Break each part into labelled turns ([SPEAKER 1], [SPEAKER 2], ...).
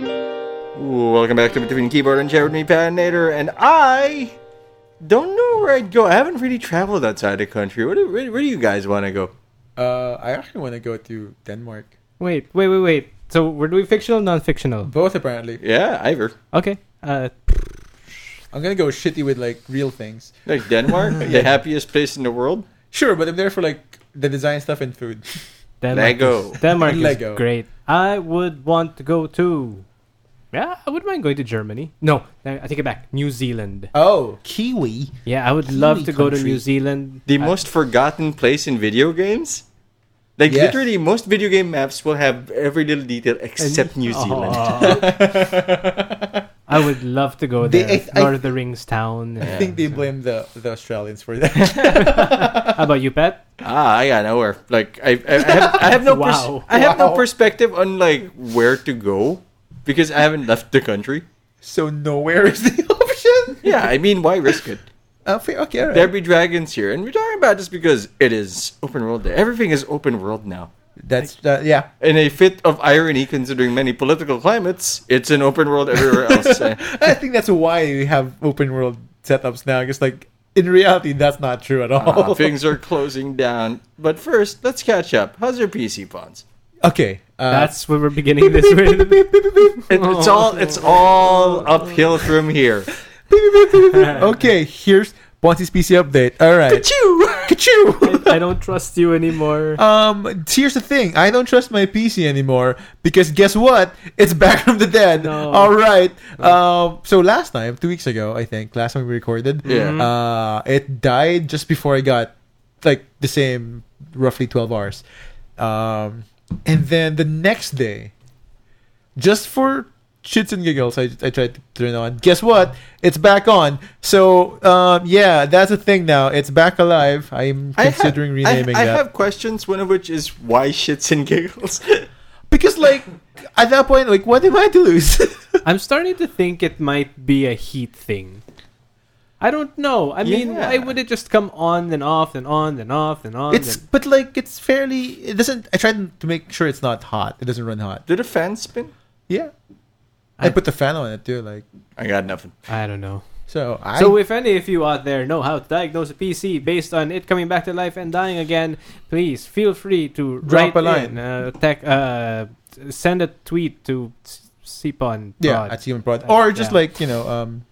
[SPEAKER 1] Welcome back to Between Keyboard and Jeremy Patinator, and I don't know where I'd go. I haven't really traveled outside the country. Where do, where, where do you guys want to go?
[SPEAKER 2] Uh, I actually want to go to Denmark.
[SPEAKER 3] Wait, wait, wait, wait. So we're doing fictional, non-fictional.
[SPEAKER 2] Both apparently.
[SPEAKER 1] Yeah, Ivor.
[SPEAKER 3] Okay. Uh,
[SPEAKER 2] I'm gonna go shitty with like real things.
[SPEAKER 1] Like Denmark, the happiest place in the world.
[SPEAKER 2] Sure, but I'm there for like the design stuff and food.
[SPEAKER 3] Denmark
[SPEAKER 1] Lego.
[SPEAKER 3] Is, Denmark
[SPEAKER 2] Lego.
[SPEAKER 3] is great. I would want to go to. Yeah, I wouldn't mind going to Germany. No, I I take it back. New Zealand.
[SPEAKER 2] Oh,
[SPEAKER 4] Kiwi.
[SPEAKER 3] Yeah, I would love to
[SPEAKER 4] Kiwi
[SPEAKER 3] go to
[SPEAKER 4] country.
[SPEAKER 3] New Zealand.
[SPEAKER 1] The
[SPEAKER 3] I-
[SPEAKER 1] most forgotten place in video games. Like
[SPEAKER 2] Yes.
[SPEAKER 1] literally, most video game maps will have every little detail except New
[SPEAKER 3] Oh.
[SPEAKER 1] Zealand.
[SPEAKER 3] I would love to go
[SPEAKER 2] They-
[SPEAKER 3] there.
[SPEAKER 2] I- I-
[SPEAKER 3] Lord of the Rings town.
[SPEAKER 2] I think they blame the the Australians for that.
[SPEAKER 3] How about you, Pat?
[SPEAKER 1] Ah, I got nowhere. Like I, I, I, have, I have no, pers-
[SPEAKER 3] Wow.
[SPEAKER 1] I have no
[SPEAKER 2] Wow.
[SPEAKER 1] perspective on like where to go because I haven't left the country.
[SPEAKER 2] so nowhere is the option.
[SPEAKER 1] Yeah, I mean, why risk it?
[SPEAKER 2] Uh, fair- okay, all right.
[SPEAKER 1] There be dragons here, and we're talking about this because it is open world. Day. Everything is open world now.
[SPEAKER 2] That's uh, yeah.
[SPEAKER 1] In a fit of irony, considering many political climates, it's an open world everywhere else. Eh,
[SPEAKER 2] I think that's why we have open world setups now. Because like in reality, that's not true at all.
[SPEAKER 1] uh, things are closing down. But first, let's catch up. How's your PC pawns?
[SPEAKER 2] okay, uh,
[SPEAKER 3] That's where we're beginning this with.
[SPEAKER 1] It, it's all it's all uphill from here.
[SPEAKER 2] okay. Here's Ponzi's PC update. All right. Ka-choo!
[SPEAKER 3] I don't trust you anymore.
[SPEAKER 2] Um, here's the thing. I don't trust my PC anymore because guess what? It's back from the dead.
[SPEAKER 3] No.
[SPEAKER 2] All right. Um, so last time, two weeks ago, I think, last time we recorded,
[SPEAKER 1] Yeah. Mhm.
[SPEAKER 2] uh, it died just before I got like the same roughly 12 hours. Um, and then the next day, just for shits and giggles, I, I tried to turn it on. Guess what? It's back on. So, um, yeah, that's a thing now. It's back alive. I'm
[SPEAKER 1] I have-
[SPEAKER 2] considering
[SPEAKER 1] I-
[SPEAKER 2] renaming
[SPEAKER 1] I,
[SPEAKER 2] that.
[SPEAKER 1] have questions, one of which is why shits and giggles.
[SPEAKER 2] Because like at that point, like what am I to lose?
[SPEAKER 3] I'm starting to think it might be a heat thing. I don't know. I mean,
[SPEAKER 1] Yeah.
[SPEAKER 3] why would it just come on and off and on and off and on?
[SPEAKER 2] it's
[SPEAKER 3] and-
[SPEAKER 2] but like it's fairly. It doesn't. I tried to make sure it's not hot. It doesn't run hot.
[SPEAKER 1] Did a fan spin?
[SPEAKER 2] Yeah, I,
[SPEAKER 3] I-
[SPEAKER 2] put the fan on it too. Like
[SPEAKER 1] I got nothing.
[SPEAKER 3] I don't know.
[SPEAKER 2] so. I,
[SPEAKER 3] so, if any of you out there know how to diagnose a PC based on it coming back to life and dying again, please feel free to
[SPEAKER 2] Drop
[SPEAKER 3] write
[SPEAKER 2] a line.
[SPEAKER 3] in, uh, tech, uh, t- send a tweet to s- CPON.
[SPEAKER 2] yeah,
[SPEAKER 3] Prod.
[SPEAKER 2] at Steven Prod, or just
[SPEAKER 3] Yeah.
[SPEAKER 2] like you know, um,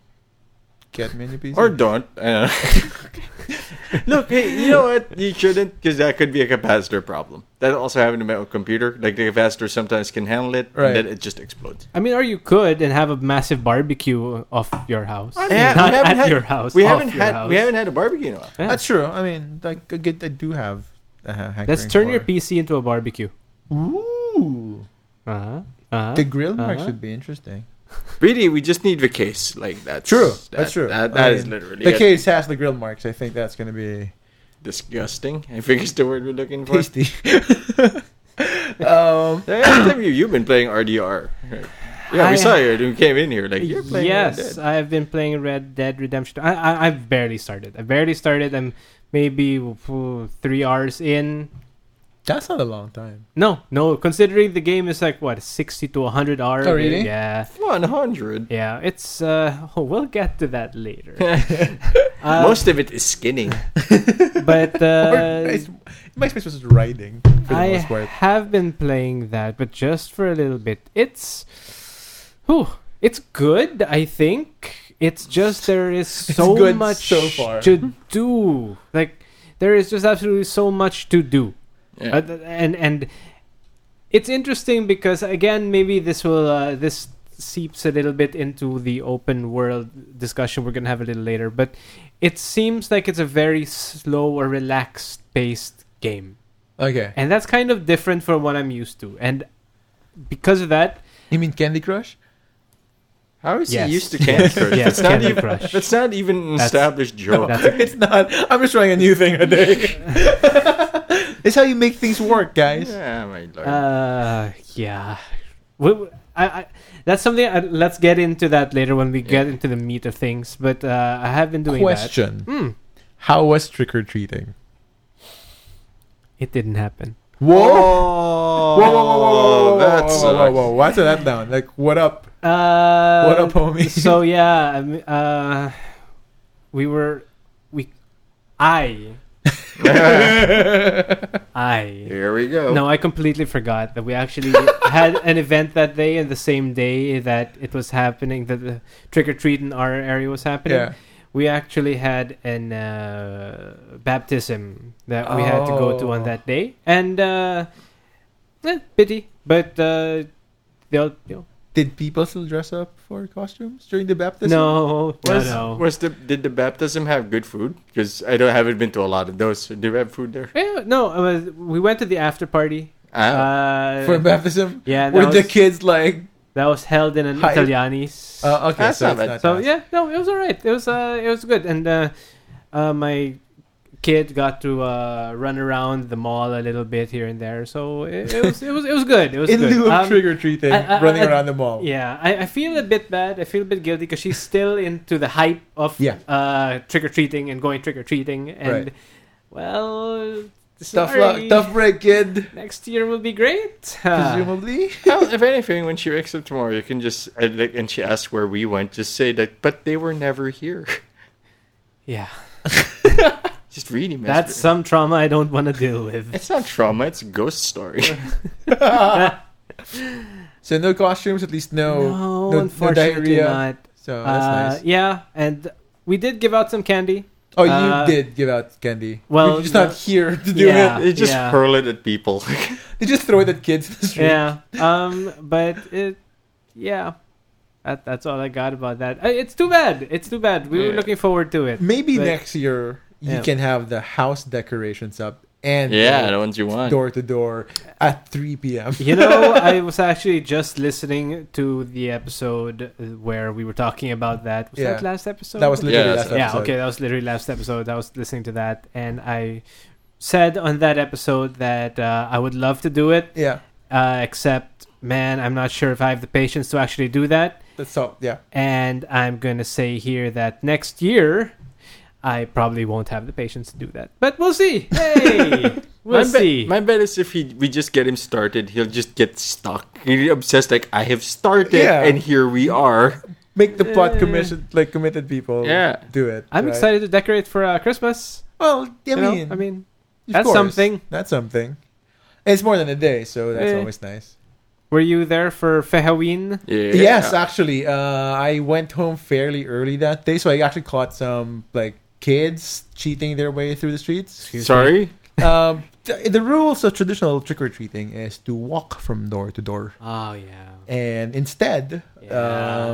[SPEAKER 2] get me a new PC.
[SPEAKER 1] Or don't. I don't know. Look, hey, you know what? You shouldn't, because that could be a capacitor problem. That also happened to my old computer. Like the capacitor sometimes can handle it,
[SPEAKER 2] Right.
[SPEAKER 1] and then it just explodes.
[SPEAKER 3] I mean, or you could and have a massive barbecue off your house.
[SPEAKER 1] Yeah,
[SPEAKER 3] Not
[SPEAKER 1] we haven't
[SPEAKER 3] at
[SPEAKER 1] had-
[SPEAKER 3] your house.
[SPEAKER 1] We
[SPEAKER 3] off
[SPEAKER 1] haven't
[SPEAKER 3] your
[SPEAKER 1] had
[SPEAKER 3] house.
[SPEAKER 1] we haven't had a barbecue in a while.
[SPEAKER 3] Yeah.
[SPEAKER 2] that's true. I mean, like I get, I do have. a ha-
[SPEAKER 3] Let's
[SPEAKER 2] hankering
[SPEAKER 3] turn your
[SPEAKER 2] for-
[SPEAKER 3] PC into a barbecue.
[SPEAKER 2] Ooh,
[SPEAKER 3] Uh-huh. Uh-huh.
[SPEAKER 2] the grill mark
[SPEAKER 3] Uh-huh.
[SPEAKER 2] should be interesting.
[SPEAKER 1] Really, we just need the case. Like that's
[SPEAKER 2] True,
[SPEAKER 1] that-
[SPEAKER 2] that's true.
[SPEAKER 1] That,
[SPEAKER 2] I
[SPEAKER 1] that is
[SPEAKER 2] mean,
[SPEAKER 1] literally
[SPEAKER 2] The
[SPEAKER 1] it.
[SPEAKER 2] case has the grill marks. I think that's gonna be
[SPEAKER 1] disgusting. I think is the word we're looking for.
[SPEAKER 2] tasty. um,
[SPEAKER 1] Hey, I tell you, you've been playing RDR. Yeah, we
[SPEAKER 3] I-
[SPEAKER 1] saw you when you came in here. Like you're playing.
[SPEAKER 3] yes,
[SPEAKER 1] Red Dead.
[SPEAKER 3] I've been playing Red Dead Redemption. I, I I've barely started. I barely started. I'm maybe oh, three hours in.
[SPEAKER 2] that's not a long time.
[SPEAKER 3] No, no. Considering the game is like what sixty to hundred hours.
[SPEAKER 2] Oh, really?
[SPEAKER 3] Yeah,
[SPEAKER 1] One hundred.
[SPEAKER 3] yeah. It's uh. Oh, we'll get to that later. Uh,
[SPEAKER 1] Most of it is skinning.
[SPEAKER 2] Or-
[SPEAKER 3] but uh,
[SPEAKER 2] it's- MySpace was just riding for the
[SPEAKER 3] I
[SPEAKER 2] most part.
[SPEAKER 3] have been playing that, but just for a little bit. It's, whew, it's good. I think it's just there is so
[SPEAKER 2] good
[SPEAKER 3] much
[SPEAKER 2] so far.
[SPEAKER 3] to do. Like there is just absolutely so much to do,
[SPEAKER 1] Yeah.
[SPEAKER 3] Uh, th- and and it's interesting because again, maybe this will uh, this seeps a little bit into the open world discussion we're gonna have a little later. But it seems like it's a very slow or relaxed paced game.
[SPEAKER 2] Okay.
[SPEAKER 3] And that's kind of different from what I'm used to. And because of that,
[SPEAKER 2] You mean Candy Crush?
[SPEAKER 1] How is
[SPEAKER 3] yes.
[SPEAKER 1] he used to Candy Crush?
[SPEAKER 3] Yes,
[SPEAKER 1] that's, not
[SPEAKER 3] Candy
[SPEAKER 1] even,
[SPEAKER 3] Crush.
[SPEAKER 1] that's not even an
[SPEAKER 3] That's-
[SPEAKER 1] established joke.
[SPEAKER 3] that's-
[SPEAKER 2] it's not. I'm just trying a new thing a day. it's how you make things work, guys.
[SPEAKER 1] yeah, my lord.
[SPEAKER 3] uh, yeah. W- w- I, I that's something. I, let's get into that later when we get into the meat of things. But uh, I have been doing
[SPEAKER 2] Question:
[SPEAKER 3] that. Mm,
[SPEAKER 2] How was trick or treating?
[SPEAKER 3] it didn't happen. Oh,
[SPEAKER 1] Whoa! That
[SPEAKER 2] whoa, whoa,
[SPEAKER 1] sucks.
[SPEAKER 2] whoa, whoa. Answer that down. Like, what up?
[SPEAKER 3] Uh,
[SPEAKER 2] What up, homie?
[SPEAKER 3] So yeah, I mean, uh, we were we, I I
[SPEAKER 1] Here we
[SPEAKER 2] Oh.
[SPEAKER 1] go.
[SPEAKER 3] no, I completely forgot that we actually had an event that day and the same day that it was happening that the trick or treat in our area was happening.
[SPEAKER 2] yeah.
[SPEAKER 3] We actually had an uh, baptism that we had to go to on
[SPEAKER 2] Oh.
[SPEAKER 3] that day, and uh, eh, pity, but uh, they'll. You know,
[SPEAKER 2] Did people still dress up for costumes during the baptism?
[SPEAKER 3] no, no,
[SPEAKER 1] Was,
[SPEAKER 3] no.
[SPEAKER 1] was the did the baptism have good food? Because I don't haven't been to a lot of those. Did we have food there?
[SPEAKER 3] Yeah, no, it was, we went to the after party.
[SPEAKER 1] Ah,
[SPEAKER 3] Uh,
[SPEAKER 2] For baptism?
[SPEAKER 3] yeah, that
[SPEAKER 2] Were
[SPEAKER 3] was,
[SPEAKER 2] the kids like,
[SPEAKER 3] that was held in an
[SPEAKER 2] Hi-
[SPEAKER 3] Italianis.
[SPEAKER 2] uh, okay,
[SPEAKER 1] That's
[SPEAKER 2] so
[SPEAKER 1] not
[SPEAKER 2] it's
[SPEAKER 1] bad.
[SPEAKER 2] not
[SPEAKER 3] so
[SPEAKER 2] bad.
[SPEAKER 3] yeah, no, it was all right. It was uh, it was good, and uh, uh, my kid got to uh, run around the mall a little bit here and there. So it, it was it was it was good. It was
[SPEAKER 2] In
[SPEAKER 3] good.
[SPEAKER 2] lieu of
[SPEAKER 3] Um,
[SPEAKER 2] trick or treating,
[SPEAKER 3] I- I-
[SPEAKER 2] running
[SPEAKER 3] I-
[SPEAKER 2] around the mall.
[SPEAKER 3] Yeah, I, I feel a bit bad. I feel a bit guilty because she's still into the hype of
[SPEAKER 2] Yeah.
[SPEAKER 3] uh, trick or treating and going trick or treating, and
[SPEAKER 2] Right.
[SPEAKER 3] well,
[SPEAKER 2] Tough
[SPEAKER 3] sorry.
[SPEAKER 2] luck, tough break, kid.
[SPEAKER 3] Next year will be great.
[SPEAKER 2] Presumably.
[SPEAKER 1] well, if anything, when she wakes up tomorrow, you can just and like, and she asks where we went. Just say that, but they were never here.
[SPEAKER 3] yeah,
[SPEAKER 1] Just reading.
[SPEAKER 3] that's some trauma I don't want to deal with.
[SPEAKER 1] It's not trauma. It's a ghost story.
[SPEAKER 2] so no costumes, at least no.
[SPEAKER 3] no,
[SPEAKER 2] no
[SPEAKER 3] unfortunately
[SPEAKER 2] diarrhea.
[SPEAKER 3] not.
[SPEAKER 2] So Oh, that's
[SPEAKER 3] Uh,
[SPEAKER 2] nice.
[SPEAKER 3] Yeah, and we did give out some candy.
[SPEAKER 2] Oh, you
[SPEAKER 3] uh,
[SPEAKER 2] did give out candy.
[SPEAKER 3] well,
[SPEAKER 2] You're just
[SPEAKER 3] no-
[SPEAKER 2] not here to do
[SPEAKER 3] Yeah.
[SPEAKER 2] it.
[SPEAKER 1] they just
[SPEAKER 3] yeah.
[SPEAKER 1] hurl it at people.
[SPEAKER 2] They just throw it at kids in the street.
[SPEAKER 3] Yeah, um, but it, yeah, that, that's all I got about that. Uh, It's too bad. It's too bad. We were
[SPEAKER 1] Yeah.
[SPEAKER 3] looking forward to it.
[SPEAKER 2] Maybe
[SPEAKER 3] But-
[SPEAKER 2] next year you
[SPEAKER 3] Yeah.
[SPEAKER 2] can have the house decorations up and
[SPEAKER 1] yeah, the
[SPEAKER 2] go
[SPEAKER 1] ones you want.
[SPEAKER 2] door to door at 3 p.m.
[SPEAKER 3] You know, I was actually just listening to the episode uh, where we were talking about that. Was that
[SPEAKER 2] Yeah.
[SPEAKER 3] last episode?
[SPEAKER 2] That was
[SPEAKER 1] Yeah,
[SPEAKER 2] literally last
[SPEAKER 1] that's-
[SPEAKER 2] episode.
[SPEAKER 3] yeah okay that was literally last episode i was listening to that and i said on that episode that uh, i would love to do it
[SPEAKER 2] Yeah,
[SPEAKER 3] uh, except man i'm not sure if i have the patience to actually do that
[SPEAKER 2] that's all. Yeah,
[SPEAKER 3] and i'm going to say here that next year i probably won't have the patience to do that but we'll see hey we'll
[SPEAKER 1] my, bet-
[SPEAKER 3] see
[SPEAKER 1] my bet is if he, we just get him started, he'll just get stuck. He'll be obsessed like I have started
[SPEAKER 2] Yeah.
[SPEAKER 1] and here we are.
[SPEAKER 2] make the plot
[SPEAKER 3] Yeah.
[SPEAKER 2] commission like committed people.
[SPEAKER 1] Yeah.
[SPEAKER 2] do it.
[SPEAKER 3] i'm
[SPEAKER 2] right?
[SPEAKER 3] excited to decorate for uh, christmas
[SPEAKER 2] Well, I
[SPEAKER 3] you know?
[SPEAKER 2] mean,
[SPEAKER 3] i mean
[SPEAKER 2] of
[SPEAKER 3] that's
[SPEAKER 2] course.
[SPEAKER 3] something.
[SPEAKER 2] That's something. And It's more than a day, so that's
[SPEAKER 3] Eh.
[SPEAKER 2] always nice.
[SPEAKER 3] were you there for Fehaween?
[SPEAKER 1] Yeah.
[SPEAKER 2] Yes, actually, uh, I went home fairly early that day, so I actually caught some like kids cheating their way through the streets.
[SPEAKER 1] Sorry.
[SPEAKER 2] um, th- the rules of traditional trick or treating is to walk from door to door,
[SPEAKER 3] oh yeah
[SPEAKER 2] and instead,
[SPEAKER 3] Yeah.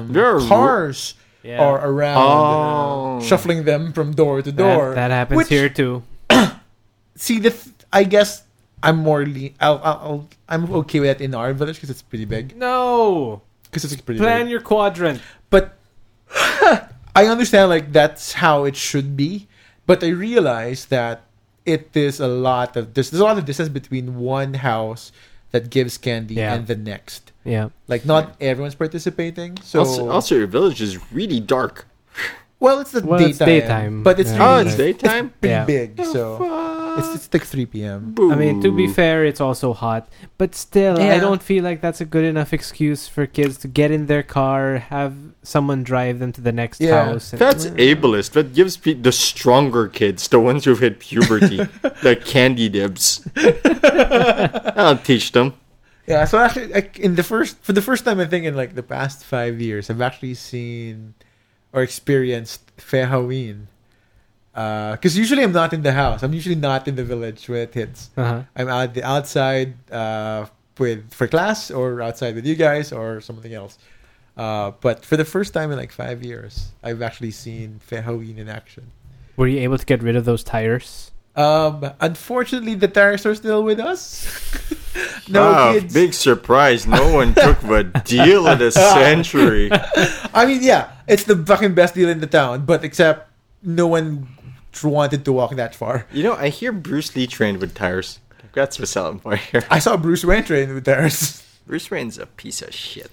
[SPEAKER 2] um,
[SPEAKER 1] There are ru-
[SPEAKER 2] cars
[SPEAKER 3] yeah
[SPEAKER 2] are around
[SPEAKER 1] Oh.
[SPEAKER 2] shuffling them from door to door.
[SPEAKER 3] That, that happens
[SPEAKER 2] which-
[SPEAKER 3] here too.
[SPEAKER 2] See, the th- I guess I'm more le- I'll, I'll, I'll, I'm okay with that in our village because it's pretty big.
[SPEAKER 3] No,
[SPEAKER 2] Because it's pretty
[SPEAKER 3] plan
[SPEAKER 2] big.
[SPEAKER 3] your quadrant.
[SPEAKER 2] But I understand like that's how it should be, but I realize that it is a lot of there's, there's a lot of distance between one house that gives candy
[SPEAKER 3] Yeah.
[SPEAKER 2] and the next.
[SPEAKER 3] Yeah,
[SPEAKER 2] Like not everyone's participating. So
[SPEAKER 1] also, also, your village is really dark.
[SPEAKER 2] well, it's the
[SPEAKER 3] Well,
[SPEAKER 2] daytime,
[SPEAKER 3] it's daytime.
[SPEAKER 2] but it's
[SPEAKER 3] Yeah.
[SPEAKER 1] Oh,
[SPEAKER 2] really,
[SPEAKER 1] it's
[SPEAKER 2] like,
[SPEAKER 1] daytime.
[SPEAKER 2] pretty
[SPEAKER 3] Yeah.
[SPEAKER 2] big. So
[SPEAKER 1] Oh,
[SPEAKER 2] it's, it's like 3 p.m.
[SPEAKER 1] fuck.
[SPEAKER 3] I mean to be fair, it's also hot, but still, I
[SPEAKER 2] Yeah.
[SPEAKER 3] don't feel like that's a good enough excuse for kids to get in their car, have someone drive them to the next
[SPEAKER 2] Yeah.
[SPEAKER 3] house. and- Uh-huh.
[SPEAKER 1] That's ableist. That gives pe- the stronger kids, the ones who've hit puberty, the candy dibs. I'll teach them.
[SPEAKER 2] Yeah, so actually, like in the first for the first time, I think in like the past five years, I've actually seen or experienced Fair Halloween. Because usually I'm not in the house. I'm usually not in the village when it hits.
[SPEAKER 3] Uh-huh.
[SPEAKER 2] I'm out the outside uh, with for class or outside with you guys or something else. Uh, but for the first time in like five years, I've actually seen Fair Halloween in action.
[SPEAKER 3] Were you able to get rid of those tires?
[SPEAKER 2] Um, unfortunately, the tires are still with us. no
[SPEAKER 1] Ah,
[SPEAKER 2] kids.
[SPEAKER 1] Big surprise. No one took the deal of the century.
[SPEAKER 2] I mean, yeah, it's the fucking best deal in the town, but except no one tr- wanted to walk that far.
[SPEAKER 1] You know, I hear Bruce Lee trained with tires. That's what's selling point here.
[SPEAKER 2] I saw Bruce Wayne train with theirs.
[SPEAKER 1] Bruce Wayne's a piece of shit.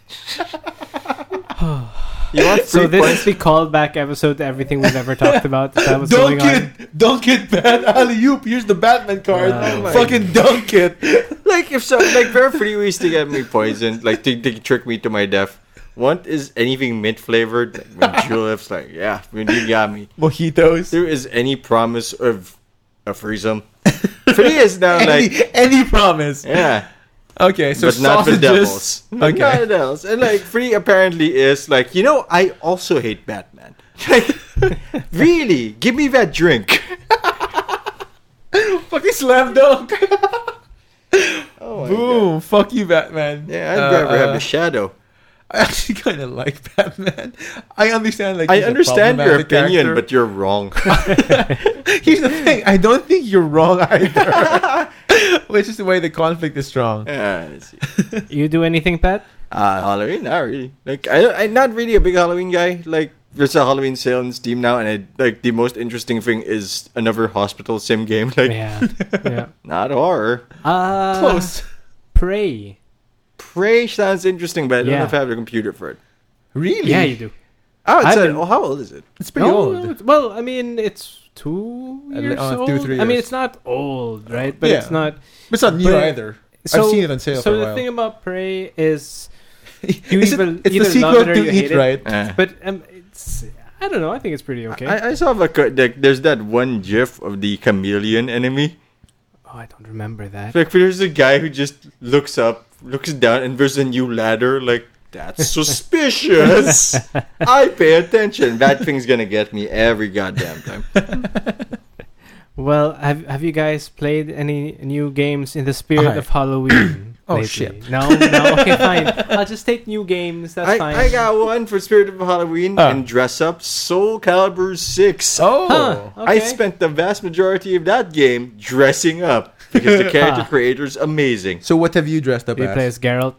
[SPEAKER 1] you want
[SPEAKER 3] So
[SPEAKER 1] three
[SPEAKER 3] this
[SPEAKER 1] points?
[SPEAKER 3] is the callback episode to everything we've ever talked about. Is That was
[SPEAKER 2] Dunk
[SPEAKER 3] going on.
[SPEAKER 2] it! Dunk it, Bat Alley oop! Here's the Batman card.
[SPEAKER 3] Oh
[SPEAKER 1] my
[SPEAKER 2] Fucking dunk it!
[SPEAKER 1] like if so like there are three ways to get me poisoned like to, to trick me to my death one is anything mint flavored like when juleps like yeah when you got me
[SPEAKER 2] Mojitos.
[SPEAKER 1] there is any promise of a threesome three is now
[SPEAKER 2] Any,
[SPEAKER 1] like
[SPEAKER 2] any promise.
[SPEAKER 1] yeah
[SPEAKER 2] Okay, so
[SPEAKER 1] but not the
[SPEAKER 2] sausages.
[SPEAKER 1] devils
[SPEAKER 2] Okay.
[SPEAKER 1] not else and like three apparently is like you know i also hate batman like really give me that drink
[SPEAKER 2] Fucking slam dunk.
[SPEAKER 1] oh
[SPEAKER 2] Boom. Fuck you, Batman.
[SPEAKER 1] yeah i'd
[SPEAKER 2] Uh,
[SPEAKER 1] rather have
[SPEAKER 2] uh,
[SPEAKER 1] a shadow
[SPEAKER 2] I actually kind of like Batman. I understand, like
[SPEAKER 1] i
[SPEAKER 2] he's a
[SPEAKER 1] understand your
[SPEAKER 2] problematic
[SPEAKER 1] opinion
[SPEAKER 2] character.
[SPEAKER 1] but you're wrong
[SPEAKER 2] Here's the thing: I don't think you're wrong either. Which is the way the conflict is strong.
[SPEAKER 1] yeah, I see.
[SPEAKER 3] You do anything, Pat?
[SPEAKER 1] Uh, Halloween, not really. Like, I, I'm not really a big Halloween guy. Like, there's a Halloween sale on Steam now, and I, like the most interesting thing is another hospital sim game. Like,
[SPEAKER 3] Yeah. yeah.
[SPEAKER 1] not horror.
[SPEAKER 3] Uh,
[SPEAKER 2] Close.
[SPEAKER 3] Prey.
[SPEAKER 1] Prey sounds interesting, but I don't
[SPEAKER 3] Yeah.
[SPEAKER 1] know if I have a computer for it.
[SPEAKER 2] Really?
[SPEAKER 3] Yeah, you do.
[SPEAKER 1] Oh, it's
[SPEAKER 3] I've
[SPEAKER 1] a,
[SPEAKER 3] been-
[SPEAKER 1] oh, how old is it?
[SPEAKER 2] It's pretty
[SPEAKER 3] No,
[SPEAKER 2] old.
[SPEAKER 3] it's- Well, I mean, it's two
[SPEAKER 2] At le-
[SPEAKER 3] years
[SPEAKER 2] uh,
[SPEAKER 3] old.
[SPEAKER 2] two, three
[SPEAKER 3] I mean,
[SPEAKER 2] years.
[SPEAKER 3] it's not old, right? But it's
[SPEAKER 2] Yeah.
[SPEAKER 3] not.
[SPEAKER 2] It's not new
[SPEAKER 3] But-
[SPEAKER 2] either.
[SPEAKER 3] So,
[SPEAKER 2] I've seen it on sale
[SPEAKER 3] So
[SPEAKER 2] for a
[SPEAKER 3] the
[SPEAKER 2] while.
[SPEAKER 3] thing about Prey is, you
[SPEAKER 2] Is it-
[SPEAKER 3] either-
[SPEAKER 2] it's
[SPEAKER 3] either
[SPEAKER 2] the
[SPEAKER 3] love
[SPEAKER 2] sequel
[SPEAKER 3] it or you
[SPEAKER 2] to
[SPEAKER 3] hate
[SPEAKER 2] Eat
[SPEAKER 3] it.
[SPEAKER 2] Right.
[SPEAKER 1] Uh,
[SPEAKER 3] but um, it's. I don't know. I think it's pretty okay.
[SPEAKER 1] I, I saw the, co- the there's that one GIF of the chameleon enemy.
[SPEAKER 3] oh, I don't remember that.
[SPEAKER 1] Like, there's a guy who just looks up, looks down, and there's a new ladder. Like, that's suspicious. I pay attention. That thing's gonna get me every goddamn time.
[SPEAKER 3] Well, have have you guys played any new games in the spirit
[SPEAKER 2] I-
[SPEAKER 3] of Halloween?
[SPEAKER 2] Oh,
[SPEAKER 3] lately?
[SPEAKER 2] shit.
[SPEAKER 3] No, no. Okay, fine. I'll just take new games. That's
[SPEAKER 1] I,
[SPEAKER 3] fine.
[SPEAKER 1] I got one for Spirit of Halloween
[SPEAKER 2] Ah.
[SPEAKER 1] and Dress Up Soul Calibur 6.
[SPEAKER 2] Oh.
[SPEAKER 3] Huh, Ah, okay.
[SPEAKER 1] I spent the vast majority of that game dressing up because the character
[SPEAKER 3] Ah.
[SPEAKER 1] creator's amazing.
[SPEAKER 2] So what have you dressed up
[SPEAKER 3] He
[SPEAKER 2] as?
[SPEAKER 3] plays Geralt.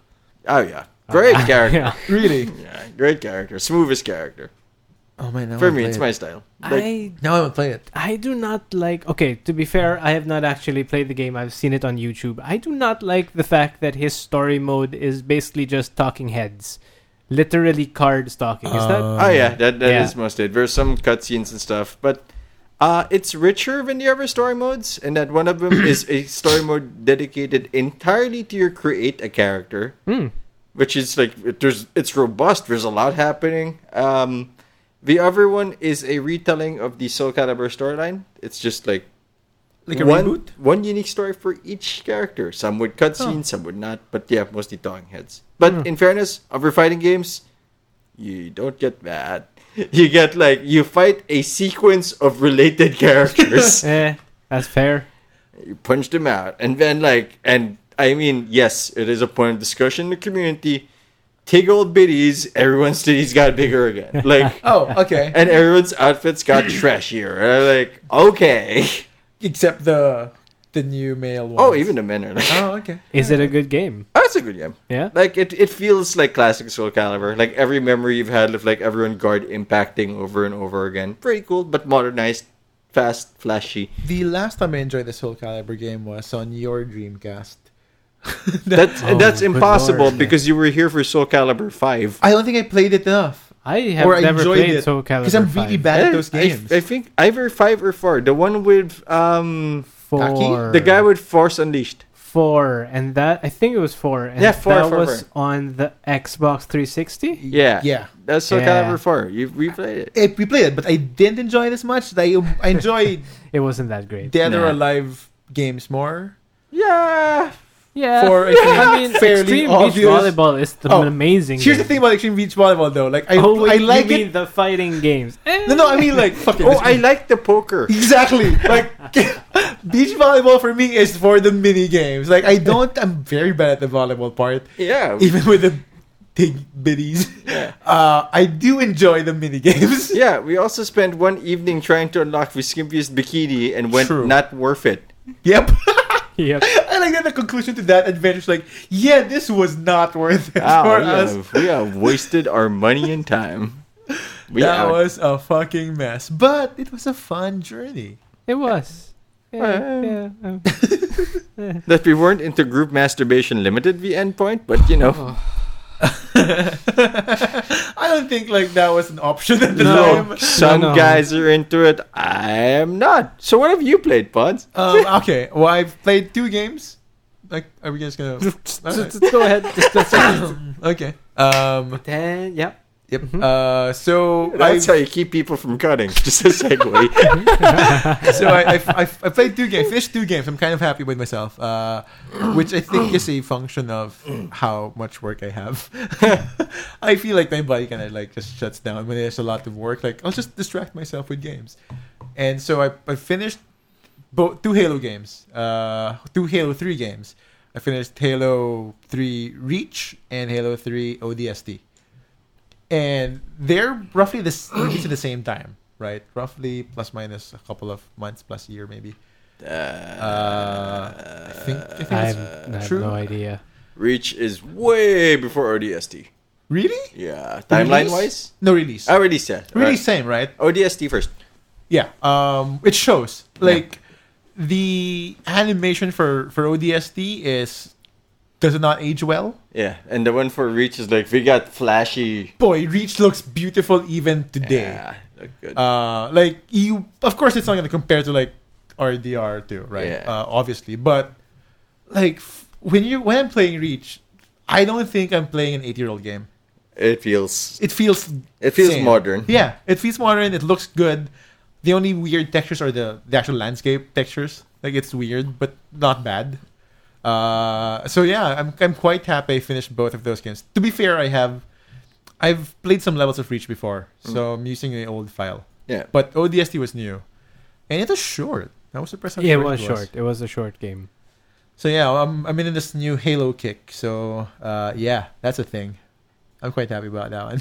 [SPEAKER 1] Oh, yeah. Great character.
[SPEAKER 3] Yeah.
[SPEAKER 2] Really?
[SPEAKER 1] Yeah, great character. Smoothest character.
[SPEAKER 2] Oh man. I
[SPEAKER 1] for
[SPEAKER 2] wanna
[SPEAKER 1] me,
[SPEAKER 2] play
[SPEAKER 1] it's
[SPEAKER 2] it.
[SPEAKER 1] my style. Like,
[SPEAKER 3] I
[SPEAKER 2] Now I want to play it.
[SPEAKER 3] I do not like. Okay, to be fair, I have not actually played the game. I've seen it on YouTube. I do not like the fact that his story mode is basically just talking heads, literally cards talking. Is that?
[SPEAKER 2] Uh,
[SPEAKER 1] oh, yeah. That, that is
[SPEAKER 3] Yeah.
[SPEAKER 1] most it. There's some cutscenes and stuff, but. Uh, it's richer than the other story modes, and that one of them is a story mode dedicated entirely to your create a character.
[SPEAKER 3] Hmm.
[SPEAKER 1] which is like it- there's it's robust. There's a lot happening. Um, the other one is a retelling of the Soul Calibur storyline. It's just like
[SPEAKER 2] Like a
[SPEAKER 1] one,
[SPEAKER 2] reboot.
[SPEAKER 1] one unique story for each character. Some with cutscenes, some would not. But yeah, mostly talking heads. But
[SPEAKER 2] Hmm.
[SPEAKER 1] in fairness, other fighting games, you don't get that. You get like you fight a sequence of related characters.
[SPEAKER 3] Eh, that's fair.
[SPEAKER 1] you punch them out and then like and i mean yes it is a point of discussion in the community tig old biddies everyone's titties got bigger again like
[SPEAKER 2] Oh, okay.
[SPEAKER 1] and everyone's outfits got trashier And I'm like okay
[SPEAKER 2] Except the the new male one.
[SPEAKER 1] oh even the men are like
[SPEAKER 2] Oh, okay.
[SPEAKER 3] Is it a good game?
[SPEAKER 1] oh, it's a good game
[SPEAKER 3] Yeah.
[SPEAKER 1] like it, it feels like classic soul caliber like every memory you've had of like everyone guard impacting over and over again pretty cool but modernized fast flashy
[SPEAKER 2] The last time I enjoyed this whole Calibur game was on your Dreamcast.
[SPEAKER 1] that's
[SPEAKER 3] Oh,
[SPEAKER 1] that's
[SPEAKER 3] good
[SPEAKER 1] impossible
[SPEAKER 3] lord.
[SPEAKER 1] because you were here for soul caliber 5
[SPEAKER 2] I don't think I played it enough.
[SPEAKER 3] I have
[SPEAKER 2] Or I
[SPEAKER 3] never
[SPEAKER 2] enjoyed
[SPEAKER 3] played
[SPEAKER 2] it,
[SPEAKER 3] Soul Calibur.
[SPEAKER 2] Because I'm really
[SPEAKER 3] 5.
[SPEAKER 2] bad
[SPEAKER 1] Yeah,
[SPEAKER 2] at those
[SPEAKER 1] Eh, I-
[SPEAKER 2] games.
[SPEAKER 1] I, think either five or four. The one with um
[SPEAKER 3] Four.
[SPEAKER 1] the guy with Force Unleashed.
[SPEAKER 3] four, and that I think it was four. And
[SPEAKER 1] Yeah, four,
[SPEAKER 3] That
[SPEAKER 1] four,
[SPEAKER 3] was
[SPEAKER 1] four.
[SPEAKER 3] on the Xbox 360.
[SPEAKER 1] Yeah,
[SPEAKER 2] Yeah.
[SPEAKER 1] That's Soul
[SPEAKER 3] Yeah.
[SPEAKER 1] Calibur four. You replayed it.
[SPEAKER 2] I, we played it, but I didn't enjoy it as much. I, I enjoy
[SPEAKER 3] It wasn't that great.
[SPEAKER 2] Dead or
[SPEAKER 1] Nah.
[SPEAKER 2] Alive games more.
[SPEAKER 1] Yeah.
[SPEAKER 3] Yeah.
[SPEAKER 2] For-
[SPEAKER 3] I mean,
[SPEAKER 2] fairly
[SPEAKER 3] Extreme Beach
[SPEAKER 2] obvious-
[SPEAKER 3] Volleyball is the
[SPEAKER 2] Oh,
[SPEAKER 3] amazing.
[SPEAKER 2] Here's the
[SPEAKER 3] game.
[SPEAKER 2] thing about Extreme Beach Volleyball, though. Like I,
[SPEAKER 3] oh,
[SPEAKER 2] I like
[SPEAKER 3] you mean
[SPEAKER 2] it.
[SPEAKER 3] the fighting games.
[SPEAKER 2] No, no, I mean like fucking.
[SPEAKER 1] Oh, I like the poker.
[SPEAKER 2] exactly like beach volleyball for me is for the mini games. Like I don't. I'm very bad at the volleyball part,
[SPEAKER 1] Yeah.
[SPEAKER 2] even with the big biddies. Uh, I do enjoy the mini games.
[SPEAKER 1] Yeah. We also spent one evening trying to unlock the skimpiest bikini and went
[SPEAKER 2] True.
[SPEAKER 1] not worth it.
[SPEAKER 2] Yep.
[SPEAKER 3] Yep.
[SPEAKER 2] I like that the conclusion to that adventure's like, yeah, this was not worth it
[SPEAKER 1] Wow,
[SPEAKER 2] for
[SPEAKER 1] Oh, we,
[SPEAKER 2] us.
[SPEAKER 1] have, we have wasted our money and time. We
[SPEAKER 2] that
[SPEAKER 1] out.
[SPEAKER 2] was a fucking mess. But it was a fun journey.
[SPEAKER 3] It was. Yeah, yeah, um,
[SPEAKER 1] That we weren't into group masturbation limited v endpoint, but you know,
[SPEAKER 2] I don't think like that was an option at the
[SPEAKER 3] No.
[SPEAKER 2] time.
[SPEAKER 1] some
[SPEAKER 3] No, no.
[SPEAKER 1] guys are into it. I'm not. So what have you played, Pods?
[SPEAKER 2] Um, okay, well I've played two games. Like, are we just gonna?
[SPEAKER 3] just- just go ahead. Just, just, just-
[SPEAKER 2] okay. Um.
[SPEAKER 3] Then, yeah.
[SPEAKER 2] Yep. Uh. So
[SPEAKER 1] That's
[SPEAKER 2] I
[SPEAKER 1] how you keep people from cutting. Just a segue.
[SPEAKER 2] so I, I, I, I played two games. Finished two games. I'm kind of happy with myself. Uh, which I think is a function of how much work I have. I feel like my body kind of like just shuts down when there's a lot of work. Like I'll just distract myself with games, and so I, I finished both two Halo games. Uh, two Halo three games. I finished Halo three Reach and Halo three ODST. and they're roughly this released at the same time, right? Roughly plus minus a couple of months, plus a year maybe. Uh, I think, I think
[SPEAKER 3] I
[SPEAKER 2] it's
[SPEAKER 3] have, I have
[SPEAKER 2] uh, true.
[SPEAKER 3] no idea.
[SPEAKER 1] Reach is way before ODST.
[SPEAKER 2] Really?
[SPEAKER 1] Yeah, timeline wise,
[SPEAKER 2] No release.
[SPEAKER 1] I already said
[SPEAKER 2] really
[SPEAKER 1] right?
[SPEAKER 2] same, right?
[SPEAKER 1] ODST first.
[SPEAKER 2] Yeah. Um, it shows like the animation for for ODST is does it not age well?
[SPEAKER 1] Yeah, and the one for Reach is like we got flashy.
[SPEAKER 2] Boy, Reach looks beautiful even today.
[SPEAKER 1] Yeah, look good.
[SPEAKER 2] uh like you of course it's not going to compare to like rdr too right
[SPEAKER 1] Yeah.
[SPEAKER 2] uh, obviously but like f- when you when i'm playing reach i don't think i'm playing an eight year old game
[SPEAKER 1] it feels
[SPEAKER 2] it feels
[SPEAKER 1] It feels modern.
[SPEAKER 2] yeah it feels modern it looks good the only weird textures are the, the actual landscape textures like it's weird but not bad uh so yeah i'm i'm quite happy i finished both of those games to be fair i have i've played some levels of reach before
[SPEAKER 1] Mm.
[SPEAKER 2] so i'm using an old file
[SPEAKER 1] yeah.
[SPEAKER 2] but ODST was new, and it was short. I was surprised. How
[SPEAKER 3] Yeah, it
[SPEAKER 2] short
[SPEAKER 3] was short. It was a short game.
[SPEAKER 2] So yeah, I'm I'm in this new Halo kick. So uh, yeah, that's a thing. I'm quite happy about that one.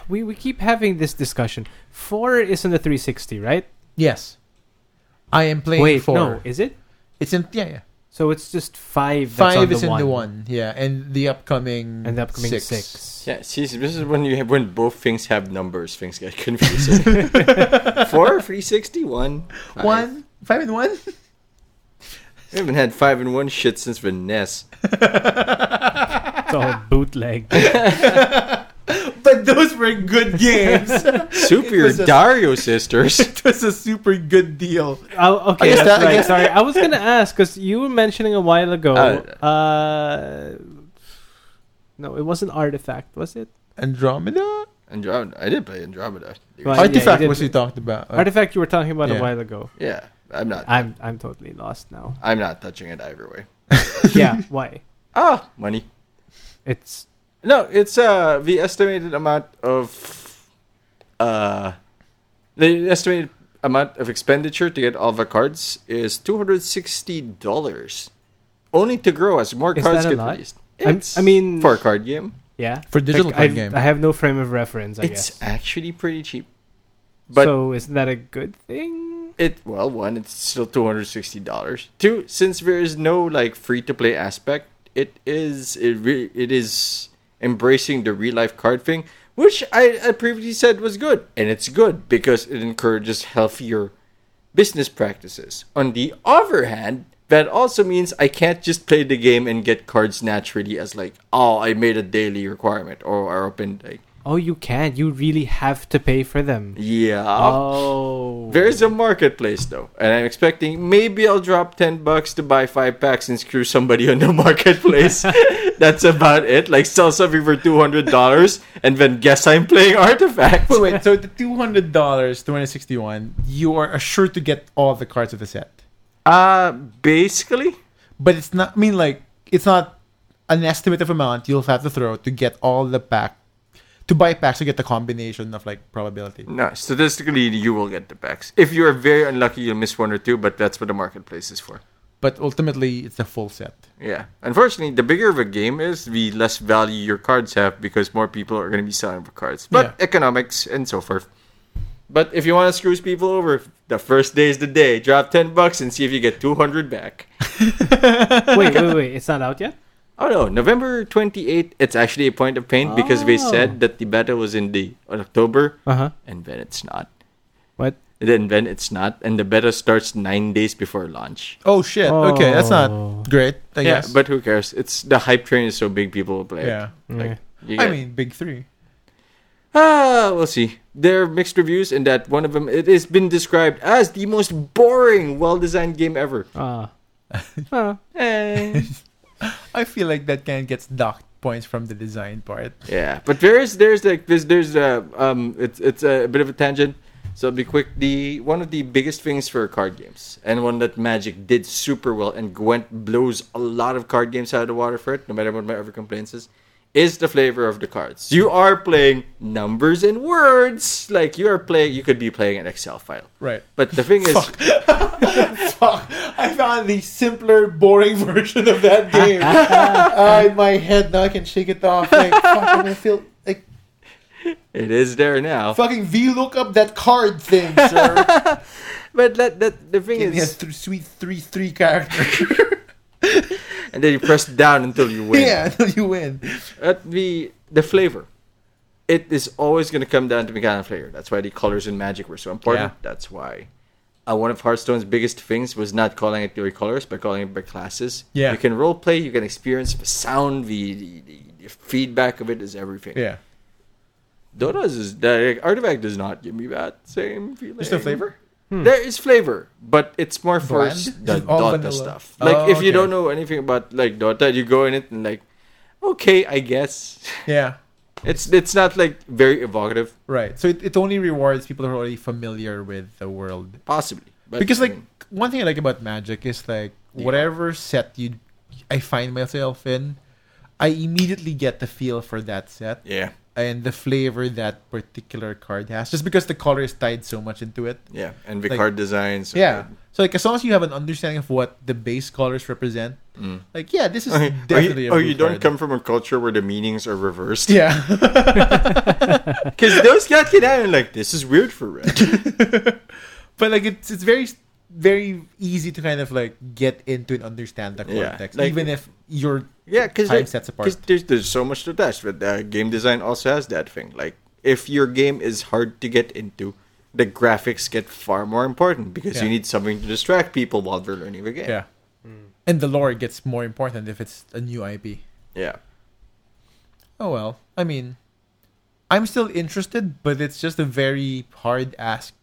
[SPEAKER 3] We we keep having this discussion. Four is on the 360, right?
[SPEAKER 2] yes, I am playing
[SPEAKER 3] Wait,
[SPEAKER 2] four.
[SPEAKER 3] no, is it?
[SPEAKER 2] it's in yeah yeah.
[SPEAKER 3] So it's just five. that's
[SPEAKER 2] Five
[SPEAKER 3] on the
[SPEAKER 2] is in
[SPEAKER 3] one.
[SPEAKER 2] the one yeah, and the upcoming
[SPEAKER 3] and the upcoming six.
[SPEAKER 1] Yeah, see, this is when you have, when both things have numbers, things get confusing. Four, three sixty, one, five.
[SPEAKER 2] one five and one.
[SPEAKER 1] We haven't had five and one shit since Vanessa.
[SPEAKER 3] It's all bootleg.
[SPEAKER 2] But those were good games. It
[SPEAKER 1] Super
[SPEAKER 2] was a-
[SPEAKER 1] Dario sisters.
[SPEAKER 2] it was a super good deal.
[SPEAKER 3] oh, okay,
[SPEAKER 2] guess
[SPEAKER 3] that's
[SPEAKER 2] that- I
[SPEAKER 3] right.
[SPEAKER 2] guess-
[SPEAKER 3] Sorry, I was gonna ask because you were mentioning a while ago.
[SPEAKER 1] Uh,
[SPEAKER 3] Uh, no, it wasn't Artifact, was it?
[SPEAKER 2] Andromeda
[SPEAKER 1] Andromeda. I did play Andromeda.
[SPEAKER 3] Right. Uh, yeah, you
[SPEAKER 2] artifact
[SPEAKER 3] did-
[SPEAKER 2] was he talked about? Uh,
[SPEAKER 3] Artifact, you were talking about
[SPEAKER 2] yeah.
[SPEAKER 3] a while ago.
[SPEAKER 1] Yeah, I'm not.
[SPEAKER 3] I'm I'm totally lost now.
[SPEAKER 1] I'm not touching it either way.
[SPEAKER 3] yeah, why?
[SPEAKER 1] Ah, money.
[SPEAKER 3] It's
[SPEAKER 1] No, it's uh the estimated amount of uh the estimated amount of expenditure to get all the cards is two hundred sixty dollars. Only to grow as more
[SPEAKER 3] Is
[SPEAKER 1] cards
[SPEAKER 3] that a
[SPEAKER 1] get
[SPEAKER 3] lot?
[SPEAKER 1] released.
[SPEAKER 3] I'm-
[SPEAKER 1] It's-
[SPEAKER 3] I mean-
[SPEAKER 1] for a card game.
[SPEAKER 3] yeah.
[SPEAKER 2] For digital
[SPEAKER 3] Like,
[SPEAKER 2] card
[SPEAKER 3] I,
[SPEAKER 2] game.
[SPEAKER 3] I have no frame of reference. I
[SPEAKER 1] It's
[SPEAKER 3] guess.
[SPEAKER 1] actually pretty cheap. But
[SPEAKER 3] so isn't that a good thing?
[SPEAKER 1] it well, one, it's still two hundred sixty dollars. Two, since there is no like free to play aspect, it is it re- it is embracing the real life card thing, which I, I previously said was good, and it's good because it encourages healthier business practices. On the other hand, that also means I can't just play the game and get cards naturally as like, oh, I made a daily requirement or I opened like
[SPEAKER 3] Oh, you can't. You really have to pay for them.
[SPEAKER 1] yeah.
[SPEAKER 3] Oh,
[SPEAKER 1] There's a marketplace though, and I'm expecting maybe I'll drop ten bucks to buy five packs and screw somebody on the marketplace. That's about it. Like sell something for two hundred dollars and then guess I'm playing artifact.
[SPEAKER 2] Wait, wait. So the two hundred dollars, two hundred sixty-one. You are assured to get all the cards of the set,
[SPEAKER 1] Uh basically,
[SPEAKER 2] but it's not. I mean, like it's not an estimate of amount you'll have to throw to get all the pack, to buy packs to get the combination of like probability.
[SPEAKER 1] no. Statistically, you will get the packs. If you are very unlucky, you'll miss one or two, but that's what the marketplace is for.
[SPEAKER 2] But ultimately, it's a full set.
[SPEAKER 1] Yeah. Unfortunately, the bigger of a game is, the less value your cards have because more people are going to be selling for cards. But
[SPEAKER 2] Yeah.
[SPEAKER 1] economics and so forth. But if you want to screw people over, the first day is the day. Drop 10 bucks and see if you get 200 back.
[SPEAKER 3] wait, wait, wait! It's not out yet.
[SPEAKER 1] Oh no, November 28th, it's actually a point of pain because they
[SPEAKER 3] Oh.
[SPEAKER 2] Uh-huh.
[SPEAKER 1] said that the beta was in the on October
[SPEAKER 3] Uh huh.
[SPEAKER 1] and then it's not.
[SPEAKER 3] What?
[SPEAKER 1] and then when it's not, and the beta starts nine days before launch.
[SPEAKER 2] Oh shit. Okay, that's
[SPEAKER 3] Oh.
[SPEAKER 2] not great. I
[SPEAKER 1] yeah,
[SPEAKER 2] guess.
[SPEAKER 1] but who cares? It's the hype train is so big, people will play
[SPEAKER 2] yeah.
[SPEAKER 1] it. Like, you get-
[SPEAKER 2] I mean, big three.
[SPEAKER 1] Ah, we'll see. There are mixed reviews, and that one of them it has been described as the most boring, well-designed game ever.
[SPEAKER 3] Ah. Ah.
[SPEAKER 1] Eh.
[SPEAKER 2] I feel like that kind of gets docked points from the design part.
[SPEAKER 1] yeah, but there is there's like this there's uh, um it's it's a bit of a tangent, so I'll be quick. The one of the biggest things for card games, and one that Magic did super well, and Gwent blows a lot of card games out of the water for it. No matter what my other complaints is. Is the flavor of the cards. You are playing numbers and words. Like you are playing, you could be playing an Excel file.
[SPEAKER 2] Right.
[SPEAKER 1] But the thing is,
[SPEAKER 2] Fuck. I found the simpler, boring version of that game. uh, in my head now I can shake it off. Like, fuck, I'm gonna feel like
[SPEAKER 1] it is there now.
[SPEAKER 2] fucking V look up that card thing, sir.
[SPEAKER 1] But that, that the thing
[SPEAKER 2] it
[SPEAKER 1] is,
[SPEAKER 2] has th- sweet three three character.
[SPEAKER 1] and then you press down until you win.
[SPEAKER 2] yeah, until you win.
[SPEAKER 1] At the the flavor, it is always going to come down to mechanical flavor. That's why the colors in Magic were so important.
[SPEAKER 2] Yeah.
[SPEAKER 1] That's why uh, one of Hearthstone's biggest things was not calling it your colors, but calling it by classes.
[SPEAKER 2] Yeah.
[SPEAKER 1] you can role play, you can experience the sound, the, the, the, the feedback of it is everything.
[SPEAKER 2] Yeah.
[SPEAKER 1] Dota's is the artifact does not give me that same feeling.
[SPEAKER 2] There's no flavor?
[SPEAKER 1] There is flavor, but it's more for
[SPEAKER 2] Bland?
[SPEAKER 1] s-
[SPEAKER 2] Is
[SPEAKER 1] the
[SPEAKER 2] it all
[SPEAKER 1] Dota
[SPEAKER 2] vanilla?
[SPEAKER 1] stuff. Like
[SPEAKER 2] Oh,
[SPEAKER 1] if you
[SPEAKER 2] okay.
[SPEAKER 1] don't know anything about like Dota, you go in it and like, okay, I guess
[SPEAKER 2] Yeah.
[SPEAKER 1] it's it's not like very evocative,
[SPEAKER 2] Right. So it, it only rewards people who are already familiar with the world.
[SPEAKER 1] possibly. But
[SPEAKER 2] Because
[SPEAKER 1] I
[SPEAKER 2] like
[SPEAKER 1] mean,
[SPEAKER 2] one thing I like about magic is like
[SPEAKER 1] Yeah.
[SPEAKER 2] whatever set you I find myself in, I immediately get the feel for that set
[SPEAKER 1] yeah,
[SPEAKER 2] and the flavor that particular card has. Just because the color is tied so much into it.
[SPEAKER 1] yeah, and the
[SPEAKER 2] Like-
[SPEAKER 1] card designs. are
[SPEAKER 2] Yeah.
[SPEAKER 1] good.
[SPEAKER 2] So like as long as you have an understanding of what the base colors represent, like yeah, this is
[SPEAKER 1] Mm. Okay, or you-
[SPEAKER 2] definitely a
[SPEAKER 1] or
[SPEAKER 2] blue
[SPEAKER 1] you don't
[SPEAKER 2] card.
[SPEAKER 1] come from a culture where the meanings are reversed.
[SPEAKER 2] Yeah.
[SPEAKER 1] because those guys get out and like this is weird for red.
[SPEAKER 2] but like it's it's very very easy to kind of like get into and understand the
[SPEAKER 1] Yeah,
[SPEAKER 2] context
[SPEAKER 1] like-
[SPEAKER 2] even if you're
[SPEAKER 1] Yeah, because
[SPEAKER 2] Time sets apart.
[SPEAKER 1] there's, there's so much to test, but uh, game design also has that thing. Like, if your game is hard to get into, the graphics get far more important because you
[SPEAKER 2] Yeah.
[SPEAKER 1] need something to distract people while they're learning the game.
[SPEAKER 2] Yeah.
[SPEAKER 1] Hmm.
[SPEAKER 2] And the lore gets more important if it's a new IP.
[SPEAKER 1] yeah.
[SPEAKER 2] Oh well. I mean, I'm still interested, but it's just a very hard ask,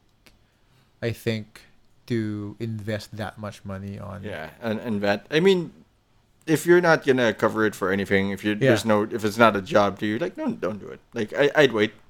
[SPEAKER 2] I think, to invest that much money on.
[SPEAKER 1] Yeah, and and that I mean, if you're not gonna cover it for anything, if you
[SPEAKER 2] Yeah.
[SPEAKER 1] there's no if it's not a job to you, like no, don't do it. Like I I'd wait.
[SPEAKER 2] Hmm.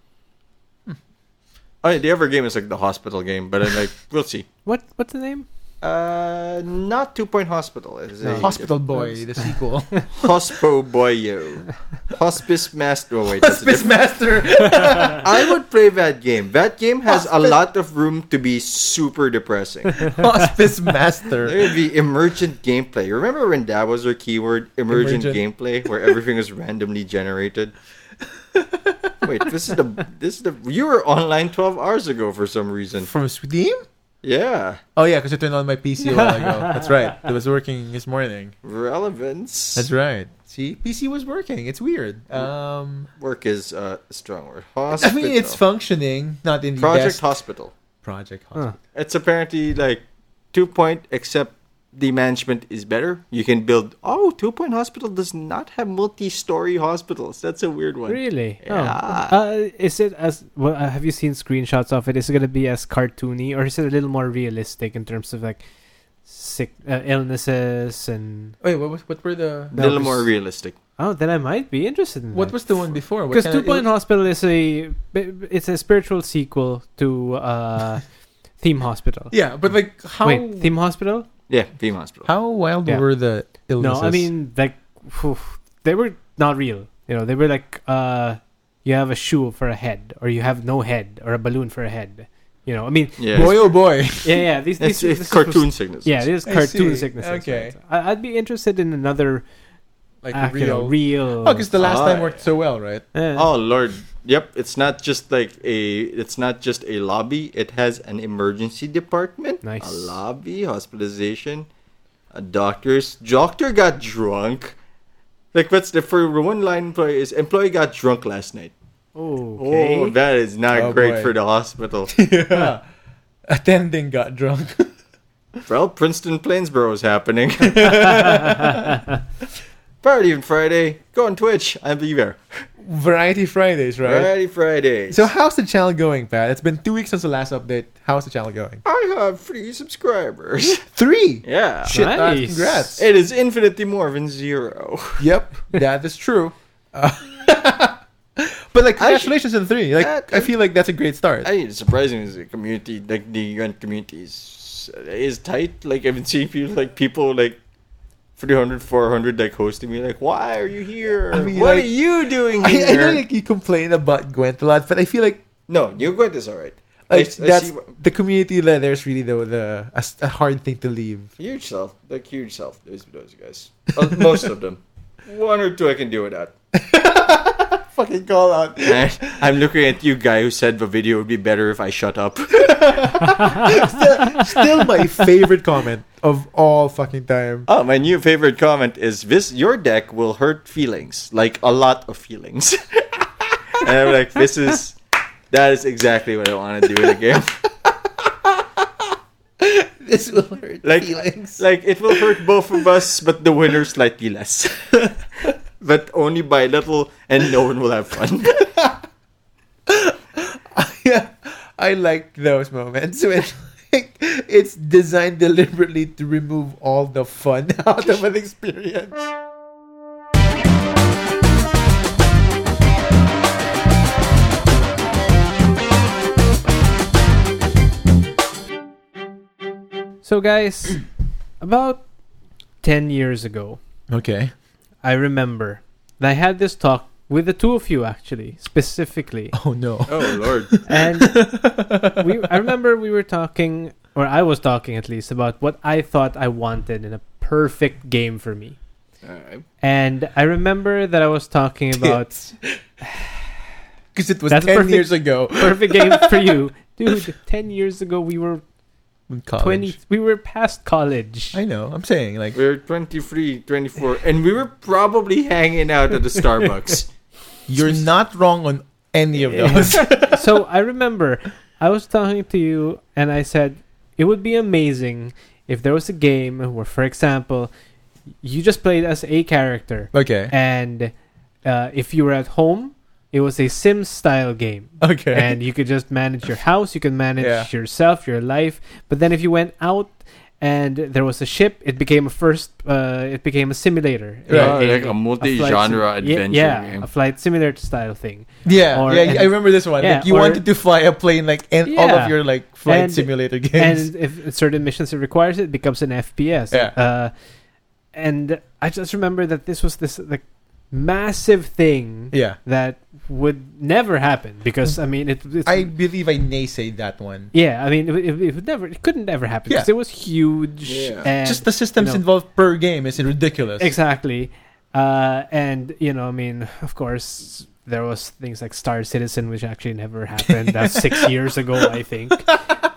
[SPEAKER 1] Oh, yeah, the other game is like the hospital game, but I'm like we'll see.
[SPEAKER 3] What what's the name?
[SPEAKER 1] Uh, not Two Point Hospital. It's a-
[SPEAKER 2] Hospital Boy, the sequel.
[SPEAKER 1] Hospo Boyo. Hospice Master. Oh, wait, that's a
[SPEAKER 2] Hospice
[SPEAKER 1] different-
[SPEAKER 2] Master.
[SPEAKER 1] I would play that game. That game has a
[SPEAKER 2] Hospice-
[SPEAKER 1] lot of room to be super depressing.
[SPEAKER 2] Hospice
[SPEAKER 1] There
[SPEAKER 2] Master.
[SPEAKER 1] would be emergent gameplay. Remember when that was our keyword? Emergent,
[SPEAKER 2] Emergent.
[SPEAKER 1] gameplay, where everything is randomly generated. Wait, this is the this is the you were online twelve hours ago for some reason.
[SPEAKER 2] From Steam?
[SPEAKER 1] Yeah,
[SPEAKER 2] Oh yeah, because I turned on my PC a while ago. That's right. It was working this morning.
[SPEAKER 1] relevance.
[SPEAKER 2] That's right. See, PC was working. It's weird. Um,
[SPEAKER 1] Work is uh, a strong word.
[SPEAKER 2] I
[SPEAKER 1] Hospital.
[SPEAKER 2] mean, it's functioning, not in the
[SPEAKER 1] Project
[SPEAKER 2] best
[SPEAKER 1] Hospital.
[SPEAKER 2] project.
[SPEAKER 3] Huh.
[SPEAKER 1] It's apparently like two point, except the management is better. You can build. Oh, two point hospital does not have multi story hospitals. That's a weird one.
[SPEAKER 3] Really? Oh.
[SPEAKER 1] Yeah.
[SPEAKER 3] Uh, is it as well? Uh, have you seen screenshots of it? Is it going to be as cartoony, or is it a little more realistic in terms of like sick uh, illnesses and?
[SPEAKER 2] Wait, what was what were the
[SPEAKER 1] A little more realistic.
[SPEAKER 3] Oh, then I might be interested in
[SPEAKER 2] what
[SPEAKER 3] that.
[SPEAKER 2] was the one before? What
[SPEAKER 3] because
[SPEAKER 2] kind
[SPEAKER 3] Two
[SPEAKER 2] of-
[SPEAKER 3] Point oh Hospital is a it's a spiritual sequel to uh, Theme Hospital.
[SPEAKER 2] Yeah, but like how
[SPEAKER 3] Wait, Theme Hospital?
[SPEAKER 1] Yeah, theme hospital.
[SPEAKER 2] how wild
[SPEAKER 3] Yeah.
[SPEAKER 2] were the illnesses?
[SPEAKER 3] No, I mean like phew, they were not real. You know, they were like uh, you have a shoe for a head, or you have no head, or a balloon for a head. You know, I mean,
[SPEAKER 1] Yeah,
[SPEAKER 2] boy oh boy.
[SPEAKER 3] yeah, yeah. These,
[SPEAKER 1] it's,
[SPEAKER 3] these
[SPEAKER 1] it's
[SPEAKER 3] this is-
[SPEAKER 1] cartoon sickness.
[SPEAKER 3] Yeah, it is
[SPEAKER 2] I
[SPEAKER 3] cartoon
[SPEAKER 2] see.
[SPEAKER 3] sicknesses.
[SPEAKER 2] Okay.
[SPEAKER 3] right. I, I'd be interested in another
[SPEAKER 2] like
[SPEAKER 3] act, you know,
[SPEAKER 2] real.
[SPEAKER 3] real.
[SPEAKER 2] Oh, uh, because the last
[SPEAKER 1] Ah.
[SPEAKER 2] time worked so well, right?
[SPEAKER 3] Eh.
[SPEAKER 1] Oh lord. Yep. It's not just like a. It's not just a lobby. It has an emergency department.
[SPEAKER 3] Nice.
[SPEAKER 1] A lobby hospitalization. A doctor's doctor got drunk. Like what's the for one line employee is employee got drunk last night.
[SPEAKER 3] okay.
[SPEAKER 1] Oh, that is not
[SPEAKER 2] Oh,
[SPEAKER 1] great
[SPEAKER 2] boy.
[SPEAKER 1] for the hospital.
[SPEAKER 2] yeah. attending got drunk.
[SPEAKER 1] Well, Princeton Plainsboro is happening. Party on Friday. Go on Twitch. I'll be there.
[SPEAKER 2] Variety Fridays, right?
[SPEAKER 1] Friday, Fridays.
[SPEAKER 2] So how's the channel going, Pat? It's been two weeks since the last update. How's the channel going?
[SPEAKER 1] I have three subscribers.
[SPEAKER 2] Three.
[SPEAKER 1] Yeah.
[SPEAKER 2] Shit, uh,
[SPEAKER 3] Nice.
[SPEAKER 2] congrats.
[SPEAKER 1] It is infinitely more than zero.
[SPEAKER 2] Yep, that is true. Uh, but like, congratulations to the three. Like,
[SPEAKER 1] That-
[SPEAKER 2] I feel like that's a great start.
[SPEAKER 1] I mean, it's surprising is the community, like the UN community is, uh, is tight. Like I've been seeing people, like people like 300, 400, like hosting me. Like, why are you here?
[SPEAKER 2] I mean,
[SPEAKER 1] what
[SPEAKER 2] like-
[SPEAKER 1] are you doing
[SPEAKER 2] I,
[SPEAKER 1] here?
[SPEAKER 2] I know like you complain about Gwent a lot, but I feel like
[SPEAKER 1] no, New Gwent is alright.
[SPEAKER 2] like
[SPEAKER 1] I, I
[SPEAKER 2] that's
[SPEAKER 1] see what-
[SPEAKER 2] the community that there's really the the a, s- a hard thing to leave.
[SPEAKER 1] huge self, like huge self. Those those guys, Uh, most of them. One or two I can do without.
[SPEAKER 2] Fucking call out.
[SPEAKER 1] And I'm looking at you, guy who said the video would be better if I shut up.
[SPEAKER 2] still, still my favorite comment of all fucking time.
[SPEAKER 1] Oh, my new favorite comment is this: your deck will hurt feelings, like a lot of feelings. and I'm like, this is that is exactly what I want to do in a game.
[SPEAKER 2] This will hurt
[SPEAKER 1] Like,
[SPEAKER 2] feelings.
[SPEAKER 1] like it will hurt both of us, but the winner slightly less, but only by little, and no one will have fun.
[SPEAKER 2] yeah, I like those moments when like, it's designed deliberately to remove all the fun out of an experience.
[SPEAKER 3] So, guys, about 10 years ago,
[SPEAKER 2] Okay.
[SPEAKER 3] I remember that I had this talk with the two of you, actually, specifically.
[SPEAKER 2] Oh no.
[SPEAKER 1] Oh lord!
[SPEAKER 3] And we, I remember we were talking, or I was talking at least, about what I thought I wanted in a perfect game for me. And I remember that I was talking about
[SPEAKER 2] Because it was
[SPEAKER 3] That's
[SPEAKER 2] ten
[SPEAKER 3] perfect.
[SPEAKER 2] years ago.
[SPEAKER 3] perfect game for you, dude. Ten years ago, we were
[SPEAKER 2] In college.
[SPEAKER 3] twenty. We were past college.
[SPEAKER 2] I know. I'm saying like
[SPEAKER 1] We were 23, 24, and we were probably hanging out at the Starbucks.
[SPEAKER 2] you're not wrong on any of those.
[SPEAKER 3] so I remember I was talking to you and I said it would be amazing if there was a game where, for example, you just played as a character
[SPEAKER 2] okay.
[SPEAKER 3] and uh, if you were at home, it was a Sims style game.
[SPEAKER 2] Okay.
[SPEAKER 3] And you could just manage your house, you can manage
[SPEAKER 2] Yeah.
[SPEAKER 3] yourself, your life. But then if you went out and there was a ship, it became a first, uh, it became a simulator.
[SPEAKER 2] Right.
[SPEAKER 3] A-
[SPEAKER 1] like a
[SPEAKER 3] flight
[SPEAKER 1] multi-genre
[SPEAKER 3] sim-
[SPEAKER 1] adventure
[SPEAKER 3] Yeah, yeah
[SPEAKER 1] game.
[SPEAKER 3] a flight simulator style thing.
[SPEAKER 2] yeah,
[SPEAKER 3] or-
[SPEAKER 2] yeah,
[SPEAKER 3] and-
[SPEAKER 2] I remember this one.
[SPEAKER 3] yeah,
[SPEAKER 2] like you
[SPEAKER 3] or-
[SPEAKER 2] wanted to fly a plane, like and all
[SPEAKER 3] Yeah.
[SPEAKER 2] of your like flight
[SPEAKER 3] And-
[SPEAKER 2] simulator games.
[SPEAKER 3] And if certain missions it requires, it becomes an FPS.
[SPEAKER 2] Yeah.
[SPEAKER 3] Uh, and I just remember that this was this like massive thing
[SPEAKER 2] yeah,
[SPEAKER 3] that would never happen because I mean it. It's,
[SPEAKER 2] I believe I naysayed that one.
[SPEAKER 3] yeah, I mean it, it, it would never, it couldn't ever happen because
[SPEAKER 2] Yeah.
[SPEAKER 3] it was huge.
[SPEAKER 1] Yeah.
[SPEAKER 3] And
[SPEAKER 2] Just the systems
[SPEAKER 3] you know-
[SPEAKER 2] involved per game is ridiculous.
[SPEAKER 3] Exactly. Uh, and you know, I mean, of course, there was things like Star Citizen, which actually never happened. That's six years ago, I think.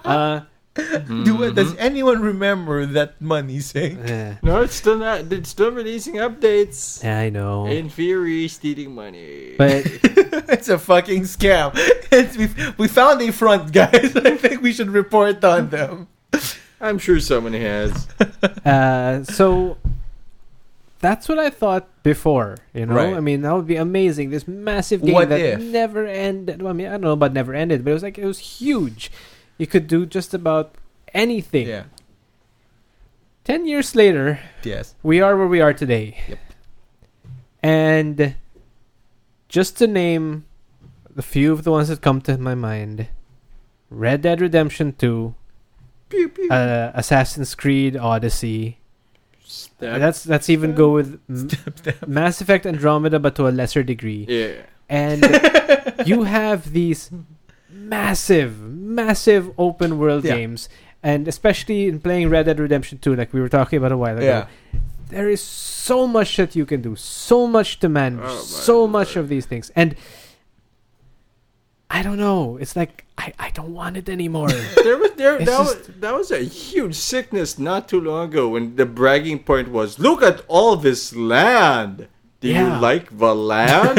[SPEAKER 3] Uh,
[SPEAKER 2] Do what- does anyone remember that money saying?
[SPEAKER 3] eh,
[SPEAKER 1] Mm-hmm. No, it's still not. It's still releasing updates.
[SPEAKER 3] I know.
[SPEAKER 1] In theory, stealing money.
[SPEAKER 3] but
[SPEAKER 2] it's a fucking scam. It's, we, we found a front, guys. I think we should report on them.
[SPEAKER 1] I'm sure someone has.
[SPEAKER 3] uh, so that's what I thought before. You know,
[SPEAKER 2] Right.
[SPEAKER 3] I mean, that would be amazing. This massive game
[SPEAKER 2] What
[SPEAKER 3] that
[SPEAKER 2] if?
[SPEAKER 3] never ended. Well, I mean, I don't know about never ended, but it was like it was huge. You could do just about anything.
[SPEAKER 2] Yeah.
[SPEAKER 3] Ten years later,
[SPEAKER 2] Yes.
[SPEAKER 3] we are where we are today.
[SPEAKER 2] Yep.
[SPEAKER 3] And just to name the few of the ones that come to my mind Red Dead Redemption 2,
[SPEAKER 1] Pew, pew.
[SPEAKER 3] uh, Assassin's Creed Odyssey.
[SPEAKER 1] Step.
[SPEAKER 3] That's that's even go with M- Mass Effect Andromeda, but to a lesser degree.
[SPEAKER 1] yeah.
[SPEAKER 3] And you have these massive, massive open world
[SPEAKER 2] Yeah.
[SPEAKER 3] games, and especially in playing Red Dead Redemption 2, like we were talking about a while ago.
[SPEAKER 2] Yeah.
[SPEAKER 3] there is so much that you can do, so much to manage,
[SPEAKER 1] Oh, my
[SPEAKER 3] so much
[SPEAKER 1] lord.
[SPEAKER 3] of these things. And I don't know. It's like I, I don't want it anymore.
[SPEAKER 1] There was there that,
[SPEAKER 3] It's
[SPEAKER 1] was, that was a huge sickness not too long ago when the bragging point was look at all this land. Do
[SPEAKER 3] Yeah.
[SPEAKER 1] you like Valand?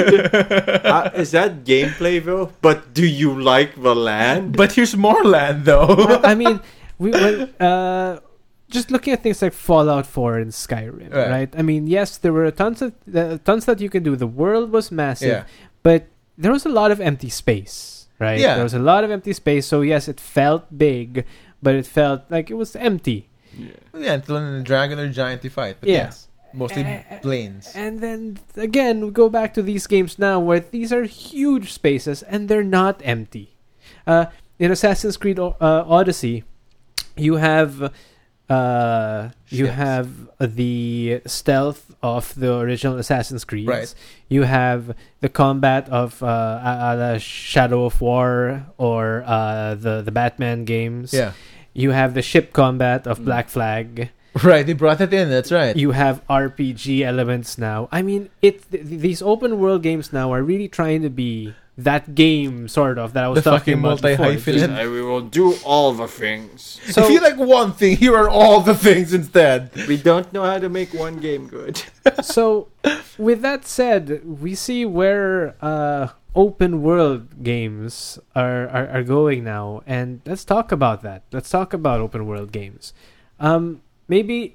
[SPEAKER 1] uh, is that gameplay, though? But do you like Valand?
[SPEAKER 2] But here's more land, though.
[SPEAKER 3] I mean, we well, uh, just looking at things like Fallout 4 and Skyrim, right?
[SPEAKER 2] Right.
[SPEAKER 3] I mean, yes, there were tons of uh, tons that you can do. The world was
[SPEAKER 2] yeah.
[SPEAKER 3] massive, but there was a lot of empty space, right?
[SPEAKER 2] Yeah.
[SPEAKER 3] There was a lot of empty space. So yes, it felt big, but it felt like it was empty.
[SPEAKER 1] Yeah.
[SPEAKER 2] Yeah, until in the dragon or giant you fight. But
[SPEAKER 3] Yeah.
[SPEAKER 2] yes, mostly
[SPEAKER 3] Eh,
[SPEAKER 2] plains.
[SPEAKER 3] And then again, we go back to these games now where these are huge spaces and they're not empty. Uh, in Assassin's Creed O- uh, Odyssey, you have uh, you
[SPEAKER 2] Ships.
[SPEAKER 3] have the stealth of the original Assassin's Creed.
[SPEAKER 2] Right.
[SPEAKER 3] You have the combat of uh, a- a la Shadow of War or uh, the the Batman games.
[SPEAKER 2] Yeah.
[SPEAKER 3] You have the ship combat of
[SPEAKER 1] Mm.
[SPEAKER 3] Black Flag
[SPEAKER 2] Right, they brought it in. That's right.
[SPEAKER 3] you have RPG elements now. I mean, it th- th- these open world games now are really trying to be that game sort of that I was
[SPEAKER 2] The fucking
[SPEAKER 3] talking about before.
[SPEAKER 2] multi-hyphen.
[SPEAKER 3] Just-
[SPEAKER 1] I- we will do all the things.
[SPEAKER 3] So
[SPEAKER 2] if you like one thing, here are all the things instead.
[SPEAKER 1] We don't know how to make one game good.
[SPEAKER 3] so with that said, we see where uh, open world games are, are are going now, and let's talk about that. Let's talk about open world games. Um, maybe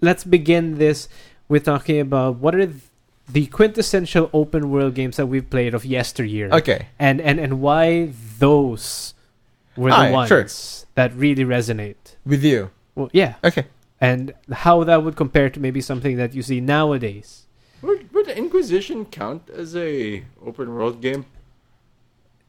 [SPEAKER 3] let's begin this with talking about what are th- the quintessential open world games that we've played of yesteryear.
[SPEAKER 2] Okay.
[SPEAKER 3] and and and why those were the
[SPEAKER 2] Ah, yeah,
[SPEAKER 3] ones
[SPEAKER 2] sure.
[SPEAKER 3] that really resonate.
[SPEAKER 2] With you.
[SPEAKER 3] Well, yeah,
[SPEAKER 2] Okay.
[SPEAKER 3] and how that would compare to maybe something that you see nowadays.
[SPEAKER 1] Would, would Inquisition count as a open world game?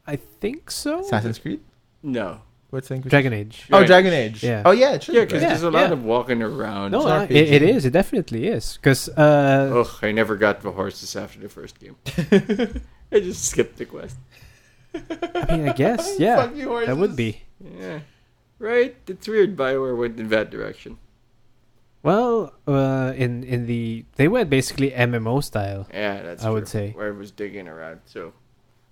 [SPEAKER 3] I think so.
[SPEAKER 2] Assassin's Creed?
[SPEAKER 1] No.
[SPEAKER 2] What's Assassin's Creed?
[SPEAKER 3] Dragon Age.
[SPEAKER 2] Oh,
[SPEAKER 1] Dragon
[SPEAKER 2] Dragon Age.
[SPEAKER 3] Yeah.
[SPEAKER 2] Oh, yeah, it should
[SPEAKER 1] Yeah,
[SPEAKER 2] be,
[SPEAKER 1] because
[SPEAKER 2] right?
[SPEAKER 1] there's a lot
[SPEAKER 3] yeah.
[SPEAKER 1] of walking around.
[SPEAKER 3] No,
[SPEAKER 2] It's
[SPEAKER 3] I- it, it
[SPEAKER 2] RPG.
[SPEAKER 3] is. It definitely is. Because uh,
[SPEAKER 1] Ugh, I never got the horses after the first game. I just skipped the quest.
[SPEAKER 3] I mean, I guess yeah,
[SPEAKER 2] Fuck you, horses.
[SPEAKER 3] that would be.
[SPEAKER 1] Yeah. Right? It's weird Bioware went in that direction.
[SPEAKER 3] Well, uh, in in the they went basically MMO style.
[SPEAKER 1] Yeah, that's
[SPEAKER 3] I would
[SPEAKER 1] true,
[SPEAKER 3] say.
[SPEAKER 1] where I was digging around. So,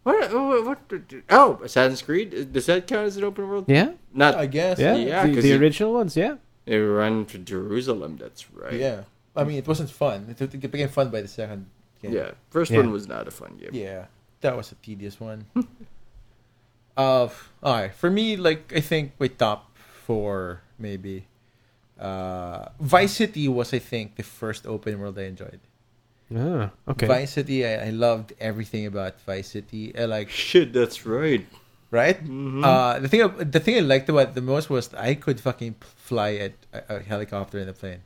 [SPEAKER 1] what? uh, What? what did- oh, Assassin's Creed. Does that count as an open world?
[SPEAKER 3] Yeah,
[SPEAKER 2] I
[SPEAKER 1] Not
[SPEAKER 2] guess.
[SPEAKER 3] yeah,
[SPEAKER 1] Yeah,
[SPEAKER 3] the,
[SPEAKER 1] 'cause
[SPEAKER 3] the
[SPEAKER 1] you-
[SPEAKER 3] original ones. Yeah,
[SPEAKER 1] they run to Jerusalem. That's right.
[SPEAKER 2] Yeah. I mean, it wasn't fun. It, it became fun by the second
[SPEAKER 1] Yeah.
[SPEAKER 2] game.
[SPEAKER 1] First
[SPEAKER 3] Yeah.
[SPEAKER 1] one was not a fun game.
[SPEAKER 2] Yeah, that was a tedious one. uh, all right, for me, like I think my top four maybe. Uh, Vice City was I think the first open world I enjoyed.
[SPEAKER 3] Ah, okay.
[SPEAKER 2] Vice City, I, I loved everything about Vice City. I like
[SPEAKER 1] Shit, that's right.
[SPEAKER 2] right.
[SPEAKER 3] Mm-hmm.
[SPEAKER 1] Mhm.
[SPEAKER 2] Uh, the thing the thing I liked about the most was I could fucking fly a, a, a helicopter in a plane.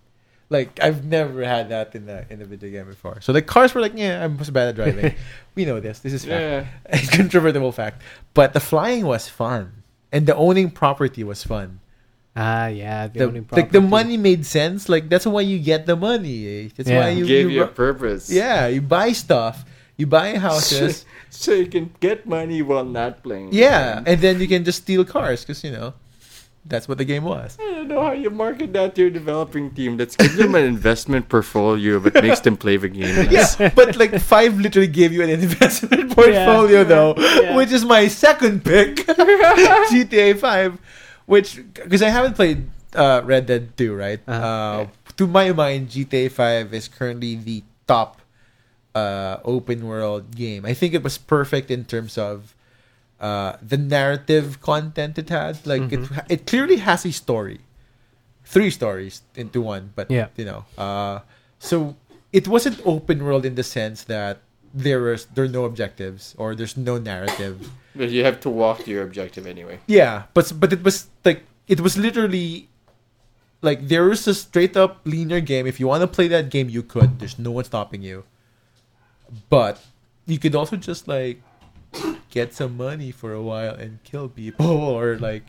[SPEAKER 2] Like I've never had that in the in a video game before. So the cars were like, yeah, I'm just bad at driving. we know this. This is fact.
[SPEAKER 1] Yeah.
[SPEAKER 2] It's controversial fact. But the flying was fun. And the owning property was fun.
[SPEAKER 3] Ah, yeah. The,
[SPEAKER 2] The,
[SPEAKER 3] owning
[SPEAKER 2] like the
[SPEAKER 3] property.
[SPEAKER 2] money made sense. Like that's why you get the money. eh? That's
[SPEAKER 3] Yeah.
[SPEAKER 2] why you,
[SPEAKER 1] Gave you
[SPEAKER 2] you
[SPEAKER 1] a purpose.
[SPEAKER 2] yeah you buy stuff, you buy houses,
[SPEAKER 1] so you can get money while not playing. the
[SPEAKER 2] yeah,
[SPEAKER 1] game.
[SPEAKER 2] and then you can just steal cars because you know that's what the game was.
[SPEAKER 1] I don't know how you market that to your developing team. Let's give them an investment portfolio that makes them play the game. less.
[SPEAKER 2] Yeah, but like five literally gave you an investment portfolio though,
[SPEAKER 3] Yeah.
[SPEAKER 2] which is my second pick, GTA Five, which because I haven't played uh, Red Dead Two, right? uh
[SPEAKER 3] Uh-huh.
[SPEAKER 2] to my mind, GTA Five is currently the top uh, open world game. I think it was perfect in terms of uh, the narrative content it had. Like
[SPEAKER 3] Mm-hmm.
[SPEAKER 2] it, it clearly has a story, three stories into one. But
[SPEAKER 3] Yeah.
[SPEAKER 2] you know, uh, so it wasn't open world in the sense that there was there are no objectives or there's no narrative.
[SPEAKER 1] But you have to walk to your objective anyway.
[SPEAKER 2] Yeah, but but it was like it was literally like there is a straight up linear game. If you want to play that game, you could. There's no one stopping you. But you could also just like get some money for a while and kill people or like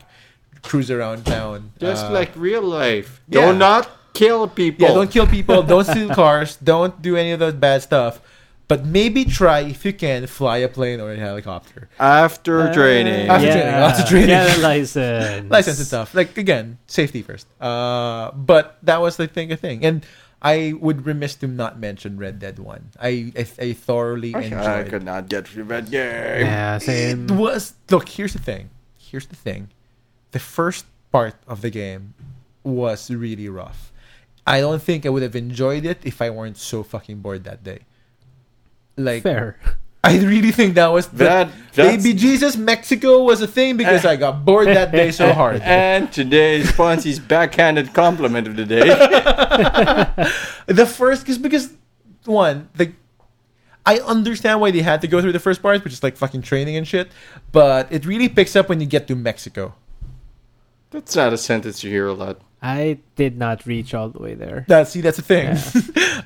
[SPEAKER 2] cruise around town.
[SPEAKER 1] Just
[SPEAKER 2] Uh,
[SPEAKER 1] like real life.
[SPEAKER 2] yeah.
[SPEAKER 1] Do not kill people.
[SPEAKER 2] yeah, don't kill people, don't steal cars, don't do any of those bad stuff. But maybe try if you can fly a plane or a helicopter.
[SPEAKER 1] Uh, After training.
[SPEAKER 2] After
[SPEAKER 3] yeah.
[SPEAKER 2] training, after training.
[SPEAKER 3] Get a license.
[SPEAKER 2] license and stuff. Like again, safety first. Uh, but that was the thing, a thing, and I would remiss to not mention Red Dead One. I I, I thoroughly
[SPEAKER 1] I
[SPEAKER 2] enjoyed.
[SPEAKER 1] could not get through that game.
[SPEAKER 3] Yeah, same.
[SPEAKER 2] It was look. Here's the thing. Here's the thing. The first part of the game was really rough. I don't think I would have enjoyed it if I weren't so fucking bored that day. Like
[SPEAKER 3] Fair.
[SPEAKER 2] I really think that was the-
[SPEAKER 1] That- that's-
[SPEAKER 2] baby Jesus Mexico was a thing because I got bored that day so hard.
[SPEAKER 1] And today's Ponzi's backhanded compliment of the day.
[SPEAKER 2] The first is because one, the I understand why they had to go through the first part, which is like fucking training and shit, but it really picks up when you get to Mexico.
[SPEAKER 1] That's not a sentence you hear a lot.
[SPEAKER 3] I did not reach all the way there.
[SPEAKER 2] That see, that's the thing.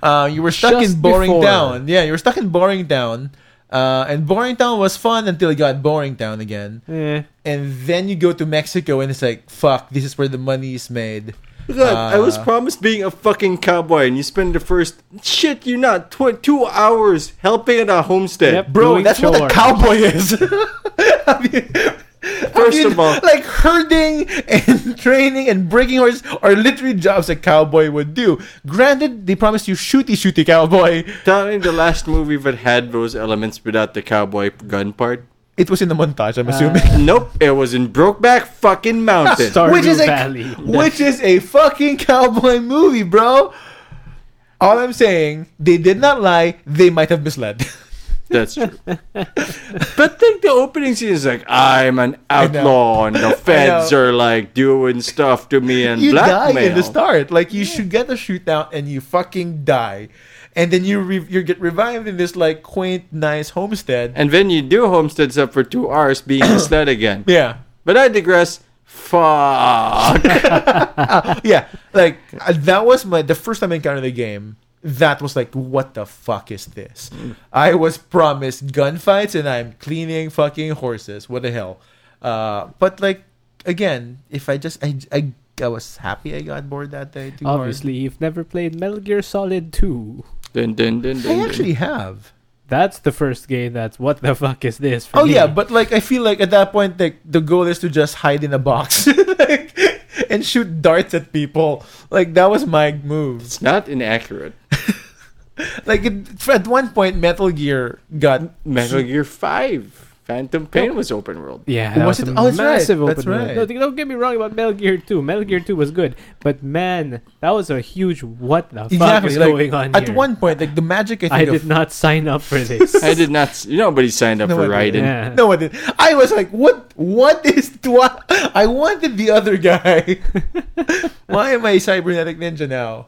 [SPEAKER 2] uh, you were stuck
[SPEAKER 3] Just
[SPEAKER 2] in Boring
[SPEAKER 3] before.
[SPEAKER 2] Down. Yeah, you were stuck in Boring Down, uh, and Boring Down was fun until you got Boring Down again,
[SPEAKER 3] Eh.
[SPEAKER 2] and then you go to Mexico, and it's like, fuck, this is where the money is made.
[SPEAKER 1] Look, I was
[SPEAKER 2] Uh,
[SPEAKER 1] promised being a fucking cowboy, and you spend the first shit, you not tw- two hours helping at a homestead.
[SPEAKER 3] Yep.
[SPEAKER 2] Bro,
[SPEAKER 3] doing
[SPEAKER 2] that's what
[SPEAKER 3] chores.
[SPEAKER 2] a cowboy is. Have you- have you-
[SPEAKER 1] of all-
[SPEAKER 2] like herding and training and breaking horses are literally jobs a cowboy would do. Granted, they promise you shooty shooty cowboy.
[SPEAKER 1] Tell me the last movie that had those elements without the cowboy gun part.
[SPEAKER 2] It was in the montage,
[SPEAKER 1] Uh,
[SPEAKER 2] I'm assuming.
[SPEAKER 1] Nope, it was in Brokeback fucking Mountain.
[SPEAKER 3] Star-
[SPEAKER 2] which is a
[SPEAKER 3] Valley.
[SPEAKER 2] which is a fucking cowboy movie, bro. All I'm saying, they did not lie. They might have misled.
[SPEAKER 1] That's true. but think the opening scene is like, I'm an outlaw, and the feds
[SPEAKER 2] know.
[SPEAKER 1] are like doing stuff to me and
[SPEAKER 2] you
[SPEAKER 1] blackmail.
[SPEAKER 2] die in the start. Like you should get a shootout and you fucking die, and then you re- you get revived in this like quaint, nice homestead.
[SPEAKER 1] And then you do homestead stuff for two hours being misled again.
[SPEAKER 2] yeah,
[SPEAKER 1] But I digress. Fuck.
[SPEAKER 2] yeah. Like uh, that was my the first time I encountered the game. That was like, what the fuck is this? I was promised gunfights and I'm cleaning fucking horses. What the hell? Uh, but like again, if I just I, I I was happy I got bored that day too. hard.
[SPEAKER 3] Obviously, you've never played Metal Gear Solid 2.
[SPEAKER 1] dun, dun, dun, dun,
[SPEAKER 2] I
[SPEAKER 1] dun.
[SPEAKER 2] actually have.
[SPEAKER 3] That's the first game that's what the fuck is this for
[SPEAKER 2] Oh
[SPEAKER 3] me.
[SPEAKER 2] yeah, but like I feel like at that point, like the goal is to just hide in a box like, and shoot darts at people. Like that was my move.
[SPEAKER 1] It's not inaccurate.
[SPEAKER 2] Like it, at one point, Metal Gear got
[SPEAKER 1] Metal Gear 5. Phantom Pain was open world.
[SPEAKER 3] Yeah, that
[SPEAKER 2] Was
[SPEAKER 3] was,
[SPEAKER 2] it-
[SPEAKER 3] a
[SPEAKER 2] oh, that's right,
[SPEAKER 3] massive
[SPEAKER 2] that's
[SPEAKER 3] open world.
[SPEAKER 2] right.
[SPEAKER 3] No, don't get me wrong about Metal Gear 2. Metal Gear 2 was good, but man, that was a huge what the fuck
[SPEAKER 2] exactly
[SPEAKER 3] is
[SPEAKER 2] like,
[SPEAKER 3] going on
[SPEAKER 2] at
[SPEAKER 3] here.
[SPEAKER 2] one point. Like the magic, I think
[SPEAKER 3] I
[SPEAKER 2] of,
[SPEAKER 3] did not sign up for this.
[SPEAKER 1] I did not. s- Nobody signed up
[SPEAKER 2] No,
[SPEAKER 1] for
[SPEAKER 2] I
[SPEAKER 1] Raiden.
[SPEAKER 2] didn't.
[SPEAKER 3] Yeah.
[SPEAKER 2] No, I did. I was like, what? What is? What? I wanted the other guy. Why am I cybernetic ninja now?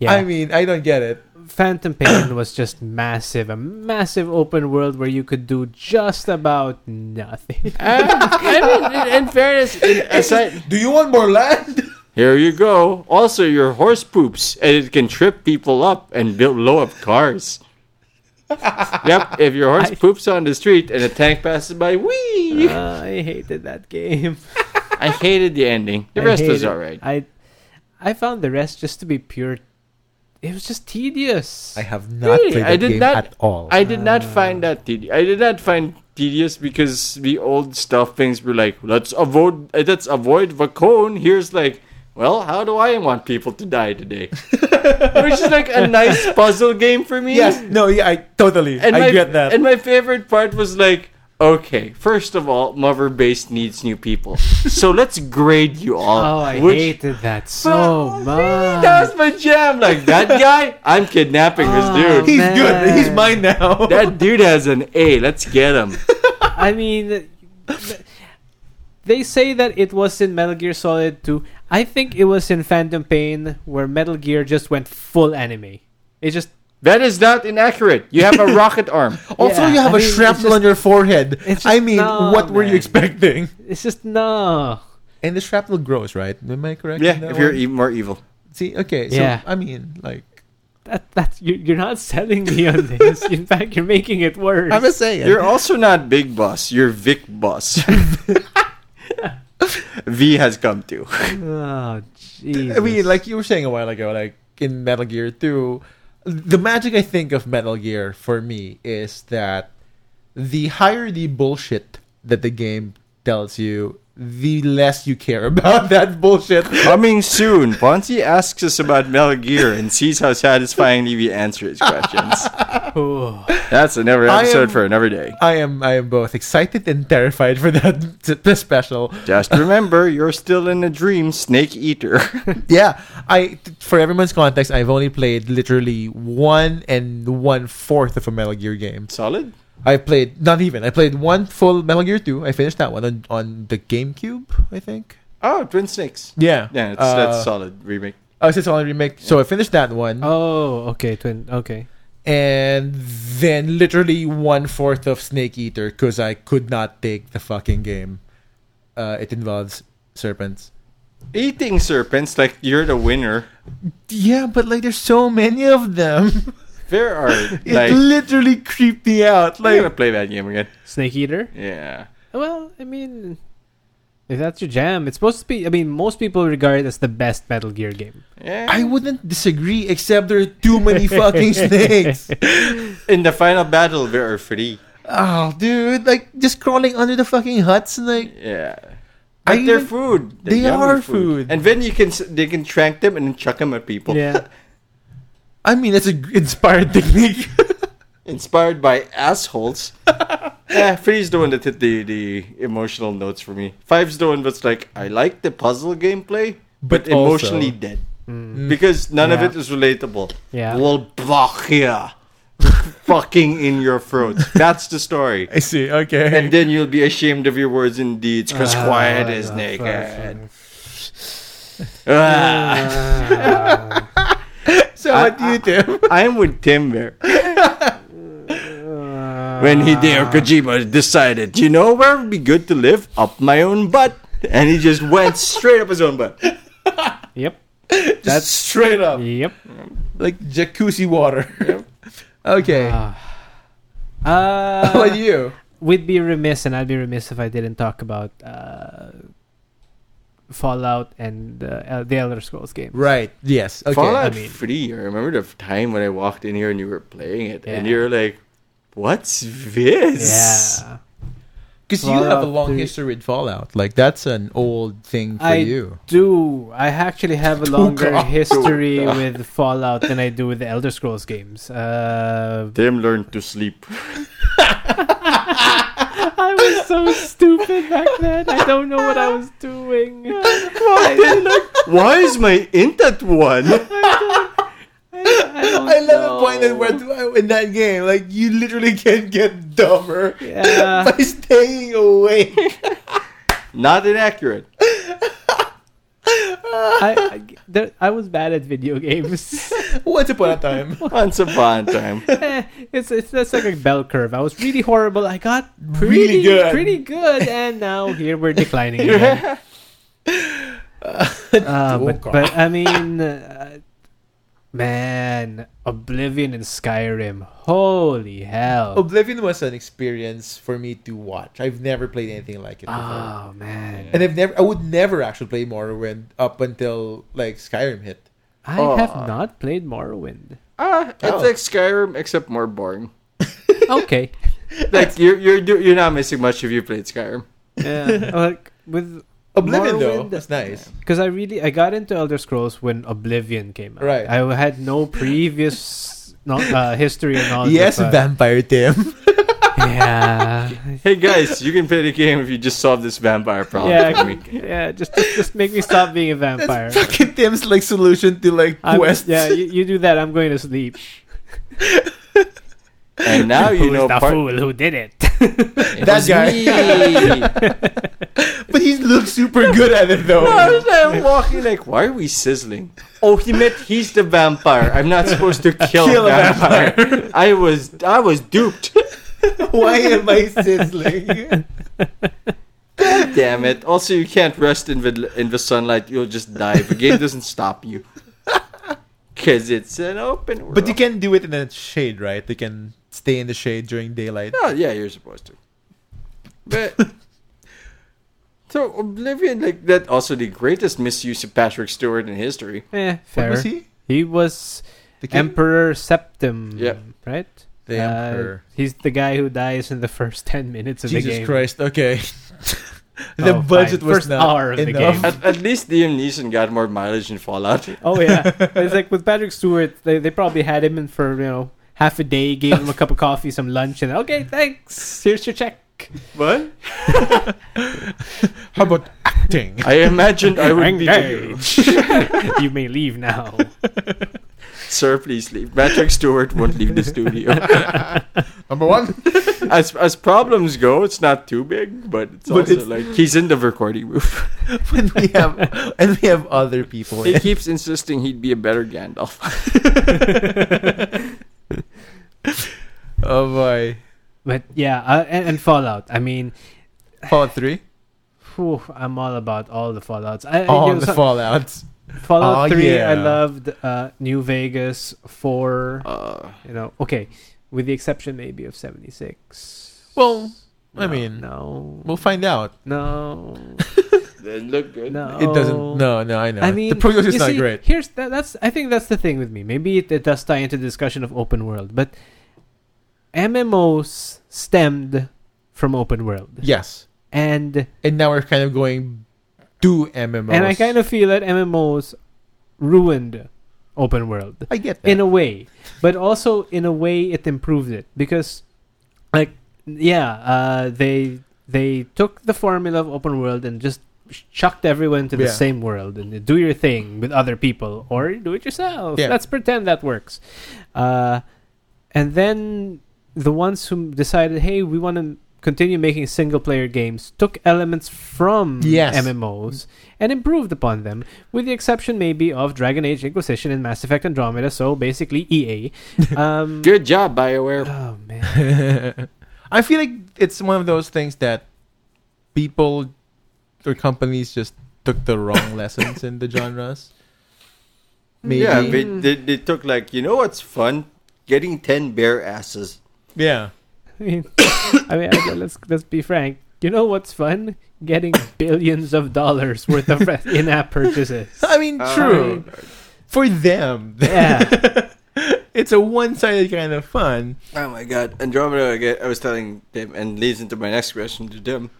[SPEAKER 3] yeah.
[SPEAKER 2] I mean, I don't get it.
[SPEAKER 3] Phantom Pain was just massive, a massive open world where you could do just about nothing.
[SPEAKER 1] And, Uh, I mean, in, in fairness, in, aside,
[SPEAKER 2] Do you want more land?
[SPEAKER 1] here you go. Also, your horse poops, and it can trip people up and build, blow up cars. yep, if your horse
[SPEAKER 3] I-
[SPEAKER 1] poops on the street and a tank passes by, wee!
[SPEAKER 3] Uh, I hated that game.
[SPEAKER 1] I hated the ending. The
[SPEAKER 3] I
[SPEAKER 1] rest was
[SPEAKER 3] hated-
[SPEAKER 1] alright.
[SPEAKER 3] I I found the rest just to be pure. It was just tedious.
[SPEAKER 2] I have not
[SPEAKER 1] Really?
[SPEAKER 2] played
[SPEAKER 1] I
[SPEAKER 2] that
[SPEAKER 1] did
[SPEAKER 2] game
[SPEAKER 1] not-
[SPEAKER 2] at all.
[SPEAKER 1] I did not find that tedious. I did not find tedious because the old stuff things were like, let's avoid, uh, let's avoid the cone. Here's like, well, how do I want people to die today? Which is like a nice puzzle game for me.
[SPEAKER 2] Yes. No. Yeah. I totally.
[SPEAKER 1] And
[SPEAKER 2] I
[SPEAKER 1] my,
[SPEAKER 2] get that.
[SPEAKER 1] And my favorite part was like, okay, first of all, Mother Base needs new people, so let's grade you all.
[SPEAKER 3] oh, I
[SPEAKER 1] which-
[SPEAKER 3] hated that so much.
[SPEAKER 1] That was my jam. Like that guy, I'm kidnapping
[SPEAKER 3] Oh,
[SPEAKER 1] this dude.
[SPEAKER 2] He's
[SPEAKER 3] man.
[SPEAKER 2] good. He's mine now.
[SPEAKER 1] That dude has an A. Let's get him.
[SPEAKER 3] I mean, they say that it was in Metal Gear Solid 2. I think it was in Phantom Pain where Metal Gear just went full anime. It just
[SPEAKER 1] That is not inaccurate. You have a rocket arm.
[SPEAKER 2] also,
[SPEAKER 3] Yeah,
[SPEAKER 2] you have
[SPEAKER 3] I
[SPEAKER 2] a
[SPEAKER 3] mean, it's
[SPEAKER 2] shrapnel
[SPEAKER 3] just-
[SPEAKER 2] on your forehead.
[SPEAKER 3] it's
[SPEAKER 2] I
[SPEAKER 3] just-
[SPEAKER 2] mean,
[SPEAKER 3] no,
[SPEAKER 2] what were you
[SPEAKER 3] man.
[SPEAKER 2] expecting?
[SPEAKER 3] it's just no.
[SPEAKER 2] And the shrapnel grows, right? Am I correct?
[SPEAKER 1] Yeah,
[SPEAKER 2] in that
[SPEAKER 1] if you're
[SPEAKER 2] one?
[SPEAKER 1] even more evil.
[SPEAKER 2] see, okay. So
[SPEAKER 3] Yeah.
[SPEAKER 2] I mean, like
[SPEAKER 3] That that's you, you're not selling me on this. In fact, you're making it worse.
[SPEAKER 2] I'm just saying,
[SPEAKER 1] You're also not Big Boss. You're Vic Boss. v has come to.
[SPEAKER 3] oh, jeez.
[SPEAKER 2] I mean, like you were saying a while ago, like in Metal Gear Two, the magic I think of Metal Gear for me is that the higher the bullshit that the game tells you, the less you care about that bullshit.
[SPEAKER 1] Coming soon, Bonzi asks us about Metal Gear and sees how satisfyingly we answer his questions.
[SPEAKER 3] Oh.
[SPEAKER 1] That's another
[SPEAKER 2] I
[SPEAKER 1] episode
[SPEAKER 2] am-
[SPEAKER 1] for another day.
[SPEAKER 2] I am I am both excited and terrified for that t- the special.
[SPEAKER 1] Just remember, you're still in a dream, Snake Eater.
[SPEAKER 2] Yeah, I for everyone's context, I've only played literally one and one fourth of a Metal Gear game.
[SPEAKER 1] Solid?
[SPEAKER 2] I played not even. I played one full Metal Gear Two. I finished that one on, on the GameCube, I think.
[SPEAKER 1] Oh, Twin Snakes.
[SPEAKER 2] Yeah,
[SPEAKER 1] Yeah, it's,
[SPEAKER 2] uh,
[SPEAKER 1] that's solid remake.
[SPEAKER 2] Oh, it's only remake. So I finished that one,
[SPEAKER 3] Oh, okay, twin. Okay.
[SPEAKER 2] and then literally one fourth of Snake Eater because I could not take the fucking game. Uh, it involves serpents.
[SPEAKER 1] Eating serpents, like you're the winner.
[SPEAKER 2] Yeah, but like there's so many of them.
[SPEAKER 1] There are
[SPEAKER 2] It
[SPEAKER 1] like
[SPEAKER 2] literally creeped me out.
[SPEAKER 1] I'm gonna
[SPEAKER 2] Like
[SPEAKER 1] play that game again.
[SPEAKER 3] Snake Eater.
[SPEAKER 1] Yeah.
[SPEAKER 3] Well, I mean, if that's your jam, it's supposed to be. I mean, most people regard it as the best Metal Gear game.
[SPEAKER 1] Yeah.
[SPEAKER 2] I wouldn't disagree, except there are too many fucking snakes.
[SPEAKER 1] in the final battle there are three.
[SPEAKER 2] Oh, dude! Like just crawling under the fucking huts and like
[SPEAKER 1] Yeah.
[SPEAKER 2] I
[SPEAKER 1] But they're
[SPEAKER 2] even-
[SPEAKER 1] food. They're
[SPEAKER 2] they
[SPEAKER 1] yummy
[SPEAKER 2] are food.
[SPEAKER 1] And then you can s- they can trank them and then chuck them at people.
[SPEAKER 3] Yeah.
[SPEAKER 2] I mean, that's a g- inspired technique.
[SPEAKER 1] Inspired by assholes. yeah, three's the one that hit the, the emotional notes for me. Five's the one that's like, I like the puzzle gameplay, but,
[SPEAKER 2] But also-
[SPEAKER 1] emotionally dead. Because none of
[SPEAKER 3] Yeah.
[SPEAKER 1] it is relatable.
[SPEAKER 3] Yeah.
[SPEAKER 1] Well, block here. Fucking in your throat. That's the story.
[SPEAKER 2] I see. Okay.
[SPEAKER 1] And then you'll be ashamed of your words and deeds, because
[SPEAKER 3] Ah,
[SPEAKER 1] quiet is
[SPEAKER 3] ah,
[SPEAKER 1] naked.
[SPEAKER 3] fuck,
[SPEAKER 1] Ah.
[SPEAKER 3] fuck.
[SPEAKER 2] so what do you do?
[SPEAKER 1] I'm with Tim there. when Hideo Kojima decided, you know where would be good to live? Up my own butt. And he just went straight up his own butt.
[SPEAKER 3] yep.
[SPEAKER 2] That's straight up
[SPEAKER 3] Yep.
[SPEAKER 2] like jacuzzi water. okay.
[SPEAKER 3] Ah. Uh,
[SPEAKER 2] what do you?
[SPEAKER 3] we'd be remiss, and I'd be remiss if I didn't talk about uh, Fallout and uh, El- the Elder Scrolls game.
[SPEAKER 2] Right. Yes. Okay.
[SPEAKER 1] Fallout
[SPEAKER 3] I mean-
[SPEAKER 1] 3, I remember the time when I walked in here and you were playing it. And
[SPEAKER 3] Yeah.
[SPEAKER 1] you were like, what's this?
[SPEAKER 3] Yeah.
[SPEAKER 2] Because you have a
[SPEAKER 3] Fallout
[SPEAKER 2] long
[SPEAKER 3] three.
[SPEAKER 2] history with Fallout. Like that's an old thing for
[SPEAKER 3] I
[SPEAKER 2] you. Oh,
[SPEAKER 3] do. I actually have a longer
[SPEAKER 2] God.
[SPEAKER 3] history with Fallout than I do with the Elder Scrolls games. Uh,
[SPEAKER 1] Tim learned to sleep.
[SPEAKER 3] I was so stupid back then. I don't know what I was doing.
[SPEAKER 1] Why is my int at one?
[SPEAKER 3] Oh,
[SPEAKER 2] I love the point that we're in that game. Like you literally can get dumber
[SPEAKER 3] Yeah.
[SPEAKER 2] by staying awake.
[SPEAKER 1] Not inaccurate.
[SPEAKER 3] I, I, there, I was bad at video games.
[SPEAKER 2] Once upon a time.
[SPEAKER 1] Once upon a time.
[SPEAKER 3] Eh, it's it's that's like a bell curve. I was really horrible. I got pretty
[SPEAKER 2] Really good.
[SPEAKER 3] pretty good, and now here we're declining. again. Uh, but,
[SPEAKER 2] God.
[SPEAKER 3] but I mean, uh, man, Oblivion and Skyrim. Holy hell!
[SPEAKER 2] Oblivion was an experience for me to watch. I've never played anything like it before.
[SPEAKER 3] Oh man,
[SPEAKER 2] And I've never I would never actually play Morrowind up until like Skyrim hit.
[SPEAKER 3] I
[SPEAKER 1] Oh.
[SPEAKER 2] uh,
[SPEAKER 3] have not played Morrowind.
[SPEAKER 1] Ah, it's
[SPEAKER 2] Oh.
[SPEAKER 1] like Skyrim except more boring.
[SPEAKER 3] Okay.
[SPEAKER 1] Like you're you're do- you're not missing much if you played Skyrim.
[SPEAKER 3] yeah. Like Uh, with
[SPEAKER 2] Oblivion though,
[SPEAKER 3] Morrowind-
[SPEAKER 2] that's nice.
[SPEAKER 3] Because I really I got into Elder Scrolls when Oblivion came out.
[SPEAKER 2] Right.
[SPEAKER 3] I had no previous no, uh, history and knowledge.
[SPEAKER 2] Yes,
[SPEAKER 3] of, uh,
[SPEAKER 2] Vampire Tim.
[SPEAKER 3] yeah,
[SPEAKER 1] Hey guys, you can play the game if you just solve this vampire problem for
[SPEAKER 3] yeah,
[SPEAKER 1] me.
[SPEAKER 3] yeah. Just, just just make me stop being a vampire.
[SPEAKER 2] That's fucking Tim's like solution to like
[SPEAKER 3] I'm-
[SPEAKER 2] quests.
[SPEAKER 3] yeah, you, you do that. I'm going to sleep.
[SPEAKER 1] And now you
[SPEAKER 3] Who's
[SPEAKER 1] know
[SPEAKER 3] the
[SPEAKER 1] part-
[SPEAKER 3] fool who did it?
[SPEAKER 1] It
[SPEAKER 2] That
[SPEAKER 1] was
[SPEAKER 2] guy.
[SPEAKER 1] me.
[SPEAKER 2] But he looks super good at it though.
[SPEAKER 1] I was like walking like, why are we sizzling? Oh, he meant he's the vampire. I'm not supposed to kill,
[SPEAKER 2] Kill
[SPEAKER 1] a
[SPEAKER 2] a
[SPEAKER 1] vampire. I was I was duped.
[SPEAKER 2] Why am I sizzling?
[SPEAKER 1] Damn it! Also, you can't rest in the in the sunlight. You'll just die. The game doesn't stop you. Cause it's an open world.
[SPEAKER 2] but you can do it in the shade, right? They can stay in the shade during daylight.
[SPEAKER 1] Oh yeah, you're supposed to. But so Oblivion, like that, also the greatest misuse of Patrick Stewart in history.
[SPEAKER 3] eh,
[SPEAKER 2] What
[SPEAKER 3] fair.
[SPEAKER 2] was he?
[SPEAKER 3] He was
[SPEAKER 2] The king?
[SPEAKER 3] Emperor Septim.
[SPEAKER 1] Yeah.
[SPEAKER 3] right.
[SPEAKER 2] The
[SPEAKER 3] Uh,
[SPEAKER 2] emperor.
[SPEAKER 3] he's the guy who dies in the first ten minutes of
[SPEAKER 2] Jesus
[SPEAKER 3] the game.
[SPEAKER 2] Christ. Okay. the
[SPEAKER 3] Oh,
[SPEAKER 2] budget
[SPEAKER 3] fine.
[SPEAKER 2] was
[SPEAKER 3] First
[SPEAKER 2] not
[SPEAKER 3] hour of the
[SPEAKER 2] enough.
[SPEAKER 3] game.
[SPEAKER 1] At, at least Liam Neeson got more mileage in Fallout.
[SPEAKER 3] Oh yeah, it's like with Patrick Stewart, they, they probably had him in for you know half a day, gave him a cup of coffee, some lunch, and okay, thanks. Here's your check.
[SPEAKER 1] What?
[SPEAKER 2] How about acting?
[SPEAKER 1] I imagined I would be
[SPEAKER 3] Engage. you may leave now.
[SPEAKER 1] Sir, please leave. Patrick Stewart won't leave the studio.
[SPEAKER 2] Number one.
[SPEAKER 1] As as problems go, it's not too big, but it's
[SPEAKER 2] But
[SPEAKER 1] also
[SPEAKER 2] it's-
[SPEAKER 1] like he's in the recording room.
[SPEAKER 2] when we have and we have other people.
[SPEAKER 1] he keeps insisting he'd be a better Gandalf.
[SPEAKER 2] Oh boy.
[SPEAKER 3] But yeah, uh, and, and Fallout. I mean,
[SPEAKER 2] Fallout three.
[SPEAKER 3] whew, I'm all about all the Fallouts. I, I-
[SPEAKER 2] All
[SPEAKER 3] you know,
[SPEAKER 2] the
[SPEAKER 3] so-
[SPEAKER 2] fallouts.
[SPEAKER 3] Fallout
[SPEAKER 2] Oh,
[SPEAKER 3] Three. I
[SPEAKER 2] yeah.
[SPEAKER 3] loved uh, New Vegas. Four.
[SPEAKER 1] Uh,
[SPEAKER 3] You know, okay, with the exception maybe of seventy six.
[SPEAKER 2] Well, I mean,
[SPEAKER 3] no,
[SPEAKER 2] we'll find out.
[SPEAKER 3] no.
[SPEAKER 1] they look good.
[SPEAKER 3] No.
[SPEAKER 2] It doesn't. No, no, I know.
[SPEAKER 3] Oh. I mean,
[SPEAKER 2] the prognosis is
[SPEAKER 3] you
[SPEAKER 2] not
[SPEAKER 3] see,
[SPEAKER 2] great.
[SPEAKER 3] Here's that, that's. I think that's the thing with me. Maybe it, it does tie into the discussion of open world, but MMOs stemmed from open world,
[SPEAKER 2] Yes,
[SPEAKER 3] and
[SPEAKER 2] and now we're kind of going to MMOs.
[SPEAKER 3] and I kind of feel that MMOs ruined open world
[SPEAKER 2] I get that.
[SPEAKER 3] in a way, but also in a way it improved it because, like, yeah, uh, they they took the formula of open world and just chucked everyone to the
[SPEAKER 2] Yeah.
[SPEAKER 3] same world and do your thing with other people or do it yourself.
[SPEAKER 2] Yeah.
[SPEAKER 3] Let's pretend that works. Uh, and then the ones who decided, hey, we want to continue making single player games took elements from
[SPEAKER 2] Yes.
[SPEAKER 3] MMOs and improved upon them, with the exception maybe of Dragon Age Inquisition and Mass Effect Andromeda, so basically EA. Um,
[SPEAKER 1] Good job, Bioware.
[SPEAKER 3] oh, man.
[SPEAKER 2] I feel like it's one of those things that people or companies just took the wrong lessons in the genres. Maybe.
[SPEAKER 1] Yeah, they, they, they took like you know what's fun? Getting ten bare asses.
[SPEAKER 2] Yeah.
[SPEAKER 3] I mean, I mean, I- let's let's be frank. You know what's fun? Getting billions of dollars worth of in-app purchases.
[SPEAKER 2] I mean,
[SPEAKER 1] Uh,
[SPEAKER 2] true. For them,
[SPEAKER 3] Yeah,
[SPEAKER 2] it's a one-sided kind of fun.
[SPEAKER 1] Oh my god, Andromeda! again, I was telling them, and leads into my next question to them.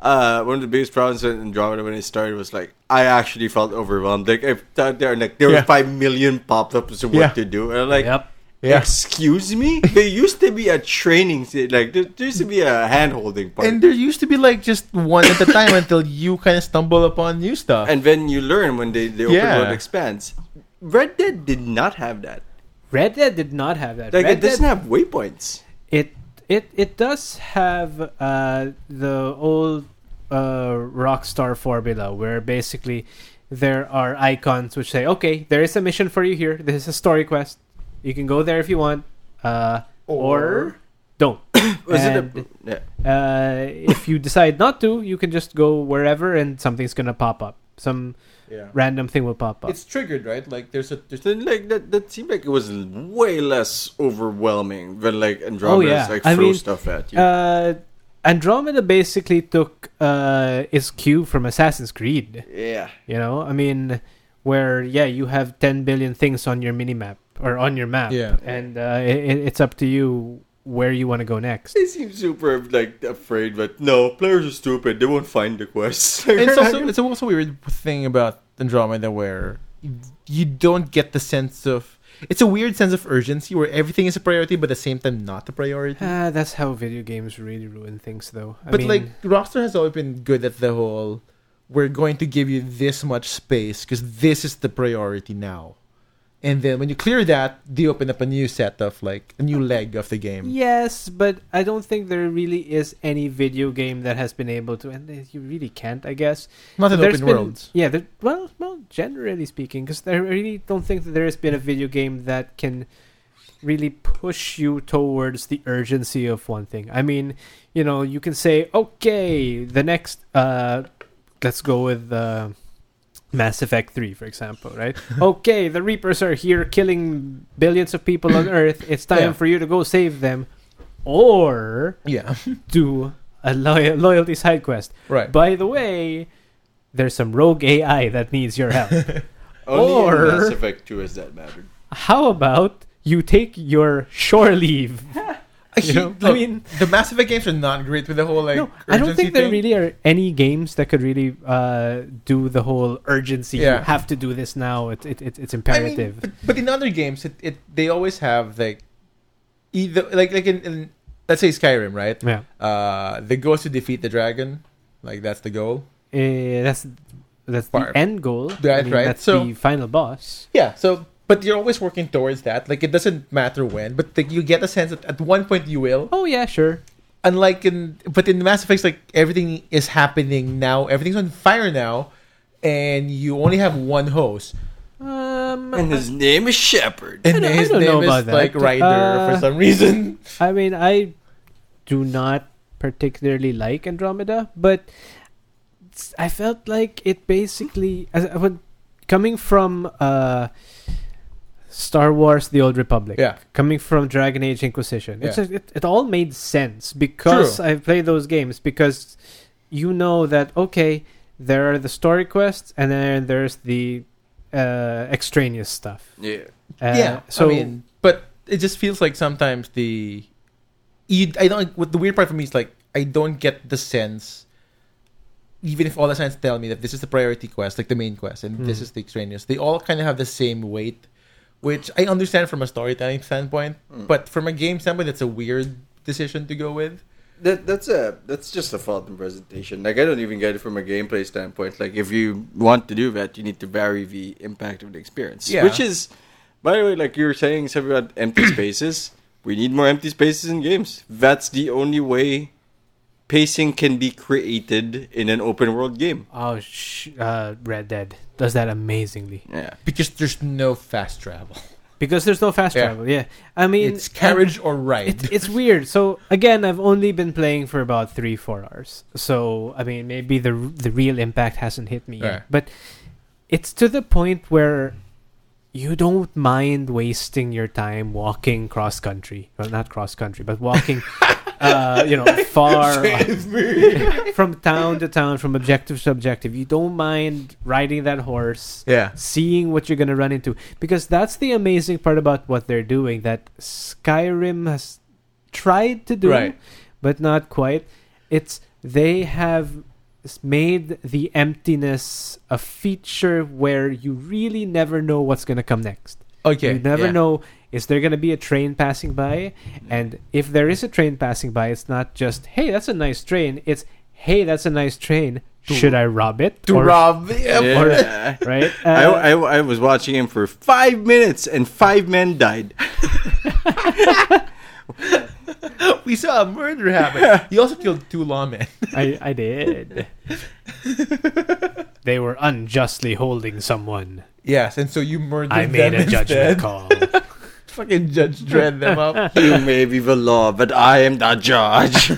[SPEAKER 1] Uh, one of the biggest problems with Andromeda when it started was like I actually felt overwhelmed. Like I thought there, like there
[SPEAKER 2] Yeah.
[SPEAKER 1] were five million pop-ups of what
[SPEAKER 2] Yeah.
[SPEAKER 1] to do, and I'm like,
[SPEAKER 3] yep.
[SPEAKER 2] Yeah.
[SPEAKER 1] excuse me, there used to be a training, se- like there, there used to be a hand-holding part,
[SPEAKER 2] And
[SPEAKER 1] and,
[SPEAKER 2] there used to be like just one at a time until you kind of stumble upon new stuff.
[SPEAKER 1] then you learn when they the open
[SPEAKER 2] Yeah.
[SPEAKER 1] world expands. Red Dead did not have that.
[SPEAKER 3] Red Dead did not have that.
[SPEAKER 1] Like
[SPEAKER 3] Red
[SPEAKER 1] it doesn't
[SPEAKER 3] Dead-
[SPEAKER 1] have waypoints.
[SPEAKER 3] it it it does have uh, the old uh, Rockstar formula, where basically there are icons which say, "Okay, there is a mission for you here. This is a story quest. You can go there if you want, uh, or,
[SPEAKER 1] Or-
[SPEAKER 3] don't."
[SPEAKER 1] Was
[SPEAKER 3] And-
[SPEAKER 1] it? A, yeah.
[SPEAKER 3] uh, if you decide not to, you can just go wherever and something's gonna pop up. Some
[SPEAKER 2] yeah.
[SPEAKER 3] random thing will pop up.
[SPEAKER 2] It's triggered, right? Like there's a there's
[SPEAKER 1] Then like that that seemed like it was way less overwhelming than like
[SPEAKER 3] Oh,
[SPEAKER 1] Andromeda's
[SPEAKER 3] yeah.
[SPEAKER 1] like
[SPEAKER 3] I
[SPEAKER 1] throw
[SPEAKER 3] mean,
[SPEAKER 1] stuff at you.
[SPEAKER 3] uh, Andromeda basically took uh, its cue from Assassin's Creed.
[SPEAKER 1] yeah.
[SPEAKER 3] You know, I mean, where yeah, you have ten billion things on your mini map or on your map,
[SPEAKER 2] Yeah.
[SPEAKER 3] and uh, it, it's up to you where you want to go next.
[SPEAKER 1] They seem super like afraid, but no, players are stupid. They won't find the quests.
[SPEAKER 2] it's also it's also a weird thing about Andromeda where you don't get the sense of it's a weird sense of urgency where everything is a priority but at the same time not a priority.
[SPEAKER 3] Ah, that's how video games really ruin things, though. I
[SPEAKER 2] but
[SPEAKER 3] mean,
[SPEAKER 2] like Rockstar has always been good at the whole we're going to give you this much space because this is the priority now. And then when you clear that, they open up a new set of like a new leg of the game.
[SPEAKER 3] Yes, but I don't think there really is any video game that has been able to, and uh, you really can't, I guess.
[SPEAKER 2] Not an
[SPEAKER 3] There's
[SPEAKER 2] open
[SPEAKER 3] been-
[SPEAKER 2] world.
[SPEAKER 3] Yeah, there, well, well, generally speaking, because I really don't think that there has been a video game that can really push you towards the urgency of one thing. I mean, you know, you can say, okay, the next, uh, let's go with. Uh, Mass Effect 3, for example, right? okay, the Reapers are here killing billions of people on Earth. It's time
[SPEAKER 2] Yeah.
[SPEAKER 3] for you to go save them or
[SPEAKER 2] Yeah.
[SPEAKER 3] do a loy- loyalty side quest.
[SPEAKER 2] Right.
[SPEAKER 3] By the way, there's some rogue AI that needs your help.
[SPEAKER 1] Only
[SPEAKER 3] Or-
[SPEAKER 1] in Mass Effect Two has that mattered.
[SPEAKER 3] How about you take your shore leave
[SPEAKER 2] Actually,
[SPEAKER 3] You know, I
[SPEAKER 2] look,
[SPEAKER 3] mean-
[SPEAKER 2] the Mass Effect games are not great with the whole like.
[SPEAKER 3] no, I don't
[SPEAKER 2] urgency
[SPEAKER 3] think there
[SPEAKER 2] thing.
[SPEAKER 3] really are any games that could really uh, do the whole urgency.
[SPEAKER 2] Yeah.
[SPEAKER 3] You have to do this now. It, it, it, it's
[SPEAKER 2] I mean,
[SPEAKER 3] imperative.
[SPEAKER 2] but, but in other games, it, it they always have like either like like in, in let's say Skyrim, right?
[SPEAKER 3] yeah,
[SPEAKER 2] Uh, the goal is to defeat the dragon, like that's the goal.
[SPEAKER 3] Eh, that's that's
[SPEAKER 2] Part-
[SPEAKER 3] the end goal.
[SPEAKER 2] That's right.
[SPEAKER 3] That's
[SPEAKER 2] So-
[SPEAKER 3] the final boss.
[SPEAKER 2] Yeah. So, but you're always working towards that. Like it doesn't matter when, but like, you get a sense that at one point you will.
[SPEAKER 3] Oh yeah, sure.
[SPEAKER 2] unlike in but in Mass Effect, like everything is happening now, everything's on fire now, and you only have one host.
[SPEAKER 3] Um,
[SPEAKER 1] And his name is Shepard.
[SPEAKER 2] And
[SPEAKER 3] I don't- I
[SPEAKER 2] his
[SPEAKER 3] don't
[SPEAKER 2] name
[SPEAKER 3] know
[SPEAKER 2] is
[SPEAKER 3] about that.
[SPEAKER 2] like Ryder for
[SPEAKER 3] Uh,
[SPEAKER 2] some reason.
[SPEAKER 3] I mean, I do not particularly like Andromeda, but it's- I felt like it basically, as I would, coming from uh, Star Wars: The Old Republic,
[SPEAKER 2] Yeah.
[SPEAKER 3] coming from Dragon Age Inquisition, it's
[SPEAKER 2] Yeah.
[SPEAKER 3] just- it, it all made sense because
[SPEAKER 2] True.
[SPEAKER 3] I played those games because you know that okay, there are the story quests and then there's the uh, extraneous stuff.
[SPEAKER 1] Yeah.
[SPEAKER 3] Uh,
[SPEAKER 2] yeah.
[SPEAKER 3] so
[SPEAKER 2] So, I mean, but it just feels like sometimes the you I don't. What the weird part for me is like I don't get the sense. Even if all the signs tell me that this is the priority quest, like the main quest, and this
[SPEAKER 3] Hmm.
[SPEAKER 2] is the extraneous, they all kind of have the same weight, which I understand from a storytelling standpoint,
[SPEAKER 1] Hmm.
[SPEAKER 2] but from a game standpoint, it's a weird decision to go with.
[SPEAKER 1] That that's a that's just a fault in presentation. Like I don't even get it from a gameplay standpoint. Like if you want to do that, you need to vary the impact of the experience.
[SPEAKER 2] Yeah.
[SPEAKER 1] Which is, by the way, like you were saying something about empty spaces. We need more empty spaces in games. That's the only way pacing can be created in an open world game.
[SPEAKER 3] Oh, sh- uh, Red Dead does that amazingly
[SPEAKER 1] Yeah.
[SPEAKER 2] Because there's no fast travel.
[SPEAKER 3] because there's no fast
[SPEAKER 2] Yeah.
[SPEAKER 3] travel. Yeah, I mean
[SPEAKER 2] it's carriage or
[SPEAKER 3] It,
[SPEAKER 2] ride.
[SPEAKER 3] it's weird. So again, I've only been playing for about three, four hours. So I mean, maybe the the real impact hasn't hit me
[SPEAKER 2] Right.
[SPEAKER 3] yet. But it's to the point where you don't mind wasting your time walking cross country. Well, not cross country, but walking. uh, you know, far from town to town, from objective to objective. You don't mind riding that horse
[SPEAKER 2] yeah.
[SPEAKER 3] seeing what you're going to run into because that's the amazing part about what they're doing that Skyrim has tried to do
[SPEAKER 2] Right.
[SPEAKER 3] but not quite it's they have s- made the emptiness a feature where you really never know what's going to come next
[SPEAKER 2] Okay.
[SPEAKER 3] you never
[SPEAKER 2] yeah.
[SPEAKER 3] know is there going to be a train passing by and if there is a train passing by it's not just hey that's a nice train it's hey that's a nice train should i rob it
[SPEAKER 2] To
[SPEAKER 3] Or-
[SPEAKER 2] rob. Yeah.
[SPEAKER 1] Yeah.
[SPEAKER 3] right
[SPEAKER 1] I,
[SPEAKER 3] Uh,
[SPEAKER 1] I, I was watching him for five minutes and five men died.
[SPEAKER 2] We saw a murder happen. He also killed two lawmen.
[SPEAKER 3] I, I did. they were unjustly holding someone.
[SPEAKER 2] Yes, and so you murdered
[SPEAKER 3] I made a judgment call.
[SPEAKER 2] Fucking Judge Dredd them up.
[SPEAKER 1] you may be the law, but I am the judge.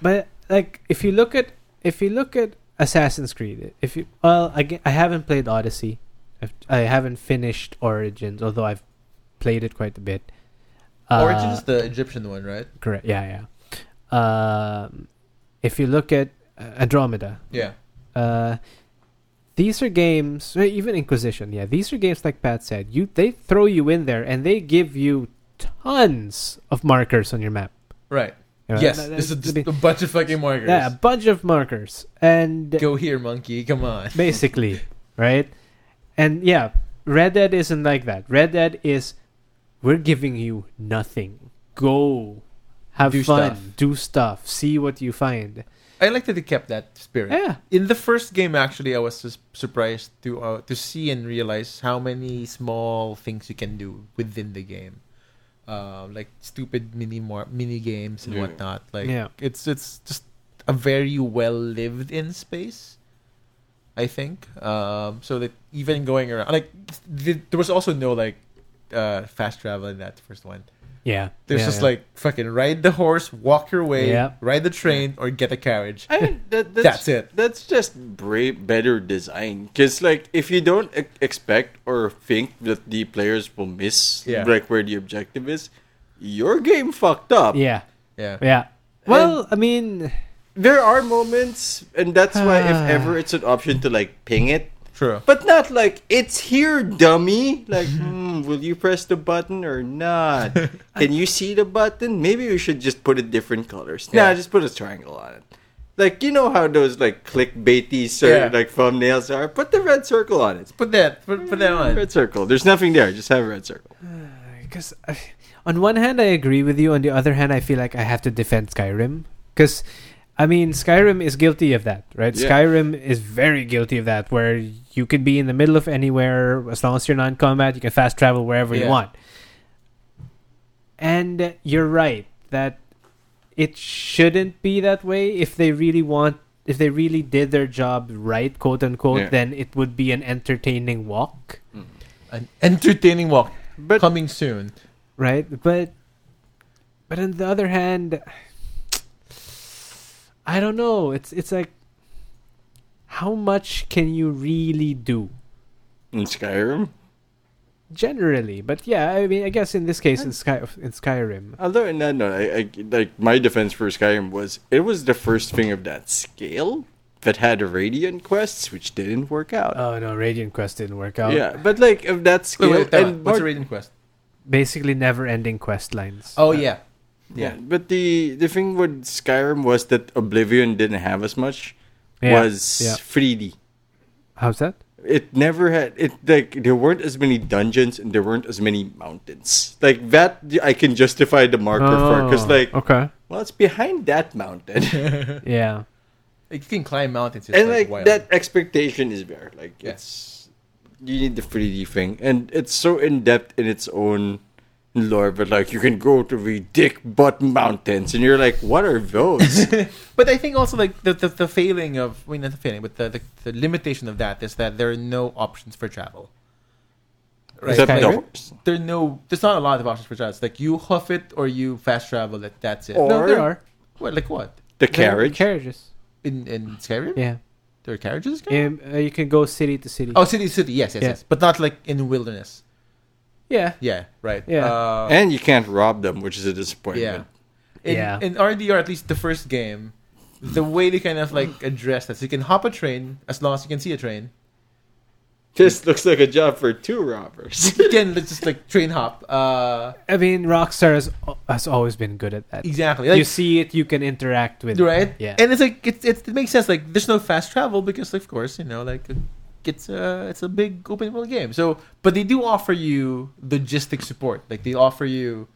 [SPEAKER 3] But like, if you look at if you look at Assassin's Creed, if you well, I, ge- I haven't played Odyssey. I've, I haven't finished Origins, although I've played it quite a bit. Uh,
[SPEAKER 2] Origins, the Egyptian one, right?
[SPEAKER 3] correct? Yeah, yeah. Um, if you look at uh, Andromeda,
[SPEAKER 2] Yeah.
[SPEAKER 3] uh, these are games uh, even inquisition yeah these are games like pat said you they throw you in there and they give you tons of markers on your map
[SPEAKER 2] Right.
[SPEAKER 3] You know,
[SPEAKER 2] yes,
[SPEAKER 3] that-
[SPEAKER 2] this is
[SPEAKER 3] that-
[SPEAKER 2] just
[SPEAKER 3] that-
[SPEAKER 2] a bunch of fucking markers.
[SPEAKER 3] yeah a bunch of markers and
[SPEAKER 2] Go here, monkey. Come on.
[SPEAKER 3] basically right and yeah red dead isn't like that red dead is we're giving you nothing go have
[SPEAKER 2] Do
[SPEAKER 3] fun
[SPEAKER 2] stuff.
[SPEAKER 3] do stuff see what you find
[SPEAKER 2] I like that they kept that spirit.
[SPEAKER 3] yeah
[SPEAKER 2] In the first game, actually, I was just surprised to uh, to see and realize how many small things you can do within the game, um, like stupid mini mar- mini games and
[SPEAKER 1] Yeah.
[SPEAKER 2] whatnot. Like
[SPEAKER 3] Yeah.
[SPEAKER 2] it's it's just a very well lived in space, I think. Um, so that even going around, like th- there was also no like uh, fast travel in that first one.
[SPEAKER 3] yeah
[SPEAKER 2] There's
[SPEAKER 3] yeah,
[SPEAKER 2] just
[SPEAKER 3] yeah.
[SPEAKER 2] like fucking ride the horse, walk your way,
[SPEAKER 3] Yeah.
[SPEAKER 2] ride the train, or get a carriage.
[SPEAKER 1] I mean, that,
[SPEAKER 2] That's it.
[SPEAKER 1] That's just brave, better design. Because, like, if you don't e- expect or think that the players will miss,
[SPEAKER 2] Yeah.
[SPEAKER 1] like, where the objective is, your game fucked up.
[SPEAKER 3] yeah
[SPEAKER 2] Yeah.
[SPEAKER 3] yeah well i mean
[SPEAKER 1] There are moments, and that's why, if
[SPEAKER 3] Ah.
[SPEAKER 1] ever it's an option to, like, ping it,
[SPEAKER 2] True.
[SPEAKER 1] But not like it's here, dummy. Like, hmm, will you press the button or not? Can you see the button? Maybe we should just put it different colors. Nah,
[SPEAKER 2] Yeah.
[SPEAKER 1] just put a triangle on it. Like you know how those like clickbaity sort
[SPEAKER 2] Yeah.
[SPEAKER 1] like thumbnails are. Put the red circle on it.
[SPEAKER 2] Put that. Put, put that on.
[SPEAKER 1] Red circle. There's nothing there. Just have a red circle.
[SPEAKER 3] Because on one hand, I agree with you. On the other hand, I feel like I have to defend Skyrim. Because, I mean, Skyrim is guilty of that, right?
[SPEAKER 1] Yeah.
[SPEAKER 3] Skyrim is very guilty of that, where you could be in the middle of anywhere as long as you're non combat, you can fast travel wherever you
[SPEAKER 2] Yeah.
[SPEAKER 3] want. And you're right that it shouldn't be that way if they really want. If they really did their job right, quote unquote,
[SPEAKER 1] Yeah.
[SPEAKER 3] then it would be an entertaining walk.
[SPEAKER 2] An entertaining walk
[SPEAKER 1] But
[SPEAKER 2] coming soon.
[SPEAKER 3] right? But but on the other hand, I don't know. It's it's like how much can you really do
[SPEAKER 1] in Skyrim,
[SPEAKER 3] generally? But yeah, I mean, I guess in this case, in Sky in Skyrim,
[SPEAKER 1] although no, no, I, I, like my defense for Skyrim was it was the first thing of that scale that had radiant quests, which didn't work out.
[SPEAKER 3] oh no, Radiant Quest didn't work out.
[SPEAKER 1] Yeah, but like of that scale
[SPEAKER 2] Oh. Wait, wait, time out.
[SPEAKER 1] and
[SPEAKER 2] What's a
[SPEAKER 1] more-
[SPEAKER 2] rating quest?
[SPEAKER 3] basically never-ending quest lines.
[SPEAKER 2] Oh yeah.
[SPEAKER 1] yeah.
[SPEAKER 2] Yeah.
[SPEAKER 1] But the the thing with Skyrim was that Oblivion didn't have as much
[SPEAKER 3] Yeah,
[SPEAKER 1] was
[SPEAKER 3] yeah.
[SPEAKER 1] 3D.
[SPEAKER 3] how's that?
[SPEAKER 1] It never had it like there weren't as many dungeons and there weren't as many mountains. Like that I can justify the marker for because
[SPEAKER 3] Oh,
[SPEAKER 1] like
[SPEAKER 3] okay,
[SPEAKER 1] well it's behind that mountain.
[SPEAKER 3] yeah,
[SPEAKER 2] Like, you can climb mountains. It's
[SPEAKER 1] and
[SPEAKER 2] like,
[SPEAKER 1] like
[SPEAKER 2] wild.
[SPEAKER 1] that expectation is there. Like
[SPEAKER 2] Yeah.
[SPEAKER 1] it's you need the 3D thing, and it's so in depth in its own lore. But like you can go to the dick butt mountains, and you're like, what are those?
[SPEAKER 2] But I think also like the the, the failing of I mean not the failing, but the, the the limitation of that is that there are no options for travel.
[SPEAKER 1] Except
[SPEAKER 2] Like,
[SPEAKER 1] the
[SPEAKER 3] Skyrim?
[SPEAKER 1] horse.
[SPEAKER 2] There are no there's not a lot of options for travel. It's like you huff it or you fast travel. That that's it.
[SPEAKER 1] Or-
[SPEAKER 3] no, there are
[SPEAKER 2] What like what
[SPEAKER 1] the
[SPEAKER 3] There are
[SPEAKER 1] carriage.
[SPEAKER 3] carriages.
[SPEAKER 2] in in Skyrim?
[SPEAKER 3] Yeah,
[SPEAKER 2] There are carriages. In Skyrim?
[SPEAKER 3] um, uh, you can go city to city.
[SPEAKER 2] Oh, city city. Yes, yes,
[SPEAKER 3] Yeah.
[SPEAKER 2] yes. But not like in wilderness.
[SPEAKER 3] yeah,
[SPEAKER 2] Yeah, right.
[SPEAKER 3] Yeah.
[SPEAKER 2] Uh,
[SPEAKER 1] and you can't rob them, which is a disappointment.
[SPEAKER 2] Yeah. In,
[SPEAKER 3] Yeah.
[SPEAKER 2] in RDR, at least the first game, the way they kind of like address that, so you can hop a train as long as you can see a train.
[SPEAKER 1] This looks like a job for two robbers.
[SPEAKER 2] You can just like train hop. Uh,
[SPEAKER 3] I mean, Rockstar has, has always been good at that.
[SPEAKER 2] exactly. Like,
[SPEAKER 3] you see it, you can interact with
[SPEAKER 2] right?
[SPEAKER 3] it. Yeah.
[SPEAKER 2] And it's like it, it, it makes sense. Like there's no fast travel because of course you know like it's a it's a big open world game. So but they do offer you logistic support. Like they offer you.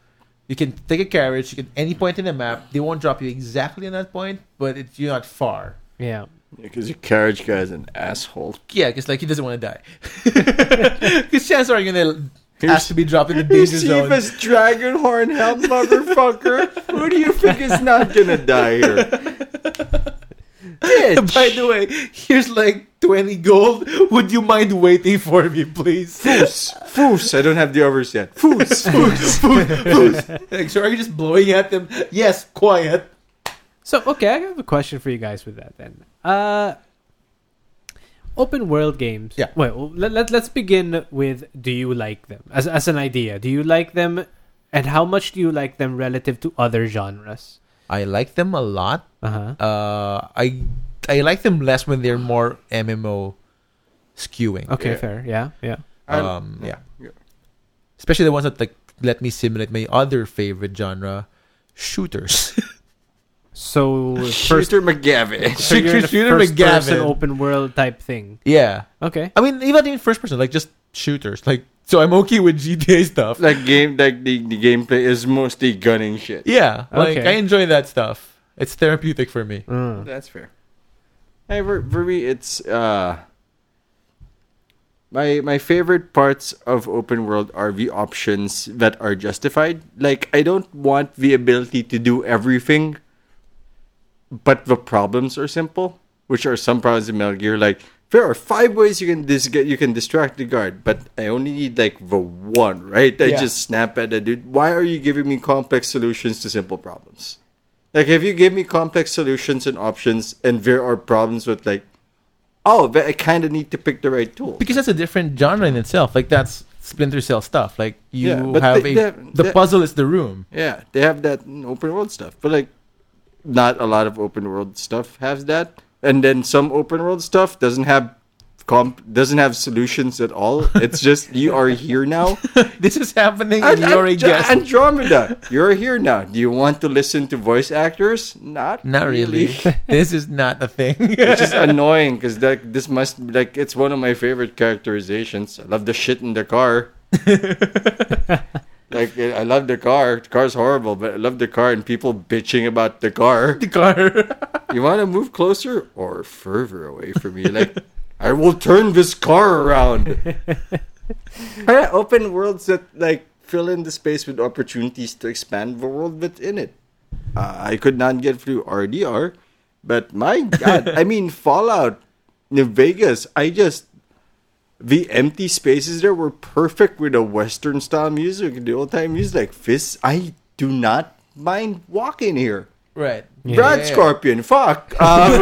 [SPEAKER 2] You can take a carriage. You can any point in the map. They won't drop you exactly on that point, but it, you're not far.
[SPEAKER 3] yeah.
[SPEAKER 1] Because your carriage guy is an asshole.
[SPEAKER 2] Yeah, because like he doesn't want to die. Because chances are you're gonna
[SPEAKER 1] Here's-
[SPEAKER 2] ask to be dropped in the
[SPEAKER 1] You
[SPEAKER 2] danger zone.
[SPEAKER 1] Cephas Dragonhorn hell motherfucker. Who do you think is not gonna die here? Bitch.
[SPEAKER 2] By the way, here's like twenty gold. Would you mind waiting for me, please?
[SPEAKER 1] Foos. Foos. I don't have the others yet. Foos.
[SPEAKER 2] Foos, foos, foos. Like, so are you just blowing at them? Yes, quiet.
[SPEAKER 3] So okay, I have a question for you guys with that then. Uh open world games.
[SPEAKER 2] Yeah.
[SPEAKER 3] Well, let, let, let's begin with do you like them? As as an idea, do you like them and how much do you like them relative to other genres?
[SPEAKER 2] I like them a lot.
[SPEAKER 3] Uh-huh.
[SPEAKER 2] Uh, I I like them less when they're more MMO skewing.
[SPEAKER 3] Okay,
[SPEAKER 1] Yeah.
[SPEAKER 3] fair. Yeah. Yeah.
[SPEAKER 2] Um, yeah. Especially the ones that like let me simulate my other favorite genre, shooters.
[SPEAKER 3] So first
[SPEAKER 1] Shooter McGavish.
[SPEAKER 3] so you're in a
[SPEAKER 2] Shooter
[SPEAKER 3] first person
[SPEAKER 2] McGavin.
[SPEAKER 3] open world type thing.
[SPEAKER 2] yeah.
[SPEAKER 3] Okay.
[SPEAKER 2] I mean, even in first person, like just shooters. Like, so I'm okay with GTA stuff.
[SPEAKER 1] Like game, like the, the gameplay is mostly gunning shit.
[SPEAKER 2] yeah, like
[SPEAKER 3] Okay.
[SPEAKER 2] I enjoy that stuff. It's therapeutic for me.
[SPEAKER 3] Mm.
[SPEAKER 1] That's fair. Hey, for, for me, it's uh, my my favorite parts of open world are the options that are justified. Like I don't want the ability to do everything, but the problems are simple, which are some problems in Metal Gear. Like there are five ways you can dis- you can distract the guard, but I only need like the one. Right? I
[SPEAKER 2] Yeah.
[SPEAKER 1] just snap at the dude. Why are you giving me complex solutions to simple problems? Like if you give me complex solutions and options, and there are problems with like, oh, but I kind of need to pick the right tool.
[SPEAKER 2] Because that's a different genre in itself. Like that's Splinter Cell stuff. Like you
[SPEAKER 1] Yeah, but
[SPEAKER 2] have
[SPEAKER 1] they-
[SPEAKER 2] a
[SPEAKER 1] they-
[SPEAKER 2] the
[SPEAKER 1] they-
[SPEAKER 2] puzzle is the room.
[SPEAKER 1] Yeah, they have that in open world stuff, but like, not a lot of open world stuff has that. And then some open world stuff doesn't have comp doesn't have solutions at all. It's just you are here now.
[SPEAKER 2] this is happening
[SPEAKER 1] And,
[SPEAKER 2] and you're a
[SPEAKER 1] and-
[SPEAKER 2] guest.
[SPEAKER 1] Andromeda, you're here now. Do you want to listen to voice actors? Not
[SPEAKER 2] not really. this is not a thing.
[SPEAKER 1] Which is annoying because that this must like it's one of my favorite characterizations. I love the shit in the car. like I love the car. The car's horrible, but I love the car and people bitching about the car.
[SPEAKER 2] the car.
[SPEAKER 1] You want to move closer or further away from me? Like, I will turn this car around. Kinda open worlds that like fill in the space with opportunities to expand the world within it. Uh, I could not get through RDR, but my god, I mean Fallout, New Vegas. I just the empty spaces there were perfect with the Western style music, the old time music like fists. I do not mind walking here.
[SPEAKER 2] right.
[SPEAKER 1] Brad Scorpion, fuck. Um,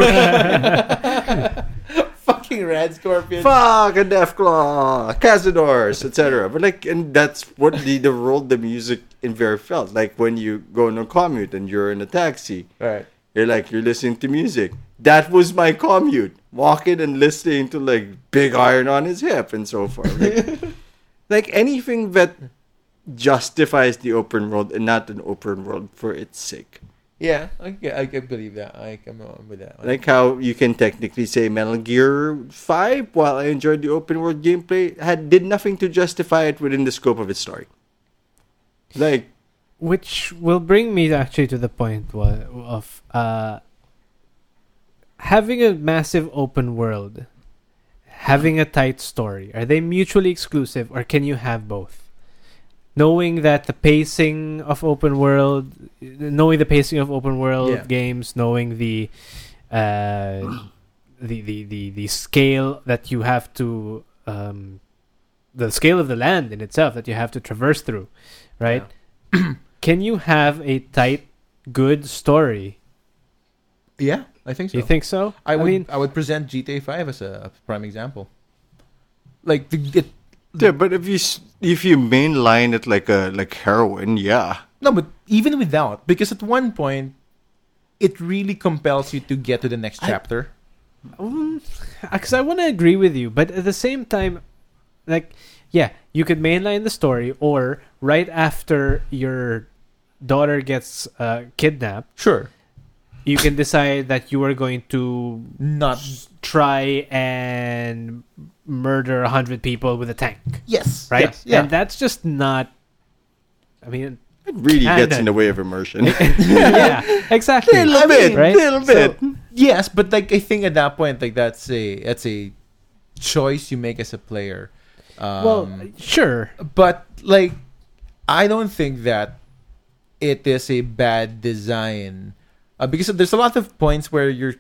[SPEAKER 2] Fucking Rad Scorpion.
[SPEAKER 1] fuck, and Deathclaw, Cazadors, etc. But like, and that's what the, the role the music in there felt. Like when you go on a commute and you're in a taxi,
[SPEAKER 2] Right.
[SPEAKER 1] you're like, you're listening to music. That was my commute. Walking and listening to like Big Iron on his hip and so forth. Like, like anything that justifies the open world and not an open world for its sake.
[SPEAKER 2] Yeah, I, I, I believe that. I, I'm on with that. one.
[SPEAKER 1] like how you can technically say Metal Gear 5 while I enjoyed the open world gameplay had did nothing to justify it within the scope of its story. Like
[SPEAKER 3] which will bring me actually to the point wa- of uh, having a massive open world, having a tight story. Are they mutually exclusive, or can you have both? Knowing that the pacing of open world, knowing the pacing of open world
[SPEAKER 2] Yeah.
[SPEAKER 3] games, knowing the uh, the, the the the scale that you have to um, the scale of the land in itself that you have to traverse through, right? Can you have a tight, good story?
[SPEAKER 2] Yeah, I think so.
[SPEAKER 3] You think so?
[SPEAKER 2] I would I,
[SPEAKER 3] mean,
[SPEAKER 2] would present GTA 5 as a, a prime example. Like the, it,
[SPEAKER 1] yeah, but if you s- if you mainline it like a like heroin, yeah.
[SPEAKER 2] no, but even without because at one point it really compels you to get to the next chapter.
[SPEAKER 3] because mm, I want to agree with you, but at the same time, like, yeah, you could mainline the story, or right after your daughter gets uh, kidnapped,
[SPEAKER 2] sure.
[SPEAKER 3] you can decide that you are going to
[SPEAKER 2] Not
[SPEAKER 3] try and murder a hundred people with a tank,
[SPEAKER 2] yes.
[SPEAKER 3] right?
[SPEAKER 2] Yes, yeah.
[SPEAKER 3] And that's just not. I mean,
[SPEAKER 1] It really
[SPEAKER 3] Kinda.
[SPEAKER 1] gets in the way of immersion.
[SPEAKER 3] yeah, exactly.
[SPEAKER 1] little bit,
[SPEAKER 3] right?
[SPEAKER 1] little bit.
[SPEAKER 2] So, yes, but like I think at that point, like that's a that's a choice you make as a player. Um,
[SPEAKER 3] well, sure.
[SPEAKER 2] but like I don't think that it is a bad design uh, because there's a lot of points where you're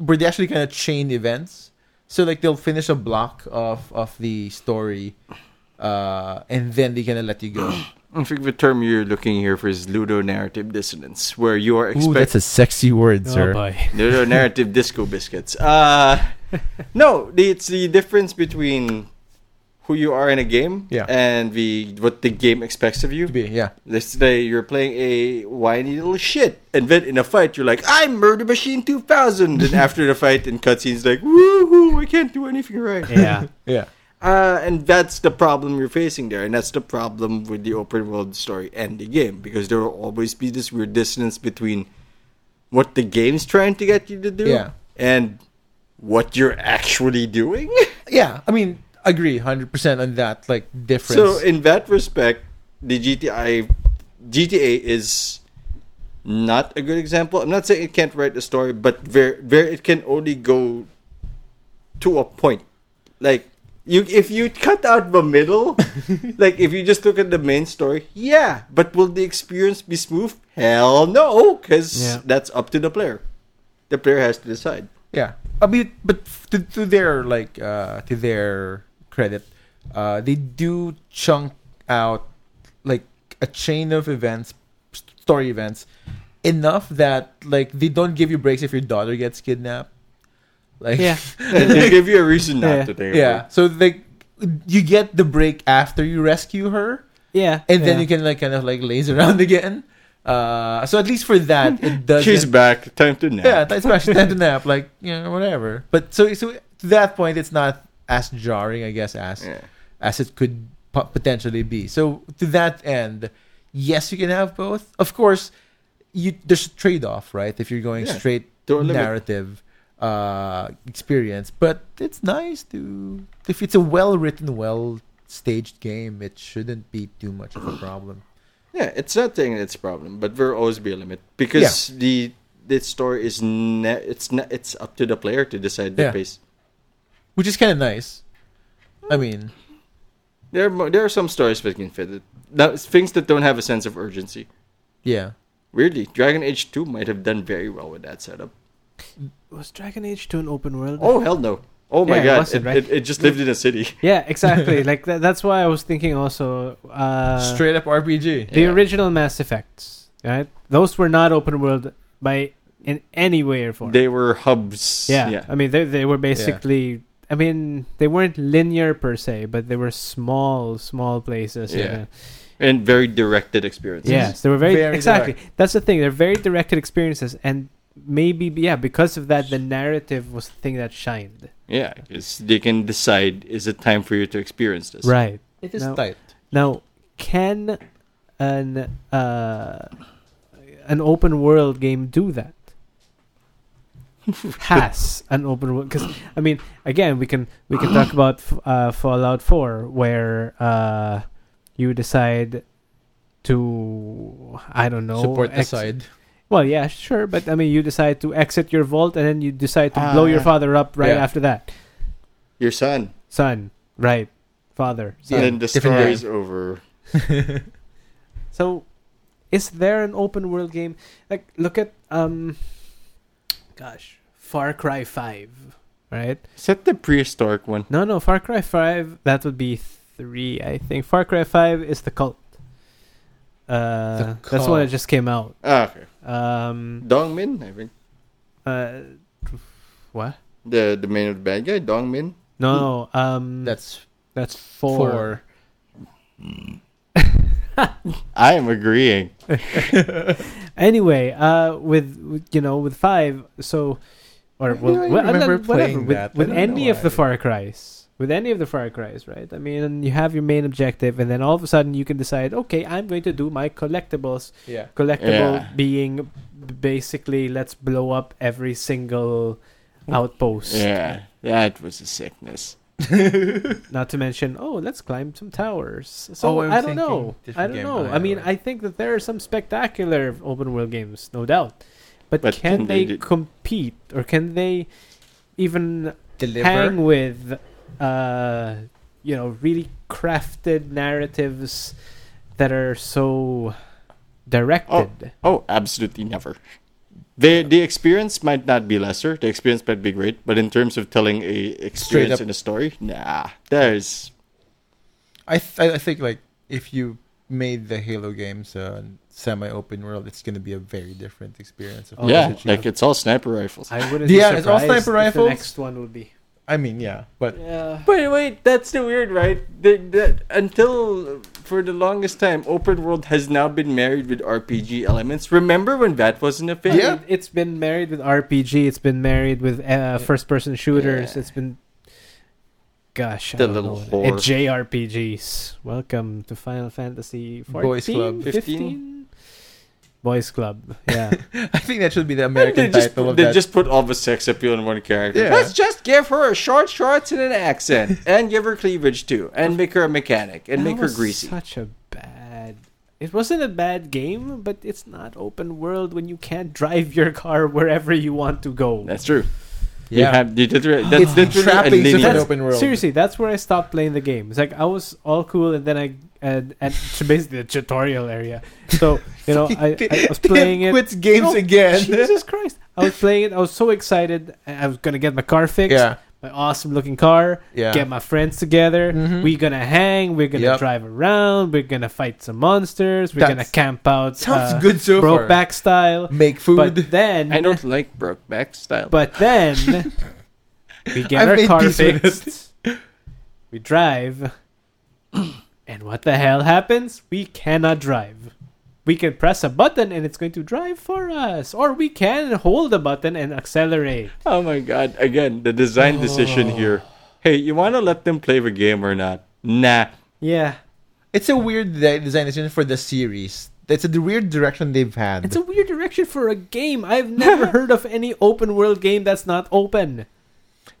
[SPEAKER 2] where they actually kind of chain events. So like they'll finish a block of of the story, uh, and then they kind of let you go.
[SPEAKER 1] I think the term you're looking here for is ludonarrative dissonance, where you are
[SPEAKER 2] Ooh,
[SPEAKER 1] expecting
[SPEAKER 2] that's a sexy word,
[SPEAKER 3] Oh
[SPEAKER 2] sir.
[SPEAKER 3] boy.
[SPEAKER 1] They're narrative disco biscuits. Uh, no, the- it's the difference between who you are in a game
[SPEAKER 2] Yeah.
[SPEAKER 1] and the what the game expects of you.
[SPEAKER 2] To be, yeah.
[SPEAKER 1] Let's say you're playing a whiny little shit, and then in a fight you're like, "I'm Murder Machine 2000," and after the fight in cutscenes, like, "Woohoo! I can't do anything right."
[SPEAKER 3] Yeah.
[SPEAKER 2] Yeah.
[SPEAKER 1] Uh, and that's the problem you're facing there, and that's the problem with the open world story and the game, because there will always be this weird dissonance between what the game's trying to get you to do
[SPEAKER 2] Yeah.
[SPEAKER 1] and what you're actually doing.
[SPEAKER 2] Yeah. I mean, agree 100% on that like difference.
[SPEAKER 1] so, in that respect, the GTA GTA is not a good example. I'm not saying it can't write a story, but where where it can only go to a point. Like you if you cut out the middle, like if you just look at the main story, yeah, but will the experience be smooth? Hell no, cuz
[SPEAKER 3] Yeah.
[SPEAKER 1] that's up to the player. The player has to decide.
[SPEAKER 2] Yeah, I mean, but f- to, to their like uh, to their credit, uh, they do chunk out like a chain of events, s- story events, enough that like they don't give you breaks if your daughter gets kidnapped. Like
[SPEAKER 3] Yeah.
[SPEAKER 1] And they give you a reason not
[SPEAKER 3] Yeah.
[SPEAKER 1] to take a
[SPEAKER 2] yeah. So like you get the break after you rescue her,
[SPEAKER 3] Yeah.
[SPEAKER 2] and then
[SPEAKER 3] yeah.
[SPEAKER 2] you can like kind of like laze around again. Uh, so at least for that, it
[SPEAKER 1] break.
[SPEAKER 2] does.
[SPEAKER 1] She's back. Time to nap.
[SPEAKER 2] Yeah, that's actually time to nap. Like you know, whatever. But so so to that point, it's not as jarring, I guess, as
[SPEAKER 1] Yeah.
[SPEAKER 2] as it could po- potentially be. So to that end, yes, you can have both. Of course, you there's a trade off, right? If you're going
[SPEAKER 1] Yeah,
[SPEAKER 2] straight
[SPEAKER 1] to a limit.
[SPEAKER 2] narrative uh, experience, but it's nice to if it's a well written, well staged game, it shouldn't be too much of a problem.
[SPEAKER 1] Yeah, it's not saying it's a problem, but there will always be a limit because the this story is ne- it's ne- it's up to the player to decide the
[SPEAKER 2] Yeah.
[SPEAKER 1] pace.
[SPEAKER 2] Which is kind of nice. I mean,
[SPEAKER 1] There are, mo- there are some stories that can fit it. Now, things that don't have a sense of urgency.
[SPEAKER 2] yeah.
[SPEAKER 1] Weirdly, Dragon Age Two might have done very well with that setup.
[SPEAKER 3] Was Dragon Age 2 an open world?
[SPEAKER 1] Oh hell no! Oh my
[SPEAKER 3] Yeah, it
[SPEAKER 1] god! It,
[SPEAKER 3] wasn't, right?
[SPEAKER 1] it, it just lived in a city.
[SPEAKER 3] Yeah, exactly. like tha- that's why I was thinking also uh
[SPEAKER 2] Straight up RPG.
[SPEAKER 3] the
[SPEAKER 1] Yeah.
[SPEAKER 3] original Mass Effects, right? Those were not open world by in any way or form.
[SPEAKER 1] They were hubs.
[SPEAKER 3] yeah.
[SPEAKER 1] yeah.
[SPEAKER 3] I mean they they were basically I mean they weren't linear per se, but they were small small places.
[SPEAKER 1] Yeah.
[SPEAKER 3] uh,
[SPEAKER 1] and very directed experiences.
[SPEAKER 3] Yes, they were very,
[SPEAKER 2] Very
[SPEAKER 3] exactly. That's the thing. They're very directed experiences, and maybe yeah, because of that, the narrative was the thing that shined.
[SPEAKER 1] Yeah, because they can decide is it time for you to experience this.
[SPEAKER 3] Right
[SPEAKER 2] It is
[SPEAKER 3] No.
[SPEAKER 2] tight.
[SPEAKER 3] now, can an uh, an open world game do that? Has an open world? Because I mean, again, we can we can talk about f- uh, Fallout Four, where uh, you decide to I don't know
[SPEAKER 2] Support the
[SPEAKER 3] ex-
[SPEAKER 2] side.
[SPEAKER 3] Well, yeah, sure, but I mean, you decide to exit your vault, and then you decide to blow your
[SPEAKER 1] Ah,
[SPEAKER 3] father up right
[SPEAKER 2] yeah.
[SPEAKER 3] after that.
[SPEAKER 1] Your son.
[SPEAKER 3] Son, right? Father.
[SPEAKER 2] Yeah,
[SPEAKER 3] Son.
[SPEAKER 1] then the
[SPEAKER 2] different
[SPEAKER 1] story's over.
[SPEAKER 3] So, is there an open world game? Like, look at um, gosh, Far Cry Five, right?
[SPEAKER 1] Is that the prehistoric one?
[SPEAKER 3] No, no, Far Cry Five. That would be three, I think. Far Cry Five is the cult. Uh,
[SPEAKER 2] The
[SPEAKER 3] that's one that
[SPEAKER 2] Cult.
[SPEAKER 3] just came out.
[SPEAKER 1] Ah, okay.
[SPEAKER 3] Um,
[SPEAKER 1] Dongmin, I think.
[SPEAKER 3] uh, what?
[SPEAKER 1] The the main of the bad guy, Dongmin.
[SPEAKER 3] No, no, um,
[SPEAKER 2] That's
[SPEAKER 3] that's four.
[SPEAKER 2] four.
[SPEAKER 1] I am agreeing.
[SPEAKER 3] anyway, uh, with with, you know with five, so or
[SPEAKER 2] I
[SPEAKER 3] well,
[SPEAKER 2] don't
[SPEAKER 3] well, I'm
[SPEAKER 2] remember
[SPEAKER 3] not- whatever,
[SPEAKER 2] playing
[SPEAKER 3] with,
[SPEAKER 2] that. I
[SPEAKER 3] with
[SPEAKER 2] don't
[SPEAKER 3] any
[SPEAKER 2] know
[SPEAKER 3] of the
[SPEAKER 2] why.
[SPEAKER 3] Far Cries, with any of the Far Cries, right? I mean, you have your main objective, and then all of a sudden you can decide, okay, I'm going to do my collectibles.
[SPEAKER 2] Yeah.
[SPEAKER 3] Collectible
[SPEAKER 1] Yeah.
[SPEAKER 3] being b- basically let's blow up every single
[SPEAKER 2] Mm.
[SPEAKER 3] outpost.
[SPEAKER 1] Yeah, that was a sickness.
[SPEAKER 3] Not to mention, oh, let's climb some towers.
[SPEAKER 2] Oh,
[SPEAKER 3] So
[SPEAKER 2] I was
[SPEAKER 3] I don't
[SPEAKER 2] thinking
[SPEAKER 3] know. I
[SPEAKER 2] different
[SPEAKER 3] don't
[SPEAKER 2] game.
[SPEAKER 3] know.
[SPEAKER 2] Oh,
[SPEAKER 3] I mean,
[SPEAKER 2] yeah.
[SPEAKER 3] I think that there are some spectacular open world games, no doubt. But,
[SPEAKER 1] But can
[SPEAKER 3] can
[SPEAKER 1] they
[SPEAKER 3] they,
[SPEAKER 1] do-
[SPEAKER 3] compete or can they even
[SPEAKER 2] Deliver.
[SPEAKER 3] hang with uh you know, really crafted narratives that are so directed?
[SPEAKER 1] Oh, absolutely never. The the experience might not be lesser. The experience might be great, but in terms of telling a experience
[SPEAKER 2] up.
[SPEAKER 1] in a story, nah, there's
[SPEAKER 2] I th- I think like if you made the Halo games uh, semi-open world, it's gonna be a very different experience. Of
[SPEAKER 3] Oh,
[SPEAKER 1] yeah,
[SPEAKER 2] what you
[SPEAKER 1] like
[SPEAKER 2] have.
[SPEAKER 1] it's all sniper rifles.
[SPEAKER 3] I wouldn't be
[SPEAKER 2] Yeah, it's all
[SPEAKER 3] surprised
[SPEAKER 2] sniper
[SPEAKER 3] if
[SPEAKER 2] rifles.
[SPEAKER 3] the next one would be.
[SPEAKER 2] I mean, yeah, but
[SPEAKER 3] Yeah.
[SPEAKER 1] But wait, that's the weird, right? The, the, until for the longest time, open world has now been married with RPG elements. Remember when that wasn't a
[SPEAKER 3] I
[SPEAKER 1] thing?
[SPEAKER 2] Yeah.
[SPEAKER 3] mean, it's been married with RPG. It's been married with uh, first-person shooters.
[SPEAKER 1] Yeah.
[SPEAKER 3] It's been, gosh, I
[SPEAKER 1] The
[SPEAKER 3] don't
[SPEAKER 1] little
[SPEAKER 3] know.
[SPEAKER 1] whore.
[SPEAKER 3] And JRPGs. Welcome to Final Fantasy 14,
[SPEAKER 2] Boys Club.
[SPEAKER 1] 15?
[SPEAKER 3] 15? Boys Club. Yeah,
[SPEAKER 2] I think that should be the
[SPEAKER 1] And They
[SPEAKER 2] American
[SPEAKER 1] just,
[SPEAKER 2] title of
[SPEAKER 1] they
[SPEAKER 2] that.
[SPEAKER 1] just put all the sex appeal in one character.
[SPEAKER 2] Yeah.
[SPEAKER 1] Let's just give her a short shorts and an accent, and give her cleavage too, and make her a mechanic, and
[SPEAKER 3] That
[SPEAKER 1] make her
[SPEAKER 3] was
[SPEAKER 1] greasy.
[SPEAKER 3] Such a bad. It wasn't a bad game, but it's not open world when you can't drive your car wherever you want to go.
[SPEAKER 1] That's true. You
[SPEAKER 2] yeah,
[SPEAKER 1] have, you did, re- that's
[SPEAKER 2] It's the
[SPEAKER 1] literally a
[SPEAKER 2] trappings of an
[SPEAKER 1] linear-
[SPEAKER 2] open world.
[SPEAKER 3] Seriously, that's where I stopped playing the game. It's like I was all cool, and then I and, and to basically the tutorial area. So you know, I, I was playing it.
[SPEAKER 2] Quits games
[SPEAKER 3] No,
[SPEAKER 2] again.
[SPEAKER 3] Jesus Christ! I was playing it. I was so excited. I I was gonna get my car fixed.
[SPEAKER 2] yeah,
[SPEAKER 3] My awesome looking car.
[SPEAKER 2] yeah.
[SPEAKER 3] Get my friends together.
[SPEAKER 2] Mhm.
[SPEAKER 3] We're gonna hang. We're gonna
[SPEAKER 2] Yep.
[SPEAKER 3] drive around. We're gonna fight some monsters. We're gonna
[SPEAKER 2] That's-
[SPEAKER 3] camp out.
[SPEAKER 2] Sounds
[SPEAKER 3] uh,
[SPEAKER 2] good so far.
[SPEAKER 3] Brokeback style.
[SPEAKER 2] Make food.
[SPEAKER 3] But then
[SPEAKER 1] I don't like Brokeback style.
[SPEAKER 3] but then we get
[SPEAKER 2] I've
[SPEAKER 3] our
[SPEAKER 2] made
[SPEAKER 3] car
[SPEAKER 2] peace with
[SPEAKER 3] fixed. We drive. And what the hell happens? We cannot drive. we can press a button and it's going to drive for us, or we can hold the button and accelerate.
[SPEAKER 1] Oh my god! Again, the design
[SPEAKER 2] Oh.
[SPEAKER 1] decision here. Hey, you want to let them play the game or not? Nah.
[SPEAKER 3] Yeah,
[SPEAKER 2] It's a weird de- design decision for the series. That's a d- weird direction they've had.
[SPEAKER 3] it's a weird direction for a game. I've never heard of any open world game that's not open.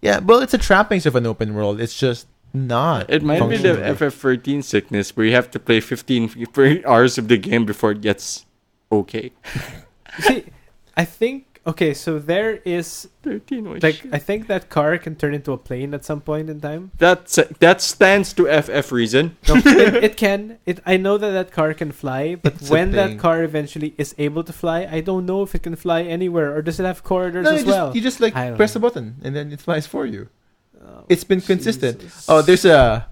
[SPEAKER 2] yeah, well, it's a trappings of an open world. It's just not.
[SPEAKER 1] It might be the
[SPEAKER 2] functional.
[SPEAKER 1] FF13 sickness where you have to play 15 hours of the game before it gets okay.
[SPEAKER 3] See, I think okay, so there is
[SPEAKER 1] 13 which
[SPEAKER 3] like I think that car can turn into a plane at some point in time.
[SPEAKER 1] that's that stands to FF reason.
[SPEAKER 3] No, it, it can. It. I know that that car can fly, but
[SPEAKER 2] It's a
[SPEAKER 3] when
[SPEAKER 2] thing.
[SPEAKER 3] that car eventually is able to fly, I don't know if it can fly anywhere or does it have corridors
[SPEAKER 2] No, you
[SPEAKER 3] as
[SPEAKER 2] just,
[SPEAKER 3] well.
[SPEAKER 2] you just like
[SPEAKER 3] I don't
[SPEAKER 2] press
[SPEAKER 3] know.
[SPEAKER 2] the button and then it flies for you.
[SPEAKER 3] Oh,
[SPEAKER 2] It's been consistent.
[SPEAKER 3] Jesus.
[SPEAKER 2] Oh, there's a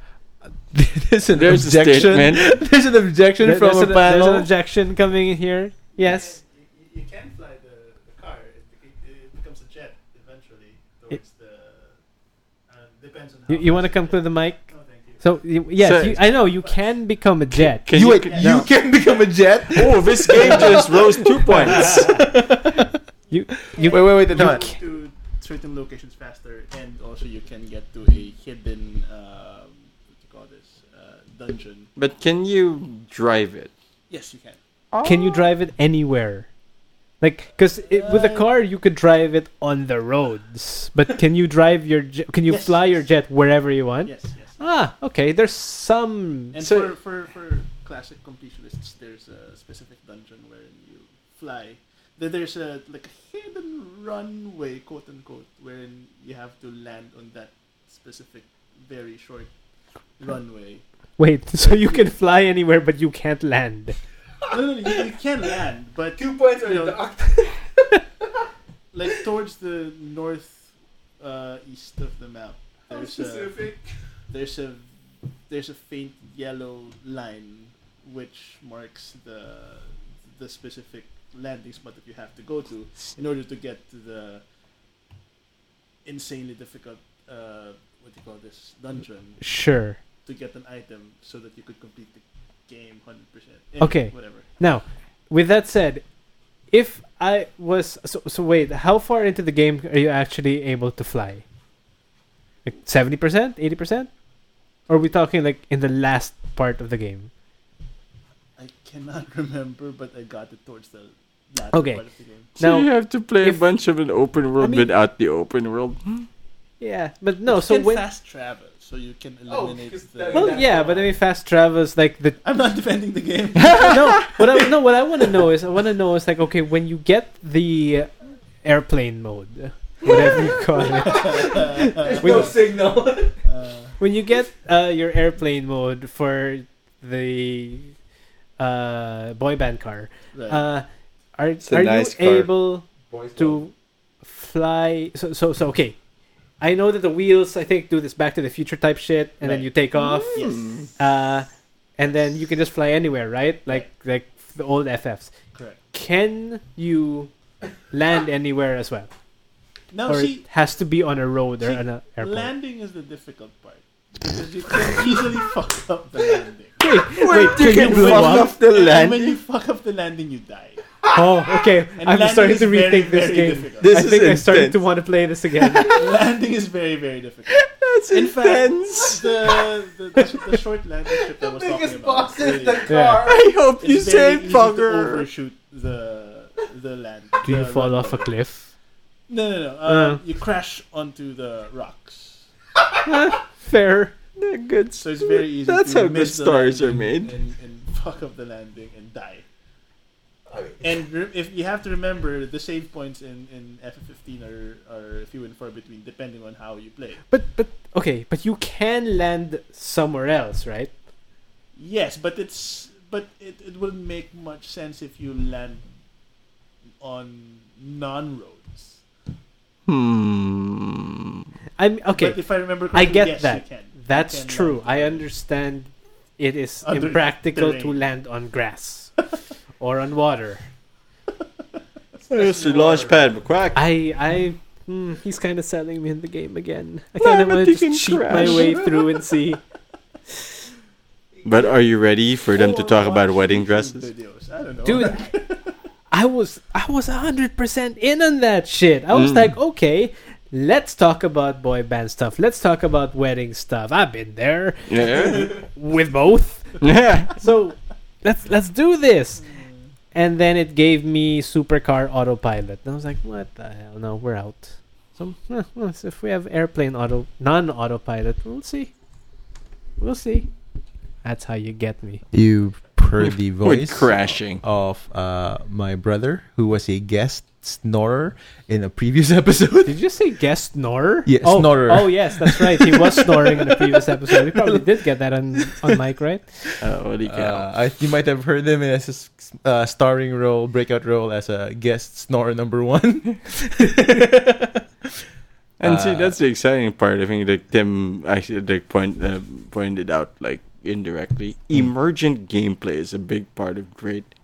[SPEAKER 2] there's an
[SPEAKER 1] There's a
[SPEAKER 2] objection.
[SPEAKER 1] statement.
[SPEAKER 2] there's an objection
[SPEAKER 3] There-
[SPEAKER 2] from
[SPEAKER 3] there's,
[SPEAKER 2] a
[SPEAKER 3] an, there's
[SPEAKER 2] panel.
[SPEAKER 3] an objection coming in here. Yes.
[SPEAKER 4] You, you can fly the, the car. It, bec- it becomes a jet eventually towards the. Uh, depends on how.
[SPEAKER 3] You, you want to
[SPEAKER 4] much-
[SPEAKER 3] come to the mic?
[SPEAKER 4] No, thank you.
[SPEAKER 3] So you, yes,
[SPEAKER 1] So-
[SPEAKER 3] you, I know you can become a jet.
[SPEAKER 1] Can you,
[SPEAKER 2] you, wait,
[SPEAKER 1] can-
[SPEAKER 2] you can become a jet.
[SPEAKER 1] oh, this game just rose two points.
[SPEAKER 3] You you
[SPEAKER 2] wait, wait, wait.
[SPEAKER 4] You
[SPEAKER 2] No,
[SPEAKER 4] can get to certain locations faster, and also you can get to a hidden. Um, what do you call this? Uh, dungeon.
[SPEAKER 1] But can you drive it?
[SPEAKER 4] Yes, you can.
[SPEAKER 3] can you drive it anywhere? Like, because with a
[SPEAKER 4] Uh,
[SPEAKER 3] car you could drive it on the roads, but can you drive your je- can you
[SPEAKER 4] Yes,
[SPEAKER 3] fly your
[SPEAKER 4] yes.
[SPEAKER 3] jet wherever you want?
[SPEAKER 4] Yes, yes.
[SPEAKER 3] Ah, okay. There's some.
[SPEAKER 4] And
[SPEAKER 1] So-
[SPEAKER 4] for, for, for classic completionists, there's a specific dungeon where you fly. Then there's a like a hidden runway, quote unquote, wherein you have to land on that specific very short runway.
[SPEAKER 3] Wait, so you can fly anywhere, but you can't land.
[SPEAKER 4] No, no, you, you can land, but
[SPEAKER 1] Two points
[SPEAKER 4] you know, like towards the north uh, east of the map. There's a, there's a there's a faint yellow line which marks the the specific landing spot that you have to go to in order to get to the insanely difficult uh, what do you call this dungeon
[SPEAKER 3] Sure.
[SPEAKER 4] to get an item so that you could complete the game 100% Anyway,
[SPEAKER 3] Okay.
[SPEAKER 4] whatever
[SPEAKER 3] Now, with that said, if I was so, so wait, how far into the game are you actually able to fly? Like seventy percent, eighty percent, or are we talking like in the last part of the game?
[SPEAKER 4] i cannot remember but i got it towards the latter
[SPEAKER 3] Okay.
[SPEAKER 4] part of the game
[SPEAKER 1] So
[SPEAKER 3] Now-
[SPEAKER 1] you have to play a
[SPEAKER 3] if-
[SPEAKER 1] bunch of an open world
[SPEAKER 3] mean-
[SPEAKER 1] without the open world.
[SPEAKER 4] Hmm.
[SPEAKER 3] Yeah, but no.
[SPEAKER 4] You
[SPEAKER 3] So
[SPEAKER 4] can
[SPEAKER 3] when
[SPEAKER 4] fast travel so you can eliminate
[SPEAKER 1] because Oh,
[SPEAKER 4] the
[SPEAKER 1] that-
[SPEAKER 3] well, yeah, but I mean, fast travels like the
[SPEAKER 4] i'm not defending the game
[SPEAKER 3] no, what I no, what I want to know is I want to know is like okay, when you get the airplane mode, whatever you call it, when, you-
[SPEAKER 2] signal.
[SPEAKER 4] uh,
[SPEAKER 3] when you get uh, your airplane mode for the uh, boy band car,
[SPEAKER 4] right.
[SPEAKER 3] uh, are
[SPEAKER 1] a
[SPEAKER 3] are
[SPEAKER 1] nice
[SPEAKER 3] you
[SPEAKER 1] car.
[SPEAKER 3] able to fly? So so so okay. I know that the wheels, I think, do this Back to the Future type shit, and then
[SPEAKER 4] Right.
[SPEAKER 3] you take off,
[SPEAKER 1] Hmm.
[SPEAKER 4] yes
[SPEAKER 3] uh, and then you can just fly anywhere, right? Like like the old FFs.
[SPEAKER 4] correct
[SPEAKER 3] can you land anywhere as well,
[SPEAKER 4] now
[SPEAKER 3] or
[SPEAKER 4] see
[SPEAKER 3] it has to be on a road or
[SPEAKER 4] see,
[SPEAKER 3] on an airport?
[SPEAKER 4] landing is the difficult part because you can easily fuck up the landing
[SPEAKER 3] Wait, wait, can you blow
[SPEAKER 1] fuck
[SPEAKER 3] up?
[SPEAKER 1] off the
[SPEAKER 4] and
[SPEAKER 1] land.
[SPEAKER 4] when you fuck up the landing you die
[SPEAKER 3] Oh, okay.
[SPEAKER 4] and
[SPEAKER 3] I'm
[SPEAKER 4] landing
[SPEAKER 3] starting
[SPEAKER 4] is
[SPEAKER 3] to rethink
[SPEAKER 4] very,
[SPEAKER 3] this
[SPEAKER 4] very
[SPEAKER 3] game.
[SPEAKER 4] difficult.
[SPEAKER 1] This
[SPEAKER 3] I
[SPEAKER 1] is
[SPEAKER 3] think I started
[SPEAKER 1] intense.
[SPEAKER 3] to want to play this again.
[SPEAKER 4] landing is very very difficult
[SPEAKER 1] That's
[SPEAKER 4] In fact,
[SPEAKER 1] intense.
[SPEAKER 4] the, the, the, the short landing strip I was talking about is really-
[SPEAKER 3] car.
[SPEAKER 1] I hope you
[SPEAKER 4] it's
[SPEAKER 1] say
[SPEAKER 4] very easy to
[SPEAKER 1] fucker.
[SPEAKER 4] overshoot the the land.
[SPEAKER 3] Do you
[SPEAKER 4] the
[SPEAKER 3] fall
[SPEAKER 4] rock
[SPEAKER 3] off a
[SPEAKER 4] wall.
[SPEAKER 3] cliff?
[SPEAKER 4] No, no, no.
[SPEAKER 3] Uh.
[SPEAKER 4] Uh, you crash onto the rocks,
[SPEAKER 3] Fair.
[SPEAKER 1] Yeah, Good.
[SPEAKER 4] so it's very easy.
[SPEAKER 1] That's
[SPEAKER 4] to
[SPEAKER 1] how good
[SPEAKER 4] miss the
[SPEAKER 1] stars are
[SPEAKER 4] landing
[SPEAKER 1] made.
[SPEAKER 4] And, and fuck up the landing and die. And re- if you have to remember, the save points in, in FF15 are, are few and far between, depending on how you play.
[SPEAKER 3] But but okay. But you can land somewhere else, right?
[SPEAKER 4] Yes, but it's but it, it wouldn't make much sense if you land on non roads.
[SPEAKER 1] Hmm.
[SPEAKER 3] I'm okay.
[SPEAKER 4] But if I remember
[SPEAKER 3] I
[SPEAKER 4] correctly,
[SPEAKER 3] get
[SPEAKER 4] yes,
[SPEAKER 3] that.
[SPEAKER 4] You can.
[SPEAKER 3] That's
[SPEAKER 4] can
[SPEAKER 3] true.
[SPEAKER 4] land.
[SPEAKER 3] I understand. It is
[SPEAKER 4] Other
[SPEAKER 3] impractical to
[SPEAKER 4] terrain.
[SPEAKER 3] land on grass or on water.
[SPEAKER 1] It's the launch pad, but quack.
[SPEAKER 3] I I hmm, he's kind of selling me in the game again. I
[SPEAKER 1] Nah,
[SPEAKER 3] kind of
[SPEAKER 1] but
[SPEAKER 3] want
[SPEAKER 1] you
[SPEAKER 3] to
[SPEAKER 1] can
[SPEAKER 3] just cheat my
[SPEAKER 1] crash.
[SPEAKER 3] way through and see.
[SPEAKER 1] But are you ready for them to
[SPEAKER 4] Or
[SPEAKER 1] talk about
[SPEAKER 4] watch
[SPEAKER 1] wedding
[SPEAKER 4] YouTube
[SPEAKER 1] dresses?
[SPEAKER 4] Videos. I don't know.
[SPEAKER 3] Dude, I was I was hundred percent in on that shit. I was
[SPEAKER 1] Mm.
[SPEAKER 3] like, okay, let's talk about boy band stuff. Let's talk about wedding stuff. I've been there
[SPEAKER 1] Yeah.
[SPEAKER 3] with both.
[SPEAKER 1] yeah.
[SPEAKER 3] So let's let's do this. And then it gave me supercar autopilot. And I was like, what the hell? No, we're out. So, eh, well, so if we have airplane auto non autopilot, we'll see. We'll see. That's how you get me.
[SPEAKER 2] You heard the
[SPEAKER 1] We're
[SPEAKER 2] voice
[SPEAKER 1] crashing.
[SPEAKER 2] of uh, my brother, who was a guest snorer in a previous episode.
[SPEAKER 3] Did you say guest snorer?
[SPEAKER 2] Yeah,
[SPEAKER 3] oh,
[SPEAKER 2] snorer.
[SPEAKER 3] Oh yes, that's right. He was snoring in the previous episode. We probably did get that on on mic, right?
[SPEAKER 1] Uh, what do you
[SPEAKER 2] Uh,
[SPEAKER 1] count?
[SPEAKER 2] I, you might have heard him as his uh, starring role, breakout role as a guest snorer number one.
[SPEAKER 1] and see,
[SPEAKER 2] uh,
[SPEAKER 1] that's the exciting part. I think that Tim actually like, point, uh, pointed out, like indirectly, emergent gameplay is a big part of great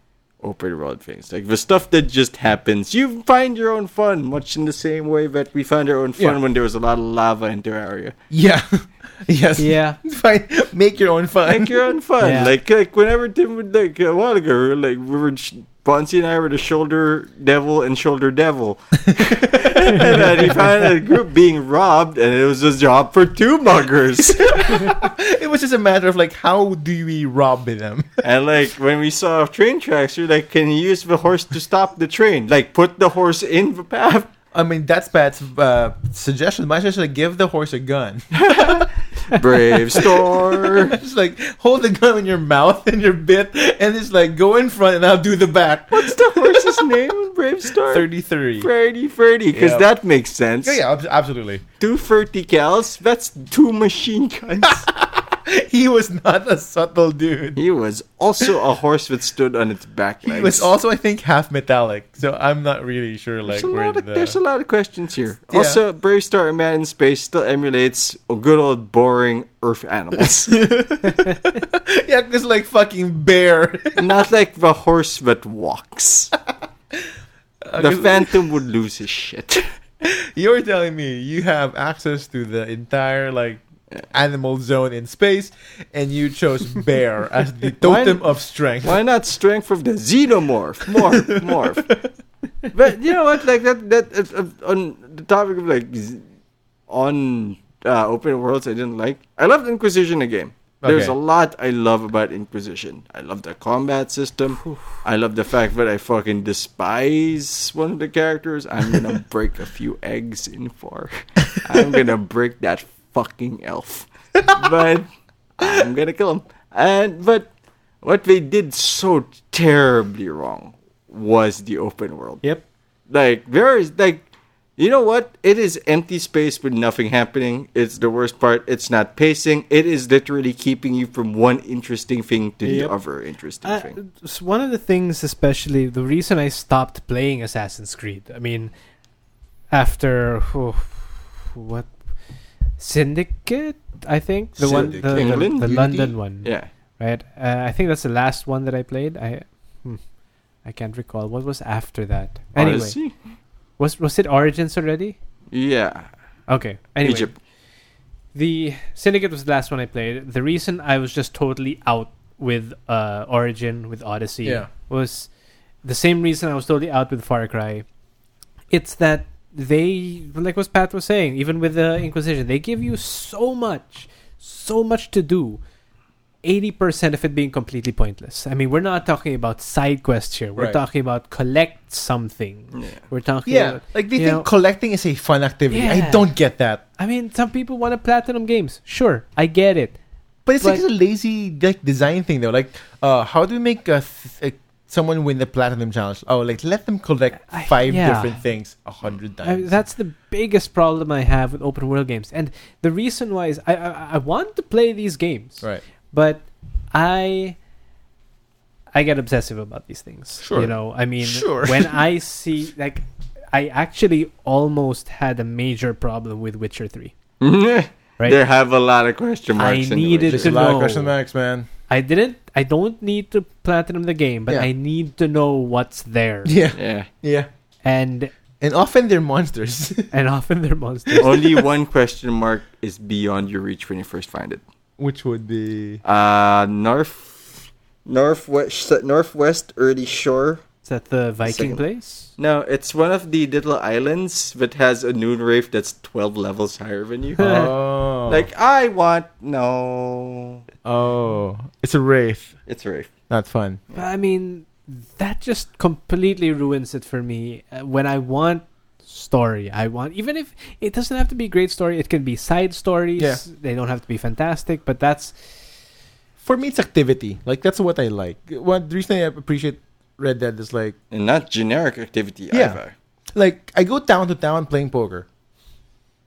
[SPEAKER 1] open world things. Like the stuff that just happens, you find your own fun, much in the same way that we found our own fun
[SPEAKER 2] Yeah.
[SPEAKER 1] when there was a lot of lava in Terraria.
[SPEAKER 2] yeah. yes.
[SPEAKER 3] Yeah.
[SPEAKER 2] Fine. Make your own fun.
[SPEAKER 1] like your own fun.
[SPEAKER 3] Yeah.
[SPEAKER 1] Like like whenever Tim would like a while ago, we were, like we were sh- Bonsi and I were the shoulder devil and shoulder devil, and then he found a group being robbed, and it was a job for two muggers.
[SPEAKER 2] it was just a matter of like, how do we rob them?
[SPEAKER 1] and like when we saw train tracks, you're like, can you use the horse to stop the train? Like put the horse in the path.
[SPEAKER 2] I mean, that's Pat's uh, suggestion. Might as well give the horse a gun.
[SPEAKER 1] Brave store.
[SPEAKER 2] just like hold the gun in your mouth and your bit, and just like go in front, and I'll do the back.
[SPEAKER 1] What's the horse's name? in Brave store.
[SPEAKER 2] Thirty-three.
[SPEAKER 1] Freddy, Freddy, because
[SPEAKER 2] Yeah.
[SPEAKER 1] that makes sense.
[SPEAKER 2] Yeah, yeah, ab- absolutely.
[SPEAKER 1] Two 30 cals, that's two machine guns.
[SPEAKER 2] He was not a subtle dude.
[SPEAKER 1] He was also a horse that stood on its back legs.
[SPEAKER 2] He was also, I think, half metallic. So I'm not really sure, like uh,
[SPEAKER 1] There's, a,
[SPEAKER 2] where
[SPEAKER 1] lot of,
[SPEAKER 2] the.
[SPEAKER 1] there's a lot of questions here.
[SPEAKER 2] Yeah.
[SPEAKER 1] Also, Brave Star and Man in Space still emulates a good old boring Earth animals.
[SPEAKER 2] yeah, because like fucking bear.
[SPEAKER 1] Not like the horse that walks. The Phantom would lose his shit.
[SPEAKER 2] You're telling me you have access to the entire like animal zone in space, and you chose bear as the
[SPEAKER 1] Why-
[SPEAKER 2] totem of strength.
[SPEAKER 1] Why not strength of the xenomorph? Morph, morph. but you know what? Like that. That it's, uh, on the topic of like z- on uh, open worlds, I didn't like. I loved Inquisition again. There's
[SPEAKER 2] Okay.
[SPEAKER 1] a lot I love about Inquisition. I love the combat system. I love the fact that I fucking despise one of the characters. I'm gonna break a few eggs in four. I'm gonna break that fucking elf. But I'm gonna kill him. And but what they did so terribly wrong was the open world.
[SPEAKER 3] Yep.
[SPEAKER 1] Like there is like you know what? It is empty space with nothing happening. It's the worst part. It's not pacing. It is literally keeping you from one interesting thing to
[SPEAKER 3] Yep.
[SPEAKER 1] the other interesting
[SPEAKER 3] Uh,
[SPEAKER 1] thing.
[SPEAKER 3] s- one of the things, especially the reason I stopped playing Assassin's Creed. I mean, after oh, what Syndicate? I think the one, the,
[SPEAKER 2] Syndicate.
[SPEAKER 3] the-
[SPEAKER 1] England?
[SPEAKER 3] the
[SPEAKER 2] Unity?
[SPEAKER 3] London one,
[SPEAKER 1] Yeah.
[SPEAKER 3] right? Uh, I think that's the last one that I played. I, hmm, I can't recall what was after that. Anyway,
[SPEAKER 1] Odyssey?
[SPEAKER 3] was was it Origins already?
[SPEAKER 1] Yeah.
[SPEAKER 3] Okay. Anyway,
[SPEAKER 1] Egypt.
[SPEAKER 3] the Syndicate was the last one I played. The reason I was just totally out with uh, Origin, with Odyssey,
[SPEAKER 2] Yeah.
[SPEAKER 3] was the same reason I was totally out with Far Cry. It's that they, like what Pat was saying, even with the Inquisition, they give you so much, so much to do. 80% of it being completely pointless. I mean, we're not talking about side quests here. We're
[SPEAKER 2] Right.
[SPEAKER 3] talking about collect something.
[SPEAKER 1] Yeah.
[SPEAKER 3] We're talking
[SPEAKER 2] Yeah,
[SPEAKER 3] about
[SPEAKER 2] like they
[SPEAKER 3] you
[SPEAKER 2] think
[SPEAKER 3] know-
[SPEAKER 2] collecting is a fun activity.
[SPEAKER 3] Yeah.
[SPEAKER 2] I don't get that.
[SPEAKER 3] I mean, some people want to platinum games. Sure, I get it.
[SPEAKER 2] But it's like,
[SPEAKER 3] Like-
[SPEAKER 2] a lazy like design thing though. Like, uh, how do we make a th- a, someone win the platinum challenge? Oh, like let them collect
[SPEAKER 3] I-
[SPEAKER 2] five
[SPEAKER 3] yeah.
[SPEAKER 2] different things a hundred
[SPEAKER 3] I,
[SPEAKER 2] times.
[SPEAKER 3] that's the biggest problem I have with open world games, and the reason why is I I, I want to play these games,
[SPEAKER 2] right.
[SPEAKER 3] but I I get obsessive about these things.
[SPEAKER 2] Sure.
[SPEAKER 3] you know, I mean,
[SPEAKER 2] Sure.
[SPEAKER 3] when I see like I actually almost had a major problem with Witcher Three. Right.
[SPEAKER 1] There have a lot of question
[SPEAKER 3] I
[SPEAKER 1] marks. in the
[SPEAKER 3] needed
[SPEAKER 1] Witcher.
[SPEAKER 2] There's a lot
[SPEAKER 3] know.
[SPEAKER 2] of question marks, man.
[SPEAKER 3] I didn't. I don't need to platinum the game, but
[SPEAKER 2] Yeah.
[SPEAKER 3] I need to know what's there,
[SPEAKER 2] Yeah,
[SPEAKER 1] Yeah.
[SPEAKER 2] yeah.
[SPEAKER 3] and
[SPEAKER 2] And often they're monsters.
[SPEAKER 3] and often they're monsters.
[SPEAKER 1] Only one question mark is beyond your reach when you first find it.
[SPEAKER 2] Which would be
[SPEAKER 1] Uh, north, northwest, northwest early shore.
[SPEAKER 3] Is that the Viking
[SPEAKER 1] Second.
[SPEAKER 3] place?
[SPEAKER 1] No, it's one of the little islands that has a noon rave that's twelve levels higher than
[SPEAKER 3] Uh,
[SPEAKER 1] you.
[SPEAKER 2] oh
[SPEAKER 1] Like I want no,
[SPEAKER 2] oh it's a wraith.
[SPEAKER 1] it's a rave.
[SPEAKER 2] Not fun.
[SPEAKER 3] But I mean, that just completely ruins it for me. Uh, when I want story, I want even if it doesn't have to be great story, it can be side stories.
[SPEAKER 2] Yeah.
[SPEAKER 3] They don't have to be fantastic, but that's
[SPEAKER 2] For me, it's activity. Like that's what I like. One the reason I appreciate Red Dead is like
[SPEAKER 1] and not generic activity
[SPEAKER 2] Yeah.
[SPEAKER 1] either.
[SPEAKER 2] like I go town to town playing poker.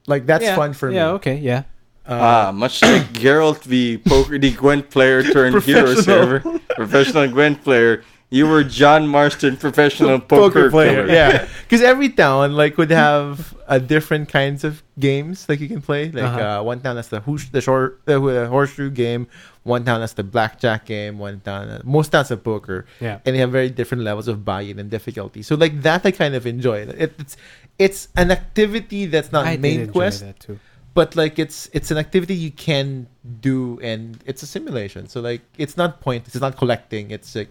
[SPEAKER 2] Like that's
[SPEAKER 3] yeah,
[SPEAKER 2] fun for
[SPEAKER 3] Yeah,
[SPEAKER 2] me.
[SPEAKER 3] okay, yeah.
[SPEAKER 2] Uh,
[SPEAKER 1] Ah, much like Geralt, the poker, the Gwent player turned hero
[SPEAKER 2] Professional.
[SPEAKER 1] server, professional Gwent player. You were John Marston, professional poker, player.
[SPEAKER 2] Yeah, because every town like would have uh, different kinds of games like you can play. Like
[SPEAKER 3] Uh-huh.
[SPEAKER 2] uh, one town that's the hoosh, the short the, uh, horseshoe game. One town that's the blackjack game. One town uh, most towns have poker.
[SPEAKER 3] Yeah.
[SPEAKER 2] and they have very different levels of buy-in and difficulty. So like that, I kind of enjoy. It, it's it's an activity that's not
[SPEAKER 3] I did
[SPEAKER 2] main
[SPEAKER 3] enjoy
[SPEAKER 2] quest,
[SPEAKER 3] that too.
[SPEAKER 2] but like it's it's an activity you can do and it's a simulation so like it's not point it's not collecting it's like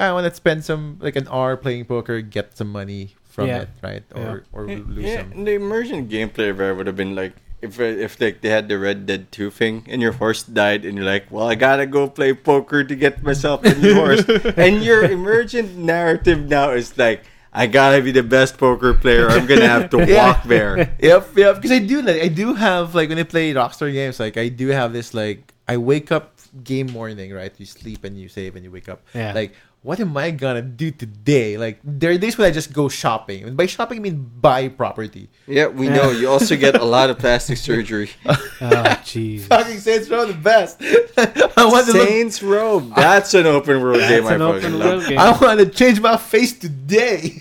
[SPEAKER 2] i want to spend some like an hour playing poker get some money from
[SPEAKER 3] Yeah.
[SPEAKER 2] it right or or
[SPEAKER 1] Yeah,
[SPEAKER 2] lose
[SPEAKER 1] yeah, and
[SPEAKER 2] some
[SPEAKER 1] the immersion gameplay there would have been like if if like they had the Red Dead Two thing and your horse died and you're like, well, I gotta go play poker to get myself a new horse, and your emergent narrative now is like, I gotta be the best poker player. I'm gonna have to
[SPEAKER 2] Yeah.
[SPEAKER 1] walk there.
[SPEAKER 2] yep yep because i do that i do have like when i play rockstar games like i do have this like i wake up game morning right you sleep and you save and you wake up
[SPEAKER 3] Yeah.
[SPEAKER 2] like what am i gonna do today like there are days when i just go shopping and by shopping i mean buy property
[SPEAKER 1] Yeah, we know. You also get a lot of plastic surgery.
[SPEAKER 3] Oh jeez.
[SPEAKER 2] fucking Saints Row the best. I want to look,
[SPEAKER 1] Saints Row. That's an open world
[SPEAKER 3] That's
[SPEAKER 1] game. I
[SPEAKER 3] an
[SPEAKER 1] fucking
[SPEAKER 3] open
[SPEAKER 1] love.
[SPEAKER 3] world game.
[SPEAKER 2] I want to change my face today.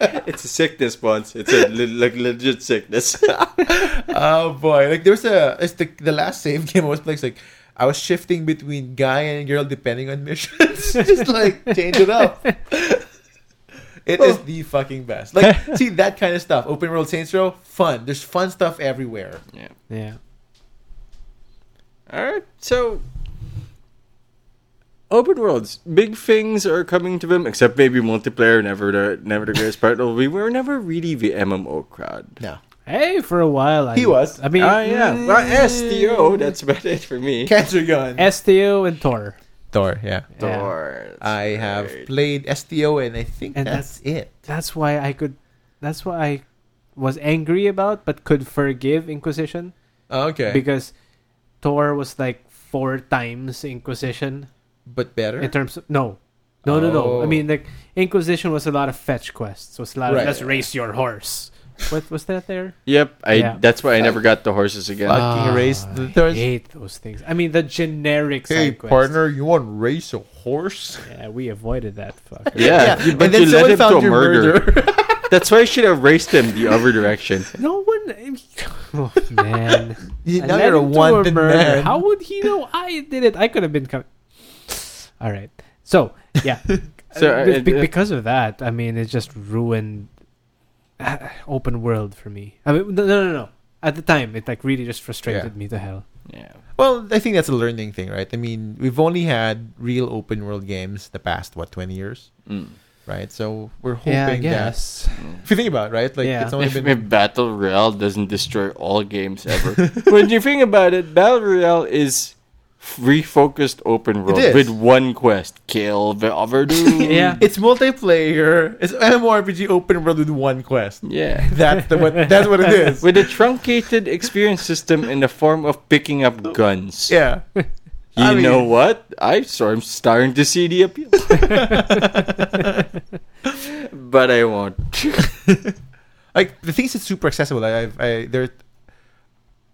[SPEAKER 1] It's a sickness once. It's a le- like legit sickness.
[SPEAKER 2] oh boy! Like there's a it's the the last save game I was playing. it's like I was shifting between guy and girl depending on missions. Just like change it up. It is the fucking best. Like see that kind of stuff. Open world Saints Row, fun. There's fun stuff everywhere.
[SPEAKER 1] yeah.
[SPEAKER 3] Yeah.
[SPEAKER 1] All right. So, open worlds, big things are coming to them. Except maybe multiplayer. Never the never the greatest part. Well, We were never really the MMO crowd.
[SPEAKER 2] No,
[SPEAKER 3] Hey, for a while I
[SPEAKER 2] He was. Oh,
[SPEAKER 3] I mean, mm,
[SPEAKER 1] Ah, yeah. Well, STO. That's about it for me.
[SPEAKER 2] cancer gun.
[SPEAKER 3] STO and Tor.
[SPEAKER 2] Thor, yeah.
[SPEAKER 3] Yeah.
[SPEAKER 1] Doors.
[SPEAKER 2] I have
[SPEAKER 1] Right.
[SPEAKER 2] played STO and I think
[SPEAKER 3] And
[SPEAKER 2] that's, it.
[SPEAKER 3] That's why I could. That's why I was angry about, but could forgive Inquisition
[SPEAKER 2] Okay,
[SPEAKER 3] because Tor was like four times Inquisition
[SPEAKER 2] but better.
[SPEAKER 3] in terms of no. No, no, no. I
[SPEAKER 2] Oh.
[SPEAKER 3] mean, like Inquisition was a lot of fetch quests. Was a lot
[SPEAKER 2] Right.
[SPEAKER 3] of let's race your horse. What was that there?
[SPEAKER 1] Yep. I.
[SPEAKER 3] Yeah.
[SPEAKER 1] That's why I never got the horses again.
[SPEAKER 2] Fucking race the
[SPEAKER 3] I
[SPEAKER 2] horse.
[SPEAKER 3] hate those things. I mean, the generic
[SPEAKER 2] Hey,
[SPEAKER 3] side quests.
[SPEAKER 2] partner, you want to race a horse?
[SPEAKER 3] Yeah, we avoided that. Fucker.
[SPEAKER 1] Yeah, you- but
[SPEAKER 2] and then
[SPEAKER 1] you led
[SPEAKER 2] someone
[SPEAKER 1] him to
[SPEAKER 2] found
[SPEAKER 1] a
[SPEAKER 2] your
[SPEAKER 1] murder.
[SPEAKER 2] murder.
[SPEAKER 1] That's why I should have raced them the other direction.
[SPEAKER 3] No one. Oh man.
[SPEAKER 2] You-
[SPEAKER 3] I
[SPEAKER 2] now
[SPEAKER 3] led
[SPEAKER 2] you're a
[SPEAKER 3] him to
[SPEAKER 2] wanted
[SPEAKER 3] murder.
[SPEAKER 2] man.
[SPEAKER 3] How would he know I did it? I could have been coming. All right. So yeah.
[SPEAKER 1] So, uh,
[SPEAKER 3] Uh, be-
[SPEAKER 1] uh,
[SPEAKER 3] because of that, I mean, it just ruined uh, open world for me. I mean, no, no, no, no. At the time, it like really just frustrated
[SPEAKER 2] Yeah.
[SPEAKER 3] me to hell.
[SPEAKER 1] Yeah.
[SPEAKER 2] Well, I think that's a learning thing, right? I mean, we've only had real open world games the past what twenty years,
[SPEAKER 1] Mm.
[SPEAKER 2] right? So we're hoping
[SPEAKER 3] Yeah, I
[SPEAKER 2] that
[SPEAKER 3] guess.
[SPEAKER 2] if you think about it, right, like
[SPEAKER 3] Yeah.
[SPEAKER 2] it's only
[SPEAKER 1] If,
[SPEAKER 2] been
[SPEAKER 1] if Battle Royale doesn't destroy all games ever, when you think about it, Battle Royale is refocused open world
[SPEAKER 2] is.
[SPEAKER 1] with one quest: kill the other dude.
[SPEAKER 3] Yeah.
[SPEAKER 2] it's multiplayer. It's MMORPG open world with one quest.
[SPEAKER 1] yeah.
[SPEAKER 2] That's the what. That's what it is.
[SPEAKER 1] With a truncated experience system in the form of picking up guns.
[SPEAKER 2] Yeah.
[SPEAKER 1] You
[SPEAKER 2] I mean-
[SPEAKER 1] know what? I so I'm starting to see the appeal. but I won't.
[SPEAKER 2] like the things that's super accessible. I, I've, I there,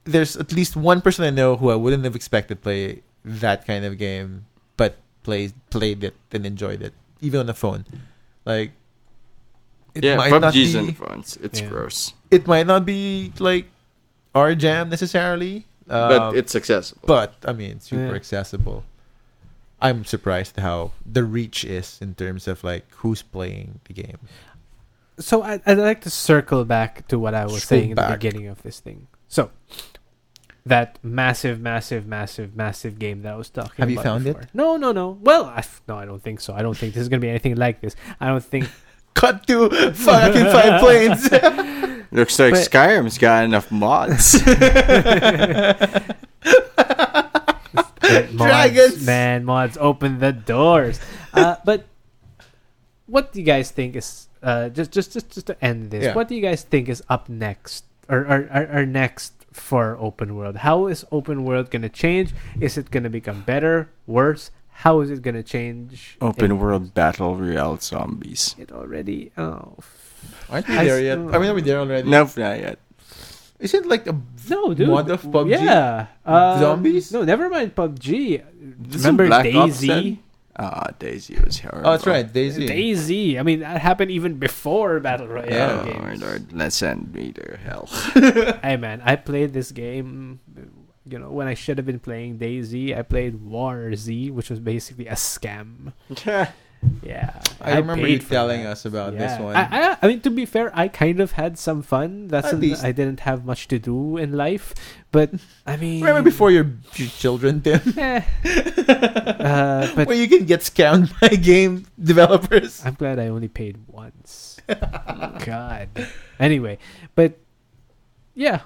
[SPEAKER 2] there's at least one person I know who I wouldn't have expected play that kind of game, but played played it and enjoyed it, even on the phone. Like, it
[SPEAKER 1] yeah,
[SPEAKER 2] might not
[SPEAKER 1] PUBG's
[SPEAKER 2] be.
[SPEAKER 1] influence. It's
[SPEAKER 3] Yeah.
[SPEAKER 1] gross,
[SPEAKER 2] It might not be like our jam necessarily, uh,
[SPEAKER 1] but it's accessible.
[SPEAKER 2] but I mean, it's super
[SPEAKER 3] Yeah.
[SPEAKER 2] accessible. I'm surprised how the reach is in terms of like who's playing the game.
[SPEAKER 3] so I, I'd like to circle back to what I was
[SPEAKER 2] Circle
[SPEAKER 3] saying in
[SPEAKER 2] back.
[SPEAKER 3] the beginning of this thing. So, that massive, massive, massive, massive game that I was talking
[SPEAKER 2] Have
[SPEAKER 3] about.
[SPEAKER 2] you found it?
[SPEAKER 3] before. No, no, no. Well, I, no, I don't think so. I don't think this is going to be anything like this. I don't think.
[SPEAKER 2] Cut to fucking five planes.
[SPEAKER 1] Looks like
[SPEAKER 3] But-
[SPEAKER 1] Skyrim's got enough mods.
[SPEAKER 3] But mods,
[SPEAKER 2] Dragons.
[SPEAKER 3] Man, mods open the doors. Uh, but what do you guys think is uh, just just just just to end this?
[SPEAKER 2] Yeah.
[SPEAKER 3] What do you guys think is up next or or, or, or next for open world? How is open world going to change? Is it going to become better, worse? How is it going to change?
[SPEAKER 1] Open
[SPEAKER 3] It-
[SPEAKER 1] world battle royale zombies.
[SPEAKER 3] It already. Oh
[SPEAKER 2] Aren't we
[SPEAKER 3] I
[SPEAKER 2] there
[SPEAKER 3] s-
[SPEAKER 2] yet? I mean, are we there already?
[SPEAKER 1] Nope, not yet.
[SPEAKER 2] Isn't like a
[SPEAKER 3] no, dude.
[SPEAKER 2] mod of PUBG?
[SPEAKER 3] Yeah. Um,
[SPEAKER 2] Zombies?
[SPEAKER 3] No, never mind PUBG.
[SPEAKER 1] This is
[SPEAKER 3] Remember
[SPEAKER 1] Black Ops then?
[SPEAKER 3] Daisy?
[SPEAKER 1] Ah, Daisy was horrible.
[SPEAKER 2] Oh, that's right, Daisy.
[SPEAKER 3] Daisy. I mean, that happened even before Battle Royale
[SPEAKER 2] Yeah.
[SPEAKER 1] oh, my
[SPEAKER 3] games.
[SPEAKER 1] lord. Let's end me to hell.
[SPEAKER 3] Hey man, I played this game. You know, when I should have been playing Daisy, I played War Z, which was basically a scam. Yeah,
[SPEAKER 2] I remember you
[SPEAKER 3] paid for
[SPEAKER 2] telling
[SPEAKER 3] that.
[SPEAKER 2] us about
[SPEAKER 3] Yeah.
[SPEAKER 2] this one.
[SPEAKER 3] I, I, I mean, to be fair, I kind of had some fun. That's
[SPEAKER 2] At
[SPEAKER 3] an-
[SPEAKER 2] least.
[SPEAKER 3] I didn't have much to do in life, but I mean,
[SPEAKER 2] Remember before your, your children, Tim?
[SPEAKER 3] Eh. uh, but
[SPEAKER 2] Where you can get scammed by game developers.
[SPEAKER 3] I'm glad I only paid once. God. Anyway, but yeah,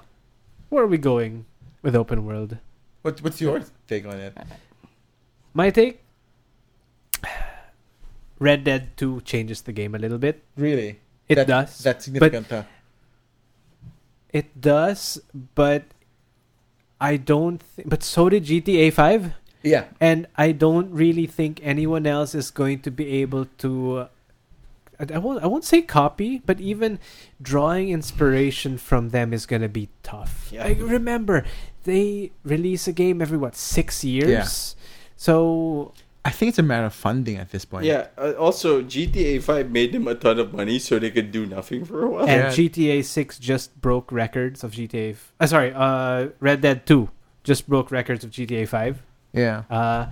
[SPEAKER 3] where are we going with open world?
[SPEAKER 2] What, what's your take on it?
[SPEAKER 3] My take: Red Dead Two changes the game a little bit.
[SPEAKER 2] Really?
[SPEAKER 3] It
[SPEAKER 2] That-
[SPEAKER 3] does.
[SPEAKER 2] That's significant, uh, huh?
[SPEAKER 3] It does, but I don't. Th- but so did GTA Five.
[SPEAKER 2] Yeah.
[SPEAKER 3] and I don't really think anyone else is going to be able to. Uh, I I won't. I won't say copy, but even drawing inspiration from them is going to be tough.
[SPEAKER 1] Yeah.
[SPEAKER 3] Like, remember, they release a game every what six years. So
[SPEAKER 2] I think it's a matter of funding at this point.
[SPEAKER 1] yeah, uh, also, GTA 5 made them a ton of money so they could do nothing for a while.
[SPEAKER 2] Yeah.
[SPEAKER 3] and GTA Six just broke records of GTA. F- uh, sorry, uh, Red Dead Two just broke records of GTA Five.
[SPEAKER 2] Yeah.
[SPEAKER 3] Uh,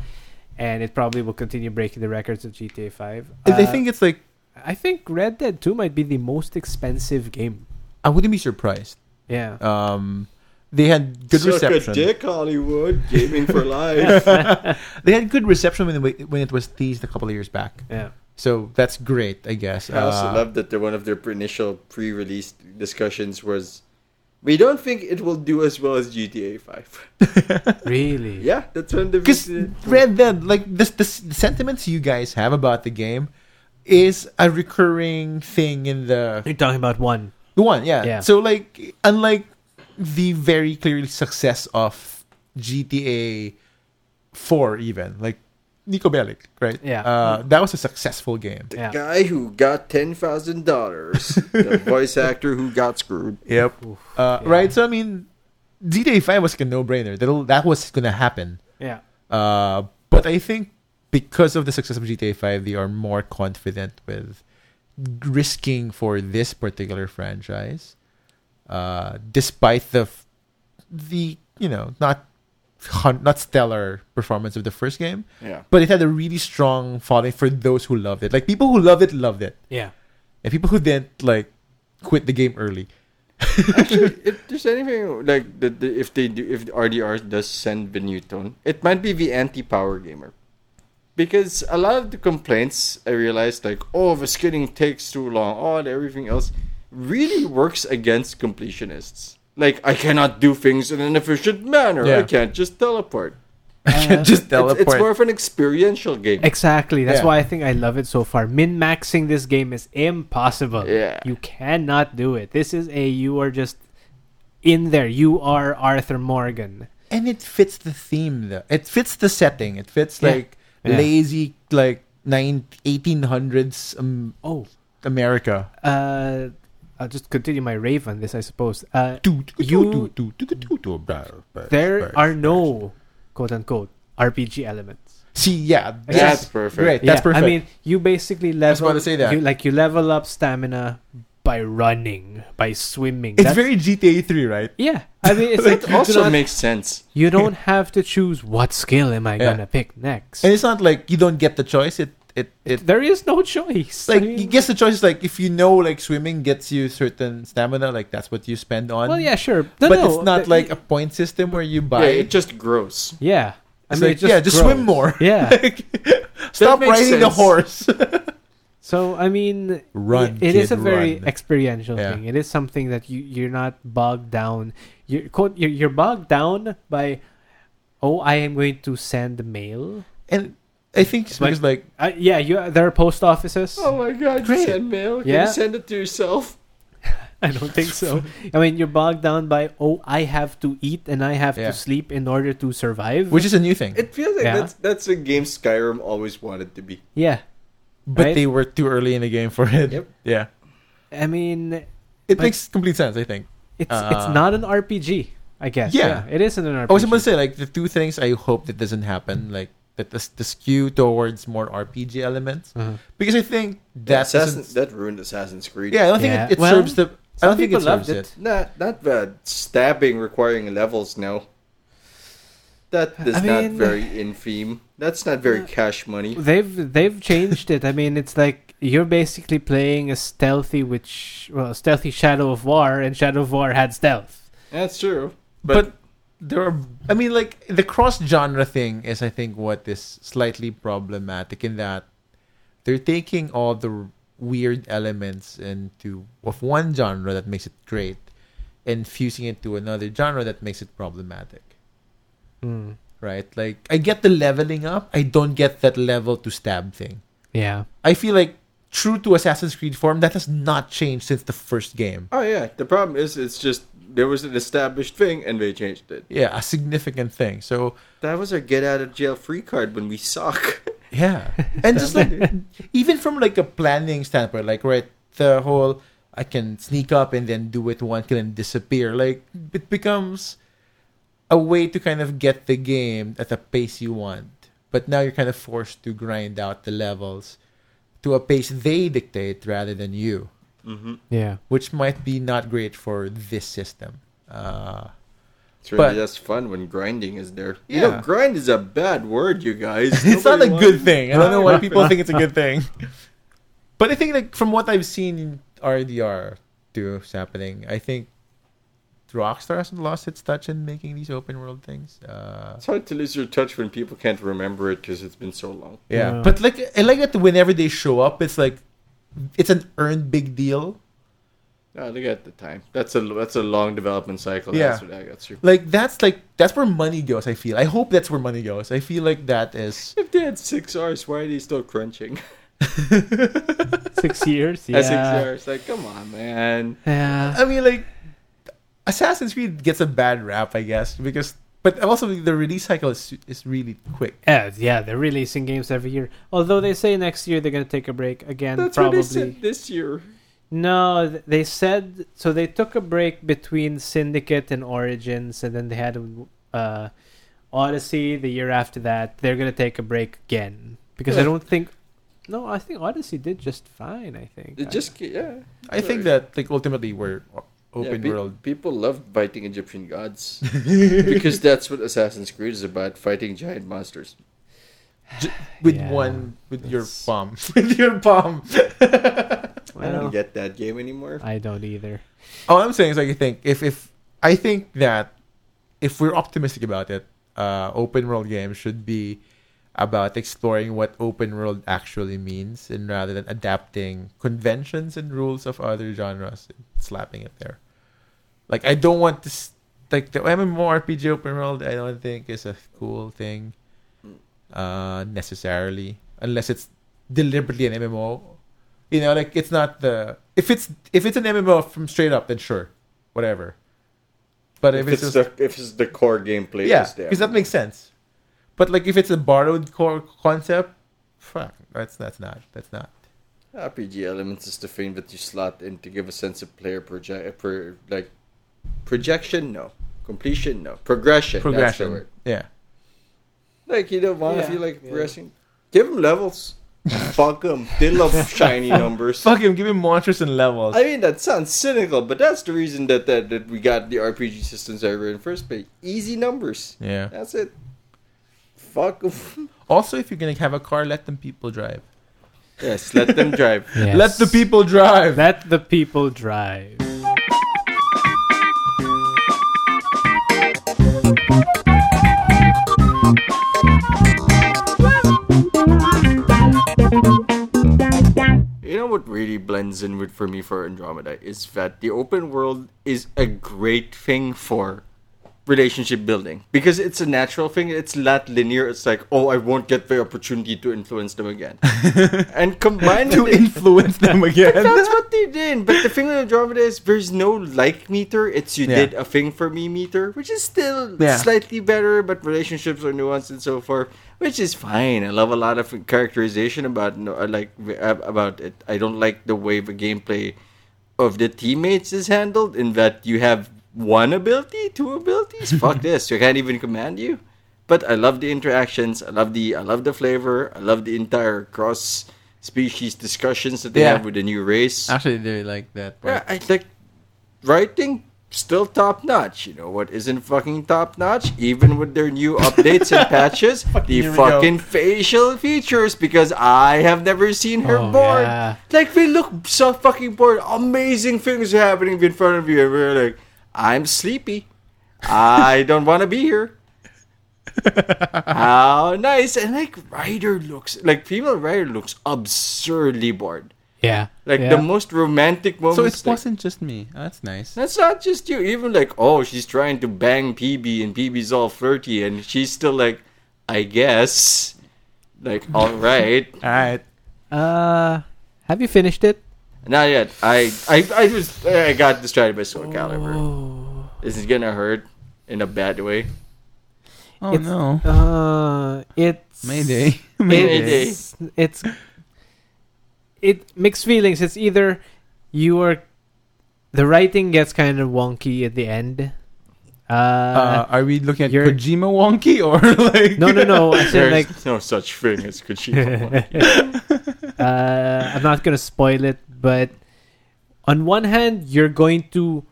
[SPEAKER 3] and it probably will continue breaking the records of GTA Five.
[SPEAKER 2] I
[SPEAKER 3] Uh,
[SPEAKER 2] think it's like,
[SPEAKER 3] I think Red Dead 2 might be the most expensive game.
[SPEAKER 2] I wouldn't be surprised.
[SPEAKER 3] Yeah.
[SPEAKER 2] Um, they had good
[SPEAKER 1] Suck
[SPEAKER 2] reception.
[SPEAKER 1] a dick, Hollywood. Gaming for life.
[SPEAKER 2] They had good reception when, they, when it was teased a couple of years back.
[SPEAKER 3] Yeah.
[SPEAKER 2] So that's great, I guess.
[SPEAKER 1] I also
[SPEAKER 2] Uh,
[SPEAKER 1] love that their one of their pre- initial pre-release discussions was, "We don't think it will do as well as GTA 5."
[SPEAKER 3] Really?
[SPEAKER 1] yeah, that's one of the
[SPEAKER 2] Because
[SPEAKER 1] reasons-
[SPEAKER 2] Red Dead, like this, this, the sentiments you guys have about the game is a recurring thing in the
[SPEAKER 3] You're talking about one.
[SPEAKER 2] the one, yeah.
[SPEAKER 3] Yeah.
[SPEAKER 2] So like, unlike the very clearly success of GTA Four, even like Nico Bellic, right?
[SPEAKER 3] Yeah.
[SPEAKER 2] uh, that was a successful game.
[SPEAKER 1] the
[SPEAKER 3] Yeah.
[SPEAKER 1] guy who got ten thousand dollars, the voice actor who got screwed.
[SPEAKER 2] Yep.
[SPEAKER 3] Oof,
[SPEAKER 2] uh,
[SPEAKER 3] yeah.
[SPEAKER 2] Right. So I mean, GTA Five was like a no-brainer. That that was gonna happen.
[SPEAKER 3] Yeah.
[SPEAKER 2] Uh, but I think because of the success of GTA 5, they are more confident with risking for this particular franchise, uh, despite the f- the you know not hun- not stellar performance of the first game.
[SPEAKER 1] Yeah,
[SPEAKER 2] But it had a really strong following for those who loved it. Like people who loved it loved it,
[SPEAKER 3] Yeah.
[SPEAKER 2] and people who didn't like quit the game early.
[SPEAKER 1] actually, if there's anything like the, the, if they do, if RDR does send the new tone, it might be the anti-power gamer. Because a lot of the complaints I realized, like, oh, the skinning takes too long, oh, and everything else, really works against completionists. Like, I cannot do things in an efficient manner. I
[SPEAKER 2] Yeah.
[SPEAKER 1] can't just teleport.
[SPEAKER 3] Uh,
[SPEAKER 2] Just
[SPEAKER 1] It's,
[SPEAKER 2] teleport.
[SPEAKER 1] it's more of an experiential game.
[SPEAKER 3] exactly. That's
[SPEAKER 2] Yeah.
[SPEAKER 3] why I think I love it so far. Min maxing this game is impossible.
[SPEAKER 1] Yeah.
[SPEAKER 3] You cannot do it. This is a you are just in there. You are Arthur Morgan.
[SPEAKER 2] and it fits the theme though it fits the setting it fits
[SPEAKER 3] Yeah.
[SPEAKER 2] like
[SPEAKER 3] Yeah.
[SPEAKER 2] lazy like nine, 1800s um,
[SPEAKER 3] Oh.
[SPEAKER 2] america
[SPEAKER 3] Uh I'll just continue my rave on this, I suppose. Uh You- there
[SPEAKER 2] there
[SPEAKER 3] are no quote unquote RPG elements.
[SPEAKER 2] see yeah
[SPEAKER 1] That's perfect.
[SPEAKER 2] great that's perfect
[SPEAKER 3] I mean, you basically level.
[SPEAKER 2] was about to say that.
[SPEAKER 3] You, like you level up stamina by running, by swimming.
[SPEAKER 2] it's
[SPEAKER 3] That's-
[SPEAKER 2] very gta 3 right
[SPEAKER 3] yeah. I mean, it's
[SPEAKER 1] That
[SPEAKER 3] like also
[SPEAKER 1] also makes sense.
[SPEAKER 3] you don't have to choose what skill am I
[SPEAKER 2] Yeah.
[SPEAKER 3] gonna pick next.
[SPEAKER 2] and it's not like you don't get the choice it it it
[SPEAKER 3] there is no choice. I
[SPEAKER 2] like
[SPEAKER 3] mean,
[SPEAKER 2] you guess the choice is like if you know like swimming gets you certain stamina, like that's what you spend on.
[SPEAKER 3] well, yeah, sure, No,
[SPEAKER 2] but
[SPEAKER 3] no,
[SPEAKER 2] it's not
[SPEAKER 3] the-
[SPEAKER 2] like a point system where you buy.
[SPEAKER 1] Yeah, it just grows.
[SPEAKER 3] yeah. I
[SPEAKER 2] It's
[SPEAKER 3] mean,
[SPEAKER 2] like,
[SPEAKER 3] it just
[SPEAKER 2] yeah, just
[SPEAKER 3] grows.
[SPEAKER 2] swim more.
[SPEAKER 3] Yeah.
[SPEAKER 2] Like, stop
[SPEAKER 1] makes
[SPEAKER 2] riding the
[SPEAKER 1] sense.
[SPEAKER 2] horse.
[SPEAKER 3] So I mean,
[SPEAKER 2] Run,
[SPEAKER 3] It is
[SPEAKER 2] kid,
[SPEAKER 3] a very
[SPEAKER 2] run.
[SPEAKER 3] experiential
[SPEAKER 2] Yeah.
[SPEAKER 3] thing. It is something that you you're not bogged down. You're quote you're, you're bogged down by, oh, I am going to send mail.
[SPEAKER 2] and I think it's
[SPEAKER 3] Like-
[SPEAKER 2] because like
[SPEAKER 3] Uh, yeah, you there are post offices.
[SPEAKER 1] Oh my god,
[SPEAKER 2] Great.
[SPEAKER 1] send mail.
[SPEAKER 3] Can you Yeah.
[SPEAKER 1] send it to yourself?
[SPEAKER 3] I don't think so. I mean, you're bogged down by oh, I have to eat and I have
[SPEAKER 2] Yeah.
[SPEAKER 3] to sleep in order to survive.
[SPEAKER 2] which is a new thing,
[SPEAKER 1] It feels like
[SPEAKER 3] Yeah.
[SPEAKER 1] that's that's a game Skyrim always wanted to be.
[SPEAKER 3] yeah,
[SPEAKER 2] but
[SPEAKER 3] right?
[SPEAKER 2] they were too early in the game for it.
[SPEAKER 1] Yep.
[SPEAKER 2] Yeah,
[SPEAKER 3] I mean,
[SPEAKER 2] it
[SPEAKER 3] But-
[SPEAKER 2] makes complete sense. I think.
[SPEAKER 3] it's
[SPEAKER 2] Uh,
[SPEAKER 3] it's not an RPG. I guess.
[SPEAKER 2] Yeah.
[SPEAKER 3] it isn't an RPG.
[SPEAKER 2] I was about to say like the two things I hope that doesn't happen, like that the, the skew towards more RPG elements,
[SPEAKER 3] Uh-huh.
[SPEAKER 2] because I think that
[SPEAKER 1] Assassin,
[SPEAKER 2] doesn't-
[SPEAKER 1] that ruined Assassin's Creed.
[SPEAKER 2] Yeah, I don't
[SPEAKER 3] Yeah.
[SPEAKER 2] think it, it
[SPEAKER 3] Well,
[SPEAKER 2] serves the. I
[SPEAKER 3] some
[SPEAKER 2] don't think it
[SPEAKER 3] people
[SPEAKER 2] serves
[SPEAKER 3] loved
[SPEAKER 2] it.
[SPEAKER 3] it.
[SPEAKER 1] Nah, not bad. Stabbing requiring levels, no. That is
[SPEAKER 3] I
[SPEAKER 1] not
[SPEAKER 3] mean-
[SPEAKER 1] very in theme. That's not very cash money.
[SPEAKER 3] They've they've changed it. I mean, it's like you're basically playing a stealthy which well, stealthy Shadow of War, and Shadow of War had stealth.
[SPEAKER 1] That's true.
[SPEAKER 2] But, there are. I mean, like the cross genre thing is, I think, what is slightly problematic in that they're taking all the weird elements into of one genre that makes it great, and fusing it to another genre that makes it problematic. Right? Like I get the leveling up. I don't get that level to stab thing.
[SPEAKER 3] Yeah,
[SPEAKER 2] I feel like true to Assassin's Creed form, that has not changed since the first game.
[SPEAKER 1] Oh yeah. The problem is it's just there was an established thing and they changed it.
[SPEAKER 2] Yeah, a significant thing. So
[SPEAKER 1] That was our get out of jail free card when we suck.
[SPEAKER 2] yeah, and just like even from like a planning standpoint, like right, the whole I can sneak up and then do it one kill and disappear. Like it becomes a way to kind of get the game at the pace you want. But now you're kind of forced to grind out the levels to a pace they dictate rather than you.
[SPEAKER 1] mm-hmm.
[SPEAKER 3] yeah.
[SPEAKER 2] which might be not great for this system. Uh,
[SPEAKER 1] It's really
[SPEAKER 2] But-
[SPEAKER 1] just fun when grinding is there. You
[SPEAKER 2] Yeah.
[SPEAKER 1] know, grind is a bad word, you guys.
[SPEAKER 2] it's not a
[SPEAKER 1] Nobody
[SPEAKER 2] good
[SPEAKER 1] wants-
[SPEAKER 2] thing. I don't know why people
[SPEAKER 1] Right.
[SPEAKER 2] think it's a good thing. But I think like from what I've seen in RDR too is happening, I think Rockstar hasn't lost its touch in making these open world things. Uh,
[SPEAKER 1] It's hard to lose your touch when people can't remember it because it's been so long.
[SPEAKER 2] yeah.
[SPEAKER 3] Yeah.
[SPEAKER 2] But like I like that whenever they show up it's like it's an earned big deal.
[SPEAKER 1] Oh, look at the time. That's a that's a long development cycle.
[SPEAKER 2] Yeah.
[SPEAKER 1] That's what I got through.
[SPEAKER 2] Like that's like that's where money goes, I feel. I hope that's where money goes. I feel like that is
[SPEAKER 1] If they had six hours, why are they still crunching?
[SPEAKER 3] Six years. Yeah.
[SPEAKER 1] At six hours, like come on, man.
[SPEAKER 3] Yeah.
[SPEAKER 2] I mean, like, Assassin's Creed gets a bad rap, I guess, because. But also, the release cycle is is really quick.
[SPEAKER 3] Yeah, yeah, they're releasing games every year. Although they say next year they're gonna take a break again.
[SPEAKER 1] That's
[SPEAKER 3] probably.
[SPEAKER 1] what they said this year.
[SPEAKER 3] No, th- they said so. They took a break between Syndicate and Origins, and then they had uh, Odyssey the year after that. They're gonna take a break again because I
[SPEAKER 1] Yeah.
[SPEAKER 3] don't think. No, I think Odyssey did just fine. I think
[SPEAKER 1] It just yeah.
[SPEAKER 2] I think that like ultimately we're o-
[SPEAKER 1] Yeah,
[SPEAKER 2] open
[SPEAKER 1] pe-
[SPEAKER 2] world.
[SPEAKER 1] People love fighting Egyptian gods because that's what Assassin's Creed is about: fighting giant monsters.
[SPEAKER 2] with
[SPEAKER 3] Yeah,
[SPEAKER 2] one with your
[SPEAKER 3] that's-
[SPEAKER 2] palm with your palm.
[SPEAKER 1] I don't
[SPEAKER 3] Well,
[SPEAKER 1] get that game anymore.
[SPEAKER 3] I don't either.
[SPEAKER 2] All I'm saying is like I think if if I think that if we're optimistic about it, uh, open world games should be about exploring what open world actually means, and rather than adapting conventions and rules of other genres and slapping it there. Like I don't want this like the MMORPG open world. I don't think is a cool thing uh, necessarily, unless it's deliberately an MMO. You know, like it's not the if it's if it's an MMO from straight up, then sure, whatever. But
[SPEAKER 1] if, it's,
[SPEAKER 2] just
[SPEAKER 1] the if it's the core gameplay,
[SPEAKER 2] yeah,
[SPEAKER 1] is there.
[SPEAKER 2] because that makes sense. But like, if it's a borrowed core concept, fuck, that's that's not that's not.
[SPEAKER 1] RPG elements is the thing that you slot in to give a sense of player project per like projection. No completion. No progression. That's the
[SPEAKER 2] Progression,
[SPEAKER 1] word.
[SPEAKER 2] yeah.
[SPEAKER 1] Like you don't want to
[SPEAKER 3] Yeah,
[SPEAKER 1] feel like
[SPEAKER 3] yeah.
[SPEAKER 1] progressing. Give them levels. Fuck them. They love shiny numbers.
[SPEAKER 2] Fuck him, give him monsters and levels.
[SPEAKER 1] I mean, that sounds cynical, but that's the reason that that, that we got the RPG systems ever in first place. Easy numbers.
[SPEAKER 2] yeah.
[SPEAKER 1] That's it. Fuck 'em.
[SPEAKER 2] Also, if you're gonna have a car, let them people drive.
[SPEAKER 1] Yes, let them drive.
[SPEAKER 2] Let the people drive.
[SPEAKER 3] Let the people drive.
[SPEAKER 1] You know what really blends in with for me for Andromeda is that the open world is a great thing for relationship building because it's a natural thing. It's not linear. It's like, oh, I won't get the opportunity to influence them again, and combined
[SPEAKER 2] to
[SPEAKER 1] with the-
[SPEAKER 2] influence them again.
[SPEAKER 1] that's what they did. But the thing with Andromeda is there's no like meter. It's you
[SPEAKER 2] Yeah.
[SPEAKER 1] did a thing for me meter, which is still
[SPEAKER 2] Yeah.
[SPEAKER 1] slightly better, but relationships are nuanced and so forth, which is fine. I love a lot of characterization about no, I like uh, about it. I don't like the way the gameplay of the teammates is handled in that you have one ability, two abilities. Fuck this! You can't even command you. But I love the interactions. I love the I love the flavor. I love the entire cross species discussions that they
[SPEAKER 2] Yeah.
[SPEAKER 1] have with the new race.
[SPEAKER 2] Actually, they like that.
[SPEAKER 1] Yeah, I think writing still top notch. You know what isn't fucking top notch? Even with their new updates and patches,
[SPEAKER 2] here
[SPEAKER 1] the
[SPEAKER 2] we go.
[SPEAKER 1] fucking facial features because I have never seen her
[SPEAKER 3] Oh,
[SPEAKER 1] bored.
[SPEAKER 3] yeah.
[SPEAKER 1] Like they look so fucking bored. Amazing things are happening in front of you, and we're like, I'm sleepy. I don't want to be here. How nice! And like Ryder looks like female Ryder looks absurdly bored.
[SPEAKER 3] Yeah.
[SPEAKER 1] Like
[SPEAKER 3] yeah.
[SPEAKER 1] the most romantic moment.
[SPEAKER 2] So it wasn't just me. Oh, that's nice.
[SPEAKER 1] That's not just you. Even like, oh, she's trying to bang PB, and PB's all flirty, and she's still like, I guess, like, all right,
[SPEAKER 2] All right.
[SPEAKER 3] Uh, have you finished it?
[SPEAKER 1] not yet. I, I, I was, I got distracted by Soul Calibur.
[SPEAKER 3] Oh.
[SPEAKER 1] This is gonna hurt in a bad way.
[SPEAKER 2] Oh
[SPEAKER 3] It's-
[SPEAKER 2] no.
[SPEAKER 3] Uh, it's
[SPEAKER 2] Mayday.
[SPEAKER 1] Mayday.
[SPEAKER 3] It's, it's it mixed feelings. It's either you are the writing gets kind of wonky at the end. Uh,
[SPEAKER 2] Uh, are we looking at
[SPEAKER 3] you're-
[SPEAKER 2] Kojima wonky or like?
[SPEAKER 3] no, no, no. I
[SPEAKER 1] There's
[SPEAKER 3] said like
[SPEAKER 1] no such thing as Kojima. Monkey.
[SPEAKER 3] uh, I'm not gonna spoil it, but on one hand, you're going to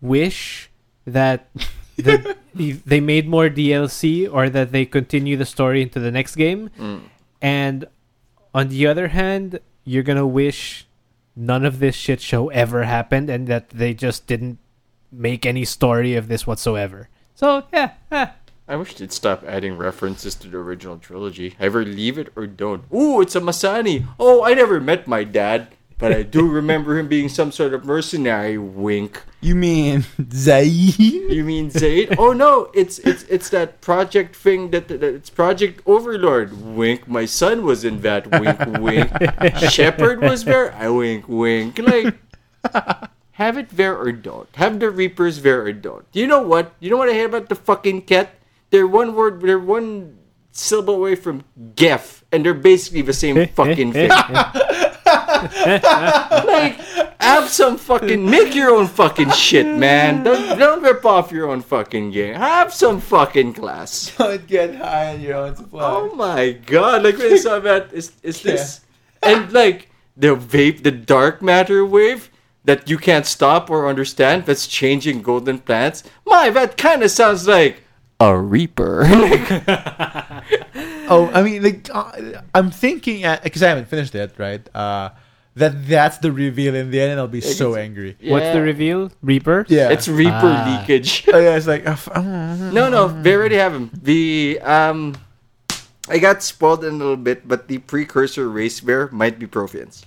[SPEAKER 3] wish that the, they made more DLC or that they continue the story into the next game,
[SPEAKER 1] Mm.
[SPEAKER 3] and on the other hand, you're gonna wish none of this shit show ever happened and that they just didn't make any story of this whatsoever. So yeah, ah,
[SPEAKER 1] I wish they'd stop adding references to the original trilogy. Either leave it or don't. Ooh, it's a Masani. Oh, I never met my dad, but I do remember him being some sort of mercenary. Wink.
[SPEAKER 2] You mean Zayn?
[SPEAKER 1] You mean Zaid? oh no, it's it's it's that project thing that, that it's Project Overlord. Wink. My son was in that. Wink, wink. Shepherd was there. I wink, wink. Like, have it there or don't. Have the Reapers there or don't. You know what? You know what I hate about the fucking cat? They're one word. They're one syllable away from Geff, and they're basically the same fucking thing. like, have some fucking make your own fucking shit, man. Don't don't rip off your own fucking game. Have some fucking class.
[SPEAKER 2] Don't get high on your own supply.
[SPEAKER 1] Oh my god! Like when I saw that, is is this and like the wave, the dark matter wave that you can't stop or understand that's changing golden plants. My, that kind of sounds like a reaper. Like,
[SPEAKER 2] Oh, I mean, like uh, I'm thinking because I haven't finished it, right? Uh, that that's the reveal in the end, and I'll be so angry.
[SPEAKER 3] what's the reveal? Reaper.
[SPEAKER 2] Yeah,
[SPEAKER 1] It's reaper
[SPEAKER 3] Ah.
[SPEAKER 1] leakage.
[SPEAKER 2] oh, yeah, it's like uh, f- uh,
[SPEAKER 1] No, no, they already have him. The um, I got spoiled in a little bit, but the precursor race bear might be Profians.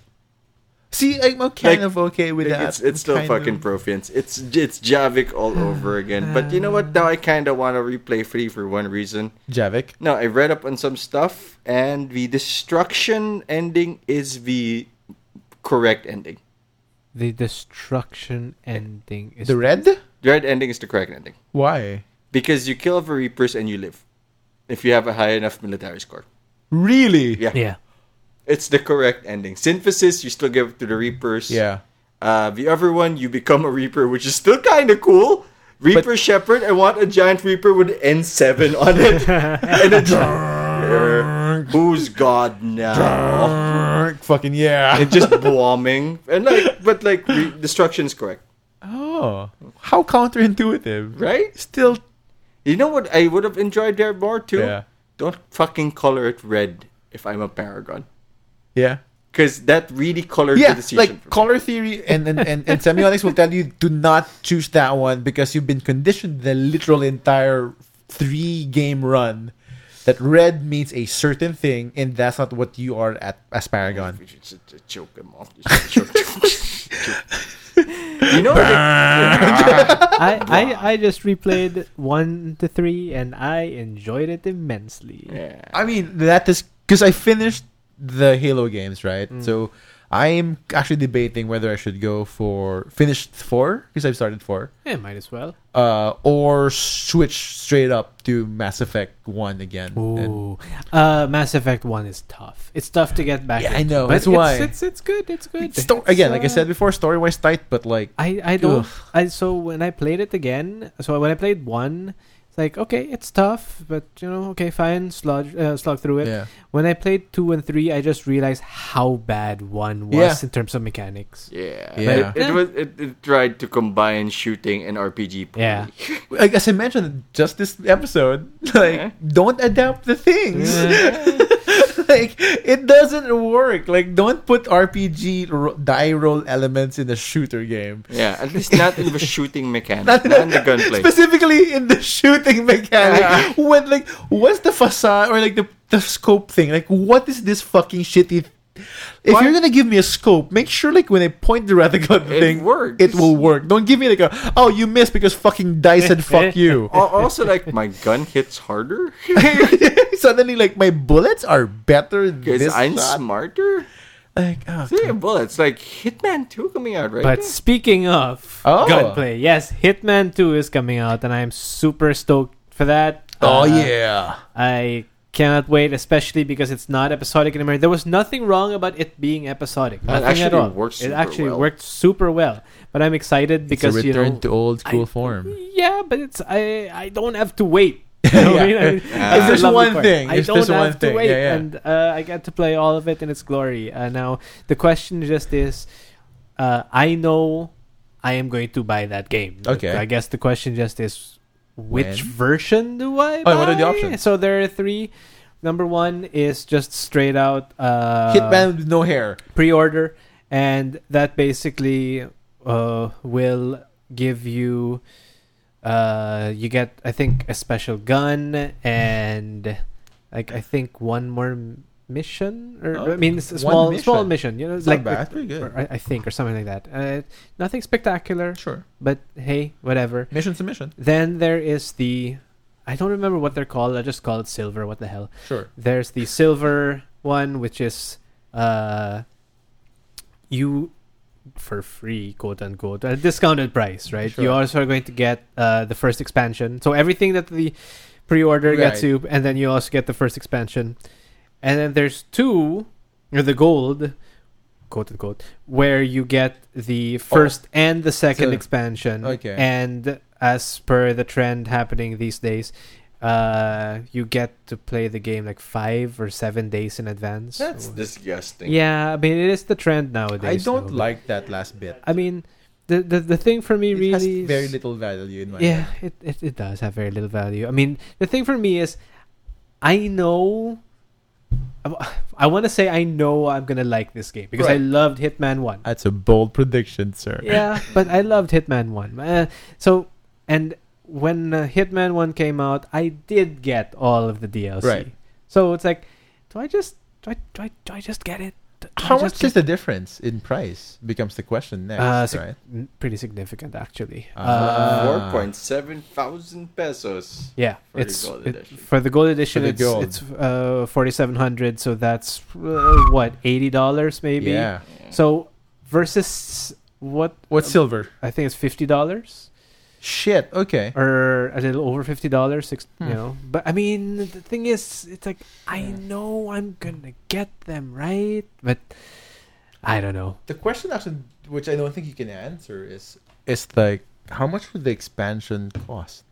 [SPEAKER 2] see, I'm
[SPEAKER 1] Like,
[SPEAKER 2] kind of okay with
[SPEAKER 1] Like,
[SPEAKER 2] that.
[SPEAKER 1] it's it's still
[SPEAKER 2] Kind
[SPEAKER 1] fucking
[SPEAKER 2] of.
[SPEAKER 1] Profians. It's it's Javik all over again. But you know what? Now I kind of want to replay free for one reason.
[SPEAKER 2] Javik.
[SPEAKER 1] No, I read up on some stuff, and the destruction ending is the correct ending.
[SPEAKER 3] The destruction ending is
[SPEAKER 2] The red?
[SPEAKER 1] The right ending is the correct ending
[SPEAKER 2] Why?
[SPEAKER 1] because you kill the Reapers and you live if you have a high enough military score.
[SPEAKER 2] Really?
[SPEAKER 1] Yeah.
[SPEAKER 3] yeah.
[SPEAKER 1] It's the correct ending. Synthesis, you still give it to the Reapers.
[SPEAKER 2] Yeah.
[SPEAKER 1] Uh, the other one, you become a Reaper, which is still kind of cool. Reaper Shepherd, I want a giant Reaper with N7 on it. and a giant. Who's God now?
[SPEAKER 2] Erk, fucking yeah.
[SPEAKER 1] and just bombing. And like, but like, re- destruction's correct,
[SPEAKER 2] Oh, how counterintuitive.
[SPEAKER 1] right?
[SPEAKER 2] Still,
[SPEAKER 1] You know what I would have enjoyed there more too?
[SPEAKER 2] Yeah.
[SPEAKER 1] Don't fucking color it red if I'm a Paragon.
[SPEAKER 2] yeah.
[SPEAKER 1] because that really colored the
[SPEAKER 2] yeah,
[SPEAKER 1] decision. for
[SPEAKER 2] like
[SPEAKER 1] me.
[SPEAKER 2] color theory and, and, and, and semiotics will tell you do not choose that one because you've been conditioned the literal entire three game run that red means a certain thing and that's not what you are at Asparagon.
[SPEAKER 1] We should just- just choke him off. Just choke- choke- you know, like,
[SPEAKER 3] I, I, I just replayed one to three and I enjoyed it immensely.
[SPEAKER 1] yeah.
[SPEAKER 2] I mean that is because I finished the Halo games, right?
[SPEAKER 1] Mm.
[SPEAKER 2] So I'm actually debating whether I should go for finish four because I've started four,
[SPEAKER 3] Yeah, might as well.
[SPEAKER 2] uh, or switch straight up to Mass Effect one again. and-
[SPEAKER 3] Ooh, uh, Mass Effect One is tough. It's tough to get back.
[SPEAKER 2] Yeah, I
[SPEAKER 3] into,
[SPEAKER 2] know,
[SPEAKER 3] But
[SPEAKER 2] that's
[SPEAKER 3] it's,
[SPEAKER 2] why.
[SPEAKER 3] It's, it's good. It's good.
[SPEAKER 2] It's sto- again, like I said before, story wise tight, but like
[SPEAKER 3] I I don't.
[SPEAKER 2] Ugh.
[SPEAKER 3] I so when I played it again, so when I played one, it's like okay, it's tough, but you know, okay, fine, slog uh, slog through it.
[SPEAKER 2] yeah,
[SPEAKER 3] When I played two and three, I just realized how bad one was
[SPEAKER 2] Yeah.
[SPEAKER 3] in terms of mechanics.
[SPEAKER 1] Yeah.
[SPEAKER 2] Yeah.
[SPEAKER 1] It, it was it, it tried to combine shooting and RPG. poorly.
[SPEAKER 3] Yeah.
[SPEAKER 2] like as I mentioned just this episode, like
[SPEAKER 1] Yeah.
[SPEAKER 2] don't adapt the things.
[SPEAKER 3] Yeah.
[SPEAKER 2] like it doesn't work. Like don't put RPG ro- die roll elements in a shooter game.
[SPEAKER 1] Yeah, at least not in the shooting mechanic,
[SPEAKER 2] Not
[SPEAKER 1] not in
[SPEAKER 2] in-
[SPEAKER 1] the gunplay.
[SPEAKER 2] Specifically in the shooting mechanic,
[SPEAKER 1] Yeah.
[SPEAKER 2] when like what's the facade or like the, the scope thing? Like what is this fucking shitty? If
[SPEAKER 1] Why-
[SPEAKER 2] you're gonna give me a scope, make sure like when I point the reticle at the
[SPEAKER 1] It
[SPEAKER 2] thing,
[SPEAKER 1] works.
[SPEAKER 2] it will work. Don't give me like a oh you missed because fucking dice said fuck you.
[SPEAKER 1] Al- also, like my gun hits harder
[SPEAKER 2] Suddenly like my bullets are better
[SPEAKER 1] because
[SPEAKER 2] this
[SPEAKER 1] I'm
[SPEAKER 2] shot.
[SPEAKER 1] smarter.
[SPEAKER 2] Like oh,
[SPEAKER 1] See, bullets like Hitman Two coming out right.
[SPEAKER 3] But
[SPEAKER 1] now.
[SPEAKER 3] speaking of
[SPEAKER 2] Oh.
[SPEAKER 3] gunplay, yes, Hitman 2 is coming out, and I am super stoked for that.
[SPEAKER 2] oh
[SPEAKER 3] Uh,
[SPEAKER 2] yeah.
[SPEAKER 3] I cannot wait, especially because it's not episodic anymore. There was nothing wrong about it being episodic.
[SPEAKER 1] Well, it
[SPEAKER 3] Nothing at
[SPEAKER 1] actually
[SPEAKER 3] all.
[SPEAKER 1] worked
[SPEAKER 3] it
[SPEAKER 1] super
[SPEAKER 3] actually
[SPEAKER 1] well.
[SPEAKER 3] worked super well. But I'm excited because
[SPEAKER 2] it's a
[SPEAKER 3] you
[SPEAKER 2] return
[SPEAKER 3] know,
[SPEAKER 2] to old school
[SPEAKER 3] I-
[SPEAKER 2] form.
[SPEAKER 3] yeah, but it's I I don't have to wait. You know what I mean? I mean,
[SPEAKER 1] Yeah.
[SPEAKER 3] that's
[SPEAKER 1] If there's
[SPEAKER 3] the lovely
[SPEAKER 2] one
[SPEAKER 3] part.
[SPEAKER 2] thing,
[SPEAKER 3] I
[SPEAKER 2] if
[SPEAKER 3] don't
[SPEAKER 2] there's
[SPEAKER 3] have
[SPEAKER 2] one
[SPEAKER 3] to
[SPEAKER 2] thing,
[SPEAKER 3] wait,
[SPEAKER 2] yeah, yeah.
[SPEAKER 3] and uh, I get to play all of it in its glory. Uh, now the question just is, uh, I know I am going to buy that game.
[SPEAKER 2] Okay.
[SPEAKER 3] I guess the question just is, which
[SPEAKER 2] When?
[SPEAKER 3] version do I?
[SPEAKER 2] Oh, what are the
[SPEAKER 3] buy?
[SPEAKER 2] options?
[SPEAKER 3] So there are three. Number one is just straight out uh,
[SPEAKER 2] Hitman with no hair.
[SPEAKER 3] pre-order and that basically uh, will give you uh, you get i think a special gun and like i think one more m- mission or i mean it's a
[SPEAKER 2] One
[SPEAKER 3] small
[SPEAKER 2] mission.
[SPEAKER 3] small mission you know
[SPEAKER 2] It's
[SPEAKER 3] like
[SPEAKER 2] not bad. Pretty good.
[SPEAKER 3] or I, I think or something like that uh, nothing spectacular
[SPEAKER 2] Sure.
[SPEAKER 3] but hey whatever
[SPEAKER 2] Mission to mission.
[SPEAKER 3] then there is the i don't remember what they're called i just call it silver what the hell
[SPEAKER 2] Sure.
[SPEAKER 3] there's the silver one, which is uh, you for free, quote unquote, at a discounted price, right?
[SPEAKER 2] Sure.
[SPEAKER 3] You also are going to get uh, the first expansion. So everything that the pre-order gets
[SPEAKER 2] Right.
[SPEAKER 3] you, and then you also get the first expansion. And then there's two, or the gold, quote unquote, where you get the first and the second
[SPEAKER 2] Oh. So-
[SPEAKER 3] expansion.
[SPEAKER 2] okay.
[SPEAKER 3] And as per the trend happening these days, uh, you get to play the game like five or seven days in advance.
[SPEAKER 1] That's
[SPEAKER 3] Or-
[SPEAKER 1] disgusting.
[SPEAKER 3] yeah. I mean, it is the trend nowadays.
[SPEAKER 2] I don't
[SPEAKER 3] though.
[SPEAKER 2] like that last bit.
[SPEAKER 3] I mean, the the, the thing for me
[SPEAKER 2] It
[SPEAKER 3] really
[SPEAKER 2] has
[SPEAKER 3] is-
[SPEAKER 2] very little value in my
[SPEAKER 3] yeah, it, it it does have very little value. I mean, the thing for me is, I know. I- I want to say I know I'm gonna like this game because I
[SPEAKER 2] Right.
[SPEAKER 3] loved Hitman One.
[SPEAKER 2] That's a bold prediction, sir.
[SPEAKER 3] yeah, but I loved Hitman One. Uh, so and when uh, Hitman One came out, I did get all of the DLC.
[SPEAKER 2] Right.
[SPEAKER 3] So it's like, do I just do I do I, do I just get it? Do I
[SPEAKER 2] How
[SPEAKER 3] just
[SPEAKER 2] much
[SPEAKER 3] get-
[SPEAKER 2] is the difference in price? Becomes the question next,
[SPEAKER 3] Uh, sig-
[SPEAKER 2] right?
[SPEAKER 3] n- pretty significant actually?
[SPEAKER 2] Ah.
[SPEAKER 3] Uh,
[SPEAKER 1] Four point seven thousand pesos.
[SPEAKER 3] yeah,
[SPEAKER 1] For the
[SPEAKER 3] it's
[SPEAKER 1] gold
[SPEAKER 3] it-
[SPEAKER 1] edition.
[SPEAKER 3] for the gold edition.
[SPEAKER 2] the
[SPEAKER 3] it's
[SPEAKER 2] gold.
[SPEAKER 3] it's uh, forty seven hundred, so that's uh, what eighty dollars maybe.
[SPEAKER 2] Yeah.
[SPEAKER 3] um, So versus what
[SPEAKER 2] What's silver?
[SPEAKER 3] I think it's fifty dollars.
[SPEAKER 2] Shit. Okay.
[SPEAKER 3] or a little over fifty dollars, six,
[SPEAKER 2] Hmm.
[SPEAKER 3] you know. But I mean, the thing is, it's like I know I'm gonna get them right, but I don't know.
[SPEAKER 2] The question actually, which I don't think you can answer, is is like how much would the expansion cost?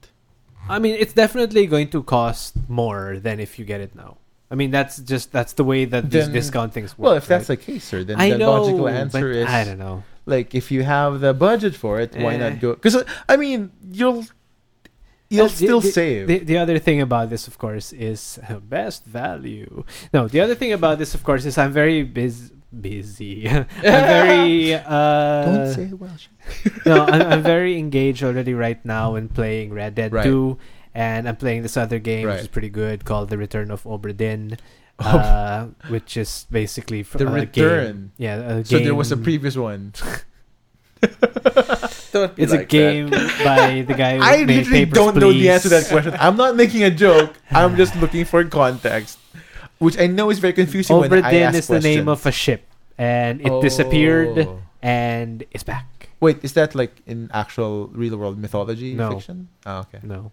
[SPEAKER 3] I mean, it's definitely going to cost more than if you get it now. I mean, that's just that's the way that these
[SPEAKER 2] Then-
[SPEAKER 3] discount things work.
[SPEAKER 2] Well, if that's
[SPEAKER 3] right?
[SPEAKER 2] the case, sir, then
[SPEAKER 3] I
[SPEAKER 2] the
[SPEAKER 3] know,
[SPEAKER 2] logical
[SPEAKER 3] but
[SPEAKER 2] answer is
[SPEAKER 3] I don't know.
[SPEAKER 2] like if you have the budget for it, why
[SPEAKER 3] Eh.
[SPEAKER 2] not go? Because I mean, you'll you'll
[SPEAKER 3] And the-
[SPEAKER 2] still
[SPEAKER 3] the,
[SPEAKER 2] save.
[SPEAKER 3] The, the other thing about this, of course, is uh, best value. No, the other thing about this, of course, is I'm very busy. busy. I'm very uh,
[SPEAKER 2] Don't say Welsh.
[SPEAKER 3] no, I'm, I'm very engaged already right now in playing Red Dead
[SPEAKER 2] Right.
[SPEAKER 3] 2, and I'm playing this other game
[SPEAKER 2] Right. Oh.
[SPEAKER 3] which is pretty good called The Return of Obra Dinn, uh, which is basically fr-
[SPEAKER 2] The
[SPEAKER 3] a Game.
[SPEAKER 2] return.
[SPEAKER 3] Yeah, a
[SPEAKER 2] So there was a
[SPEAKER 3] game-
[SPEAKER 2] previous one.
[SPEAKER 1] Don't be
[SPEAKER 3] It's
[SPEAKER 1] like
[SPEAKER 3] a
[SPEAKER 1] that.
[SPEAKER 3] game by the guy who
[SPEAKER 2] I
[SPEAKER 3] made
[SPEAKER 2] literally
[SPEAKER 3] Papers,
[SPEAKER 2] don't know the answer to that
[SPEAKER 3] Please.
[SPEAKER 2] question. I'm not making a joke. I'm just looking for context, which I know is very confusing when I
[SPEAKER 3] Obra
[SPEAKER 2] ask Oh.
[SPEAKER 3] Dinn is the name of a ship, and it disappeared and it's back.
[SPEAKER 2] Wait, is that like in actual real world mythology
[SPEAKER 3] No.
[SPEAKER 2] fiction? Oh, okay.
[SPEAKER 3] No,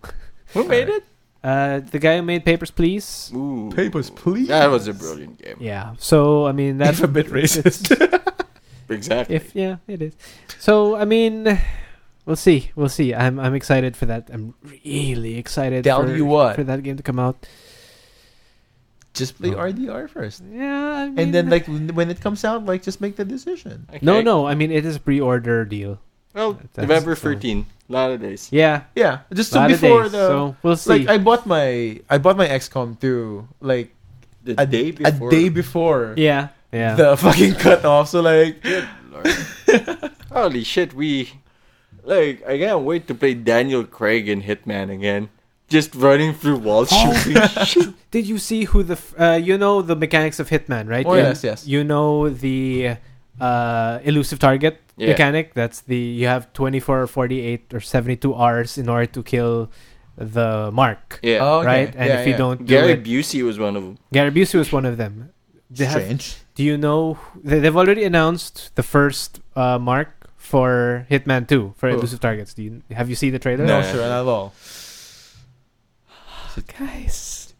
[SPEAKER 1] Who made it?
[SPEAKER 3] uh, the guy who made Papers, Please.
[SPEAKER 1] Ooh.
[SPEAKER 2] Papers, please.
[SPEAKER 1] That was a brilliant game.
[SPEAKER 3] Yeah. So I mean that's
[SPEAKER 2] That's a bit racist.
[SPEAKER 1] Exactly.
[SPEAKER 3] if yeah it is so i mean we'll see we'll see i'm i'm excited for that i'm really excited
[SPEAKER 2] Tell
[SPEAKER 3] for,
[SPEAKER 2] you what.
[SPEAKER 3] for that game to come out
[SPEAKER 2] just play
[SPEAKER 3] No.
[SPEAKER 2] RDR first,
[SPEAKER 3] yeah I mean,
[SPEAKER 2] and then like when when it comes out, like just make the decision.
[SPEAKER 1] Okay.
[SPEAKER 3] no no i mean it is a pre-order deal
[SPEAKER 1] Well,
[SPEAKER 3] That's-
[SPEAKER 1] November
[SPEAKER 3] so-
[SPEAKER 1] 13. A lot of days.
[SPEAKER 3] yeah
[SPEAKER 2] Yeah, just so
[SPEAKER 3] lot of
[SPEAKER 2] before
[SPEAKER 3] days,
[SPEAKER 2] the
[SPEAKER 3] so we'll see
[SPEAKER 2] like I bought my I bought my XCOM 2 like
[SPEAKER 1] The
[SPEAKER 2] a
[SPEAKER 1] day before.
[SPEAKER 2] a day before
[SPEAKER 3] yeah yeah
[SPEAKER 2] the fucking cutoff. So like
[SPEAKER 1] Good lord. Holy shit, we. Like, I can't wait to play Daniel Craig in Hitman again. Just running through walls shooting shit.
[SPEAKER 3] did you see who the f- uh, you know the mechanics of hitman right
[SPEAKER 2] Oh,
[SPEAKER 3] You-
[SPEAKER 2] yes, yes.
[SPEAKER 3] you know the uh, elusive target
[SPEAKER 1] Yeah.
[SPEAKER 3] mechanic that's the you have 24 or 48 or 72 hours in order to kill the mark
[SPEAKER 1] Yeah.
[SPEAKER 2] oh, okay.
[SPEAKER 3] right? And
[SPEAKER 2] Yeah,
[SPEAKER 3] if you
[SPEAKER 2] yeah.
[SPEAKER 3] don't do
[SPEAKER 1] Gary
[SPEAKER 3] it,
[SPEAKER 1] Busey was one of them.
[SPEAKER 3] Gary Busey was one of them. They have-
[SPEAKER 2] strange.
[SPEAKER 3] do you know? who- They, they've already announced the first uh, mark for Hitman Two for
[SPEAKER 2] Oh.
[SPEAKER 3] elusive targets. Do you have you seen the trailer?
[SPEAKER 2] No,
[SPEAKER 1] Yeah.
[SPEAKER 2] sure, not at all.
[SPEAKER 3] guys,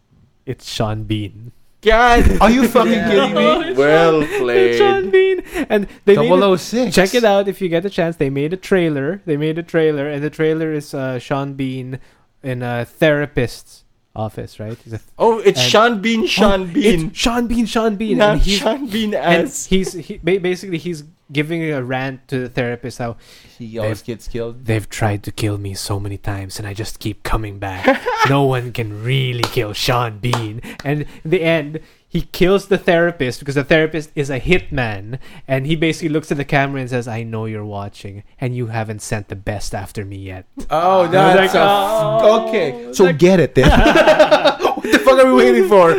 [SPEAKER 3] it's Sean Bean.
[SPEAKER 1] God!
[SPEAKER 2] Are you fucking
[SPEAKER 1] Yeah.
[SPEAKER 2] kidding me?
[SPEAKER 1] Well
[SPEAKER 3] It's Sean
[SPEAKER 1] played.
[SPEAKER 3] Bean, and they made a-
[SPEAKER 2] 006.
[SPEAKER 3] check it out if you get a chance. They made a trailer. They made a trailer, and the trailer is uh, Sean Bean in a therapist's office, right? He's a
[SPEAKER 1] Oh, it's
[SPEAKER 3] And-
[SPEAKER 1] Sean Bean, Sean
[SPEAKER 3] Oh, it's
[SPEAKER 1] Bean.
[SPEAKER 3] Sean Bean, Sean Bean,
[SPEAKER 1] Not
[SPEAKER 3] and he's
[SPEAKER 1] Sean Bean
[SPEAKER 3] and
[SPEAKER 1] as.
[SPEAKER 3] he's he, ba- basically he's giving a rant to the therapist how
[SPEAKER 2] He always gets killed.
[SPEAKER 3] they've tried to kill me so many times and I just keep coming back. no one can really kill Sean Bean. And in the end, he kills the therapist because the therapist is a hitman, and he basically looks at the camera and says, "I know you're watching, and you haven't sent the best after me yet."
[SPEAKER 2] Oh, that's
[SPEAKER 3] that's a- oh.
[SPEAKER 2] okay. So get it then. what the fuck are we waiting for?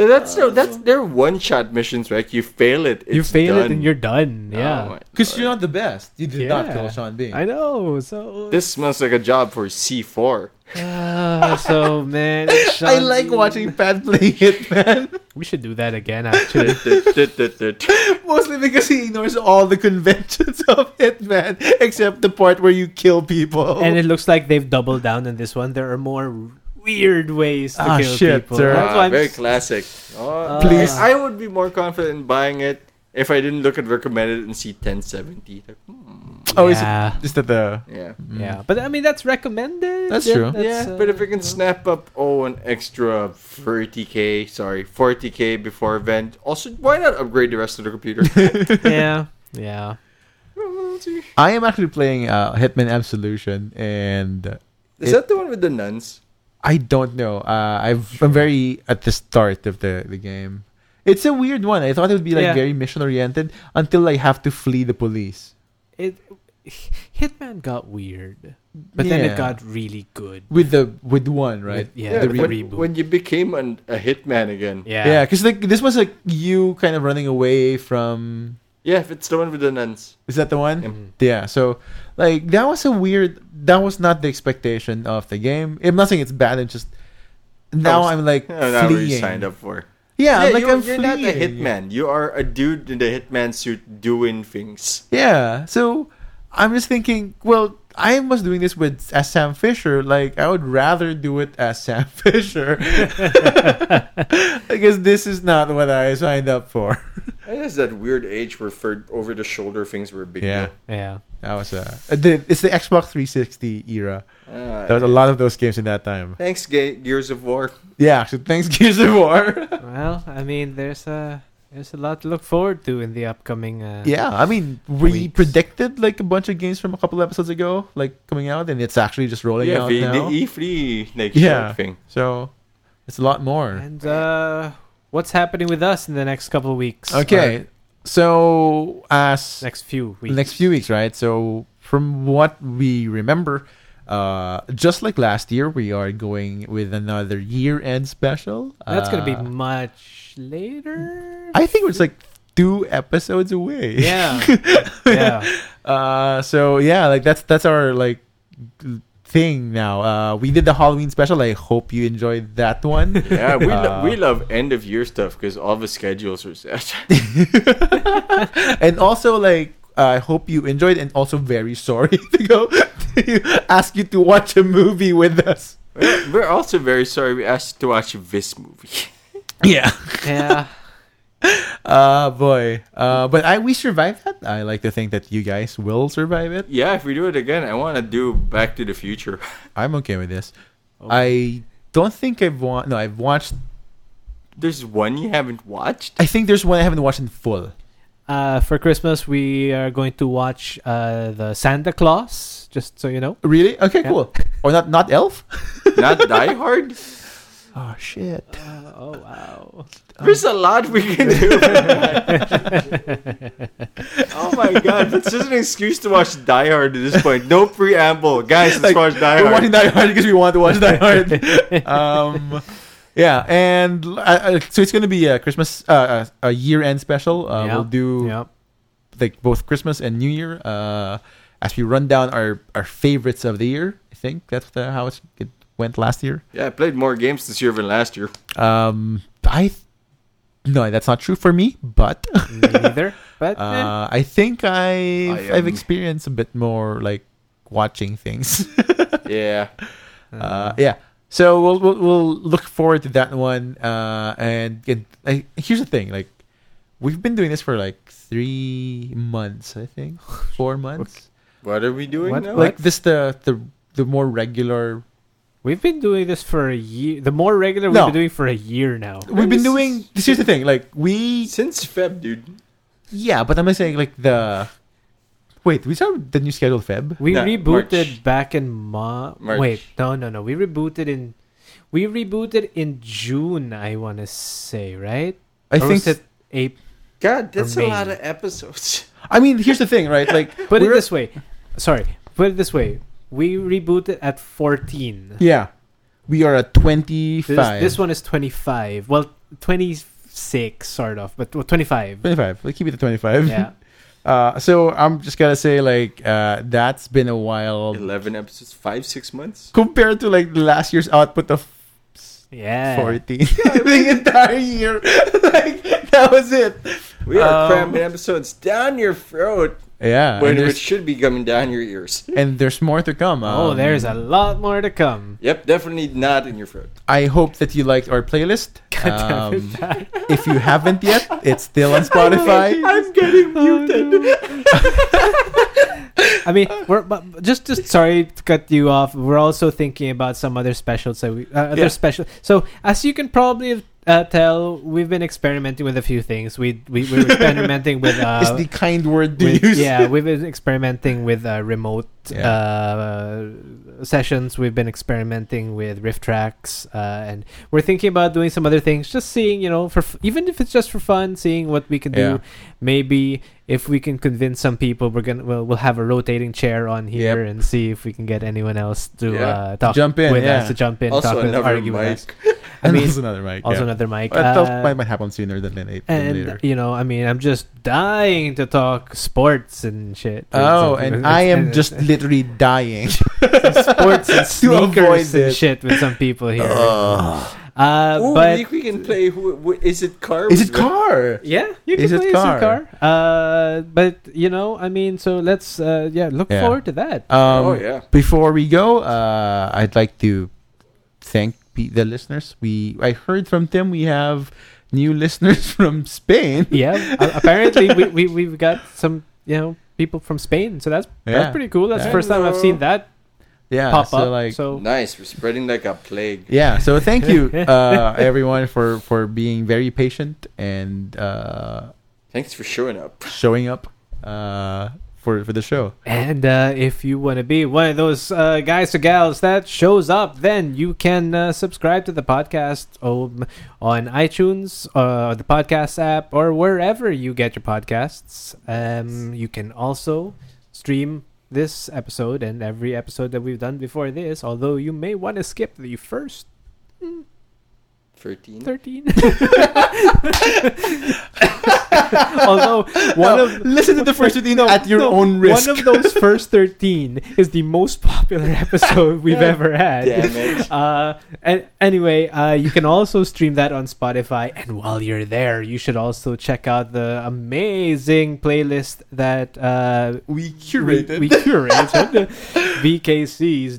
[SPEAKER 1] Yeah, that's no, that's they're one shot missions, right? You fail it,
[SPEAKER 3] you
[SPEAKER 1] it's
[SPEAKER 3] fail it,
[SPEAKER 1] done.
[SPEAKER 3] and you're done.
[SPEAKER 1] Oh
[SPEAKER 3] yeah,
[SPEAKER 1] my
[SPEAKER 2] Because
[SPEAKER 1] lord.
[SPEAKER 2] you're not the best. You did not
[SPEAKER 3] Yeah.
[SPEAKER 2] kill Sean Bean.
[SPEAKER 3] I know. So
[SPEAKER 1] This smells like a job for C4.
[SPEAKER 3] Ah, so man, it's
[SPEAKER 2] I
[SPEAKER 3] Sean
[SPEAKER 2] like
[SPEAKER 3] Bean.
[SPEAKER 2] watching Pat play Hitman,
[SPEAKER 3] We should do that again. Actually.
[SPEAKER 1] That's
[SPEAKER 2] mostly because he ignores all the conventions of Hitman, except the part where you kill people.
[SPEAKER 3] and it looks like they've doubled down on this one. There are more weird ways to
[SPEAKER 2] Ah,
[SPEAKER 3] kill
[SPEAKER 2] shit,
[SPEAKER 3] people.
[SPEAKER 2] sir.
[SPEAKER 3] That's why I'm
[SPEAKER 1] very
[SPEAKER 3] s-
[SPEAKER 1] classic. Oh,
[SPEAKER 2] Please.
[SPEAKER 1] I I would be more confident in buying it if I didn't look at recommended and see 1070. Like, hmm,
[SPEAKER 2] oh, is,
[SPEAKER 3] yeah,
[SPEAKER 2] it, is that the.
[SPEAKER 1] yeah.
[SPEAKER 3] yeah. But I mean, that's recommended.
[SPEAKER 2] That's true.
[SPEAKER 3] Yeah,
[SPEAKER 1] yeah,
[SPEAKER 3] uh,
[SPEAKER 1] but if we can snap up oh an extra 30k, sorry, 40k before event, also why not upgrade the rest of the computer?
[SPEAKER 3] yeah, yeah.
[SPEAKER 1] Is
[SPEAKER 2] I am actually playing uh, Hitman Absolution, and It-
[SPEAKER 1] that the one with the nuns?
[SPEAKER 2] I don't know. Uh, I've, I'm very at the start of the, the game. It's a weird one. I thought it would be like
[SPEAKER 3] Yeah.
[SPEAKER 2] very mission oriented until I have to flee the police
[SPEAKER 3] It Hitman got weird, but then
[SPEAKER 2] Yeah.
[SPEAKER 3] it got really good.
[SPEAKER 2] with the with one right.
[SPEAKER 3] With- yeah, the re-
[SPEAKER 1] when,
[SPEAKER 3] reboot.
[SPEAKER 1] when you became an, a hitman again.
[SPEAKER 3] Yeah,
[SPEAKER 2] Yeah, because like this was like you kind of running away from.
[SPEAKER 1] Yeah, if it's the one with the nuns.
[SPEAKER 2] Is that the one?
[SPEAKER 1] Yep.
[SPEAKER 2] Yeah. So like that was a weird. That was not the expectation of the game. I'm not saying it's bad. It's just now
[SPEAKER 1] was-
[SPEAKER 2] I'm like
[SPEAKER 1] Oh, that's what you
[SPEAKER 2] fleeing.
[SPEAKER 1] signed up for.
[SPEAKER 2] Yeah, I'm like
[SPEAKER 1] you're,
[SPEAKER 2] I'm
[SPEAKER 1] you're
[SPEAKER 2] fleeing.
[SPEAKER 1] not a hitman. You are a dude in the hitman suit doing things.
[SPEAKER 2] Yeah. So I'm just thinking, well, I was doing this with as Sam Fisher. Like I would rather do it as Sam Fisher. because this is not what I signed up for.
[SPEAKER 1] It is that weird age where for over the shoulder things were a big
[SPEAKER 2] Yeah.
[SPEAKER 3] yeah.
[SPEAKER 2] That was uh, the, it's the Xbox 360 era.
[SPEAKER 1] deal. Uh,
[SPEAKER 2] There was a lot of those games in that time.
[SPEAKER 1] thanks, Ge- Gears of War.
[SPEAKER 2] Yeah, so thanks Gears of War.
[SPEAKER 3] Well, I mean, there's a there's a lot to look forward to in the upcoming. Uh,
[SPEAKER 2] yeah, I mean, we
[SPEAKER 3] Weeks.
[SPEAKER 2] predicted like a bunch of games from a couple episodes ago, like coming out, and it's actually just rolling
[SPEAKER 1] yeah,
[SPEAKER 2] out
[SPEAKER 1] the, the
[SPEAKER 2] now.
[SPEAKER 1] E3 like
[SPEAKER 2] Yeah.
[SPEAKER 1] shark thing.
[SPEAKER 2] so it's a lot more.
[SPEAKER 3] And uh, what's happening with us in the next couple of weeks?
[SPEAKER 2] Okay. so as
[SPEAKER 3] next few weeks.
[SPEAKER 2] next few weeks, right? So from what we remember, uh, just like last year, we are going with another year-end special.
[SPEAKER 3] That's gonna be
[SPEAKER 2] Uh,
[SPEAKER 3] much later.
[SPEAKER 2] I think it's like two episodes away.
[SPEAKER 3] yeah, yeah.
[SPEAKER 2] Uh, so yeah, like that's that's our like thing now. Uh, we did the Halloween special. I hope you enjoyed that one.
[SPEAKER 1] Yeah, we, lo-
[SPEAKER 2] Uh,
[SPEAKER 1] we love end of year stuff because all the schedules are set.
[SPEAKER 2] and also like I hope you enjoyed, and also very sorry to go to ask you to watch a movie with us.
[SPEAKER 1] we're, we're also very sorry we asked you to watch this movie.
[SPEAKER 2] Yeah.
[SPEAKER 3] yeah.
[SPEAKER 2] Uh boy. Uh, but I we survived that. I like to think that you guys will survive it.
[SPEAKER 1] Yeah, if we do it again, I want to do Back to the Future.
[SPEAKER 2] I'm okay with this. I don't think I've watched. No, I've watched.
[SPEAKER 1] There's one you haven't watched.
[SPEAKER 2] I think there's one I haven't watched in full.
[SPEAKER 3] Uh, for Christmas, we are going to watch uh, the Santa Claus. Just so you know,
[SPEAKER 2] Really? Okay,
[SPEAKER 3] Yeah.
[SPEAKER 2] cool. Or not? Not Elf?
[SPEAKER 1] Not Die Hard.
[SPEAKER 2] Oh shit.
[SPEAKER 3] Uh, oh wow!
[SPEAKER 1] There's a lot we can do. oh my god, that's just an excuse to watch Die Hard at this point. No preamble, guys. Let's
[SPEAKER 2] Like,
[SPEAKER 1] watch Die
[SPEAKER 2] We're
[SPEAKER 1] Hard.
[SPEAKER 2] watching Die Hard because we want to watch Die Hard. um, yeah, and uh, uh, so it's gonna be a Christmas, uh, uh, a year-end special. Uh, We'll do
[SPEAKER 3] Yep.
[SPEAKER 2] like both Christmas and New Year. Uh, as we run down our our favorites of the year, I think that's the, how it's, it went last year.
[SPEAKER 1] Yeah, I played more games this year than last year.
[SPEAKER 2] Um, I th- no, that's not true for me, but
[SPEAKER 3] Neither, but eh,
[SPEAKER 2] uh, I think I've,
[SPEAKER 1] I
[SPEAKER 2] I've
[SPEAKER 1] am-
[SPEAKER 2] experienced a bit more like watching things.
[SPEAKER 1] Yeah.
[SPEAKER 2] uh, yeah. So we'll, we'll we'll look forward to that one. Uh, and and I, here's the thing: like, we've been doing this for like three months, I think, four months.
[SPEAKER 1] What are we doing
[SPEAKER 3] What-
[SPEAKER 1] now?
[SPEAKER 2] Like this, the the the more regular.
[SPEAKER 3] we've been doing this for a year. The more regular
[SPEAKER 2] No.
[SPEAKER 3] we've been doing for a year now.
[SPEAKER 2] We've been
[SPEAKER 1] this
[SPEAKER 2] doing.
[SPEAKER 1] is-
[SPEAKER 2] This here's the thing: like we,
[SPEAKER 1] Since Feb, dude.
[SPEAKER 2] yeah, but I'm saying like the. Wait, we saw the new schedule Feb.
[SPEAKER 3] We
[SPEAKER 1] No,
[SPEAKER 3] rebooted
[SPEAKER 1] March.
[SPEAKER 3] back in Ma-
[SPEAKER 1] March.
[SPEAKER 3] Wait, no, no, no. We rebooted in. We rebooted in June. I want to say, right?
[SPEAKER 2] I
[SPEAKER 3] Or
[SPEAKER 2] think.
[SPEAKER 3] was it April.
[SPEAKER 1] God, that's a
[SPEAKER 3] Remain.
[SPEAKER 1] lot of episodes.
[SPEAKER 2] I mean, here's the thing, right? Like,
[SPEAKER 3] Put
[SPEAKER 2] we're-
[SPEAKER 3] it this way. Sorry. Put it this way. We rebooted at 14.
[SPEAKER 2] Yeah, we are at
[SPEAKER 3] This,
[SPEAKER 2] twenty-five.
[SPEAKER 3] this one is 25. Well, 26, sort of, but well, 25.
[SPEAKER 2] twenty-five. Let's keep it at twenty-five.
[SPEAKER 3] yeah.
[SPEAKER 2] Uh, so I'm just gonna say like uh, that's been a while
[SPEAKER 1] 11 episodes, 5, 6 months.
[SPEAKER 2] compared to like last year's output of
[SPEAKER 3] Eh. Yeah.
[SPEAKER 2] 40 the entire year. like that was it.
[SPEAKER 1] We are
[SPEAKER 2] Um,
[SPEAKER 1] cramming episodes down your throat
[SPEAKER 2] Yeah,
[SPEAKER 1] when
[SPEAKER 2] and
[SPEAKER 1] it
[SPEAKER 2] there's,
[SPEAKER 1] should be coming down your ears.
[SPEAKER 2] and there's more to come.
[SPEAKER 3] Oh,
[SPEAKER 2] Um,
[SPEAKER 3] there's a lot more to come.
[SPEAKER 1] Yep, definitely not in your throat.
[SPEAKER 2] I hope that you liked our playlist.
[SPEAKER 3] God damn
[SPEAKER 2] Um,
[SPEAKER 3] it, Pat.
[SPEAKER 2] if you haven't yet, it's still on Spotify.
[SPEAKER 1] I'm getting muted.
[SPEAKER 3] Oh, I mean, we're but but just just sorry to cut you off. We're also thinking about some other specials that we uh, other
[SPEAKER 1] Yeah.
[SPEAKER 3] special. So as you can probably uh, tell, we've been experimenting with a few things. We we we were experimenting with
[SPEAKER 2] Is
[SPEAKER 3] uh,
[SPEAKER 2] the kind word to
[SPEAKER 3] with-
[SPEAKER 2] use.
[SPEAKER 3] yeah, we've been experimenting with uh, remote
[SPEAKER 2] Yeah.
[SPEAKER 3] uh, sessions. We've been experimenting with riff tracks, uh, and we're thinking about doing some other things. Just seeing, you know, for f- even if it's just for fun, seeing what we can
[SPEAKER 2] Yeah.
[SPEAKER 3] do. Maybe if we can convince some people, we're gonna we'll, we'll have a rotating chair on here
[SPEAKER 2] Yep.
[SPEAKER 3] and see if we can get anyone else to
[SPEAKER 1] Yeah.
[SPEAKER 3] uh, talk
[SPEAKER 2] Jump in,
[SPEAKER 3] with
[SPEAKER 2] yeah.
[SPEAKER 3] us to jump in,
[SPEAKER 1] Also,
[SPEAKER 3] talk with,
[SPEAKER 1] another
[SPEAKER 3] argue with us.
[SPEAKER 1] mic.
[SPEAKER 3] I
[SPEAKER 2] And
[SPEAKER 3] mean,
[SPEAKER 2] also another mic.
[SPEAKER 3] also
[SPEAKER 2] yeah.
[SPEAKER 3] another mic.
[SPEAKER 2] Well, that
[SPEAKER 3] Uh,
[SPEAKER 2] might, might happen sooner than, than, than
[SPEAKER 3] and
[SPEAKER 2] later.
[SPEAKER 3] you know, I mean, I'm just dying to talk sports and shit.
[SPEAKER 2] Oh, and I am just literally dying.
[SPEAKER 3] sports and
[SPEAKER 2] To avoid
[SPEAKER 3] sneakers and
[SPEAKER 2] it.
[SPEAKER 3] shit with some people here.
[SPEAKER 2] Ugh.
[SPEAKER 3] Uh,
[SPEAKER 1] Ooh,
[SPEAKER 3] but
[SPEAKER 1] Nick, we can play. Who, who is it? Car?
[SPEAKER 2] Is it car?
[SPEAKER 3] yeah, you can
[SPEAKER 2] Is it
[SPEAKER 3] play
[SPEAKER 2] car?
[SPEAKER 3] some car. Uh, but you know, I mean, so let's uh, yeah, look
[SPEAKER 2] Yeah.
[SPEAKER 3] forward to that.
[SPEAKER 1] Oh
[SPEAKER 2] Um,
[SPEAKER 1] yeah.
[SPEAKER 2] Before we go, uh, I'd like to thank pe- the listeners. We I heard from them we have new listeners from Spain.
[SPEAKER 3] yeah, a- apparently we, we we've got some you know people from Spain, so that's
[SPEAKER 2] Yeah.
[SPEAKER 3] that's pretty cool. That's the
[SPEAKER 2] Yeah.
[SPEAKER 3] first time I've seen that
[SPEAKER 2] Yeah,
[SPEAKER 3] pop
[SPEAKER 2] so
[SPEAKER 3] up.
[SPEAKER 2] like
[SPEAKER 3] so
[SPEAKER 1] Nice. We're spreading like a plague.
[SPEAKER 2] yeah, so thank you uh, everyone for for being very patient and uh,
[SPEAKER 1] Thanks for showing up.
[SPEAKER 2] showing up. Uh, for for the show.
[SPEAKER 3] And uh, if you want to be one of those uh, guys or gals that shows up, then you can uh, subscribe to the podcast um, on iTunes, uh, the podcast app, or wherever you get your podcasts. Um, you can also stream this episode and every episode that we've done before this, although you may want to skip the first
[SPEAKER 1] 13.
[SPEAKER 3] 13. although one
[SPEAKER 2] No,
[SPEAKER 3] of
[SPEAKER 2] listen to the first video at your
[SPEAKER 3] no,
[SPEAKER 2] own risk.
[SPEAKER 3] One of those first 13 is the most popular episode we've ever had.
[SPEAKER 1] Damn it.
[SPEAKER 3] Uh, and anyway, uh, you can also stream that on Spotify. And while you're there, you should also check out the amazing playlist that uh,
[SPEAKER 2] we
[SPEAKER 3] we, we curated VKC's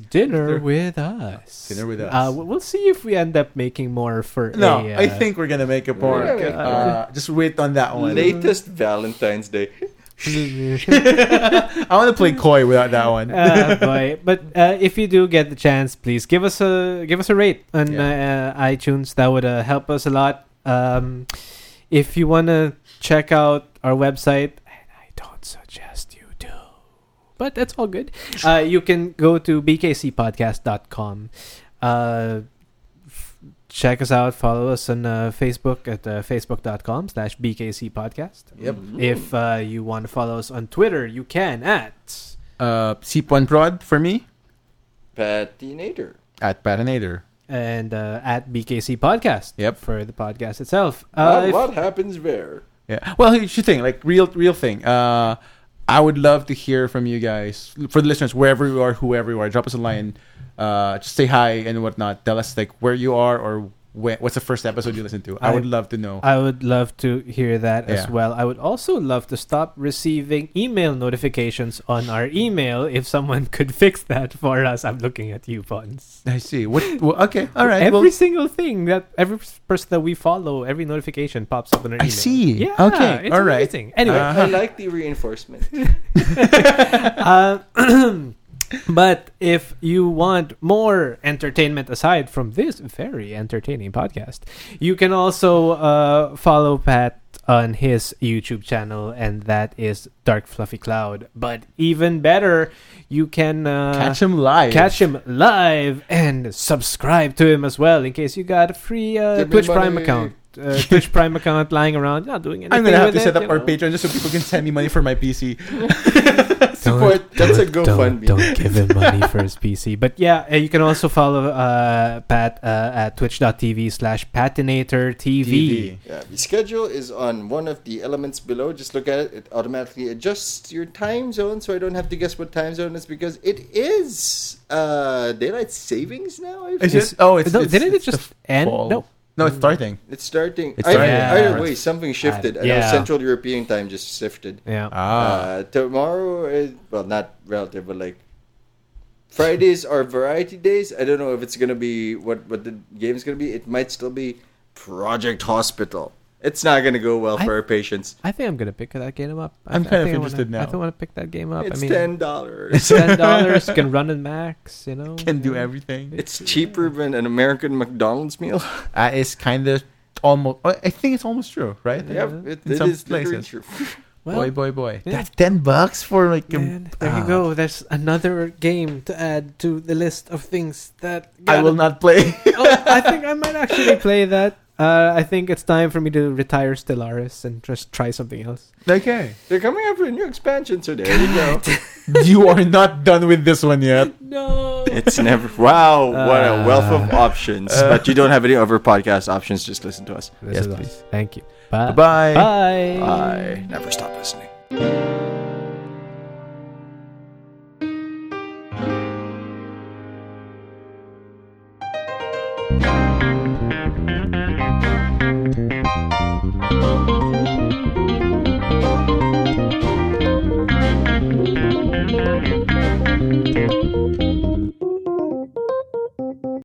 [SPEAKER 2] Dinner.
[SPEAKER 3] Dinner with Us.
[SPEAKER 2] Dinner with
[SPEAKER 3] Uh,
[SPEAKER 2] Us.
[SPEAKER 3] we- we'll see if we end up making more for
[SPEAKER 2] no,
[SPEAKER 3] a,
[SPEAKER 2] I
[SPEAKER 3] uh,
[SPEAKER 2] think we're gonna make a porn.
[SPEAKER 1] Yeah.
[SPEAKER 2] Uh, just wait on that one.
[SPEAKER 1] Latest Valentine's Day.
[SPEAKER 2] I want to play coy without that one.
[SPEAKER 3] uh, boy. But uh, if you do get the chance, please give us a give us a rate on uh, uh, iTunes. That would uh, help us a lot. Um, if you want to check out our website, and I don't suggest you do, but that's all good. Uh, you can go to bkcpodcast.com. Uh, f- check us out. Follow us on uh, Facebook at uh, facebook.com slash bkcpodcast.
[SPEAKER 2] Yep.
[SPEAKER 3] If uh, you want to follow us on Twitter, you can at...
[SPEAKER 2] Uh, Seep1 Prod for me
[SPEAKER 1] Patinator.
[SPEAKER 2] at Patinator.
[SPEAKER 3] and uh, at BKC Podcast.
[SPEAKER 2] Yep.
[SPEAKER 3] For the podcast itself.
[SPEAKER 1] What-
[SPEAKER 3] Uh, if-
[SPEAKER 1] what happens there?
[SPEAKER 2] Yeah. Well, here's the thing, like real, real thing. Uh, I would love to hear from you guys, for the listeners, wherever you are, whoever you are. Drop us a line, uh, just say hi and whatnot. Tell us like where you are or wh- what's the first episode you listened to. I,
[SPEAKER 3] I-
[SPEAKER 2] would love to know.
[SPEAKER 3] I would love to hear that as
[SPEAKER 2] Yeah.
[SPEAKER 3] well. I would also love to stop receiving email notifications on our email if someone could fix that for us. I'm looking at you, Pons.
[SPEAKER 2] I see. What? Well, okay. All right.
[SPEAKER 3] Every
[SPEAKER 2] well,
[SPEAKER 3] single thing that every person that we follow, every notification pops up on our
[SPEAKER 2] I
[SPEAKER 3] email.
[SPEAKER 2] see.
[SPEAKER 3] Yeah.
[SPEAKER 2] Okay,
[SPEAKER 3] It's
[SPEAKER 2] all right.
[SPEAKER 3] amazing. Anyway, uh-huh.
[SPEAKER 2] Uh,
[SPEAKER 1] I like the reinforcement.
[SPEAKER 3] Uh, but if you want more entertainment aside from this very entertaining podcast, you can also uh, follow Pat on his YouTube channel, and that is Dark Fluffy Cloud. But even better, you can uh,
[SPEAKER 2] catch him live.
[SPEAKER 3] catch him live and subscribe to him as well in case you got a free
[SPEAKER 1] Give
[SPEAKER 3] uh,
[SPEAKER 1] me
[SPEAKER 3] Twitch Prime
[SPEAKER 1] money.
[SPEAKER 3] account. Uh, Twitch Prime account lying around, not doing anything.
[SPEAKER 2] I'm gonna have
[SPEAKER 3] with
[SPEAKER 2] to
[SPEAKER 3] it,
[SPEAKER 2] set
[SPEAKER 3] you
[SPEAKER 2] up our
[SPEAKER 3] know.
[SPEAKER 2] Patreon just so people can send me money for my PC.
[SPEAKER 1] Support. That's a
[SPEAKER 3] don't,
[SPEAKER 1] GoFundMe.
[SPEAKER 3] don't give him money for his PC. But yeah, uh, you can also follow uh, Pat uh, at twitch.tv slash patinator TV.
[SPEAKER 1] Yeah, the schedule is on one of the elements below. Just look at it. It automatically adjusts your time zone, so I don't have to guess what time zone it's because it is uh, daylight savings now. I
[SPEAKER 2] Is
[SPEAKER 1] think.
[SPEAKER 2] it? Oh, it's,
[SPEAKER 3] No,
[SPEAKER 2] it's-
[SPEAKER 3] didn't it
[SPEAKER 2] it's the
[SPEAKER 3] just end?
[SPEAKER 2] fall.
[SPEAKER 3] No.
[SPEAKER 2] No, it's starting.
[SPEAKER 1] It's starting.
[SPEAKER 2] It's
[SPEAKER 1] either,
[SPEAKER 2] starting.
[SPEAKER 1] either
[SPEAKER 3] Yeah.
[SPEAKER 1] way, something shifted. I, know
[SPEAKER 3] yeah.
[SPEAKER 1] Central European time just shifted.
[SPEAKER 3] Yeah.
[SPEAKER 2] Ah,
[SPEAKER 1] Uh, tomorrow is well, not relative, but like Fridays are variety days. I don't know if it's gonna be what what the game's gonna be. It might still be Project Hospital. It's not gonna go well for
[SPEAKER 3] I-
[SPEAKER 1] our patients.
[SPEAKER 3] I think I'm going to pick that game up. I
[SPEAKER 2] I'm
[SPEAKER 3] th- I
[SPEAKER 2] kind of
[SPEAKER 3] think I
[SPEAKER 2] interested
[SPEAKER 3] wanna,
[SPEAKER 2] now.
[SPEAKER 3] I don't want to pick that game up.
[SPEAKER 1] It's
[SPEAKER 3] I mean,
[SPEAKER 1] ten dollars.
[SPEAKER 3] ten dollars can run in max. You know,
[SPEAKER 2] can do everything.
[SPEAKER 1] It's cheaper than an American McDonald's meal.
[SPEAKER 2] That is Uh, kind of almost. uh, I think it's almost true, right?
[SPEAKER 1] yep, it,
[SPEAKER 2] In
[SPEAKER 1] it
[SPEAKER 2] some
[SPEAKER 1] is literally
[SPEAKER 2] places.
[SPEAKER 1] true.
[SPEAKER 3] Well,
[SPEAKER 2] boy, boy, boy.
[SPEAKER 3] yeah.
[SPEAKER 2] That's ten bucks for like. a-
[SPEAKER 3] man, there
[SPEAKER 2] ah,
[SPEAKER 3] you go. There's another game to add to the list of things that
[SPEAKER 2] I
[SPEAKER 3] gotta
[SPEAKER 2] will not play.
[SPEAKER 3] oh, I think I might actually play that. Uh, I think it's time for me to retire Stellaris and just try something else.
[SPEAKER 2] okay,
[SPEAKER 1] They're coming up with a new expansion, so there you go.
[SPEAKER 2] you are not done with this one yet.
[SPEAKER 3] No.
[SPEAKER 1] It's never wow, what a wealth of
[SPEAKER 3] Uh,
[SPEAKER 1] options. but you don't have any other podcast options, just listen to us.
[SPEAKER 2] Yes, please.
[SPEAKER 3] Thank you. Bye.
[SPEAKER 2] Bye.
[SPEAKER 3] Bye.
[SPEAKER 1] I never stop listening.
[SPEAKER 2] Bye.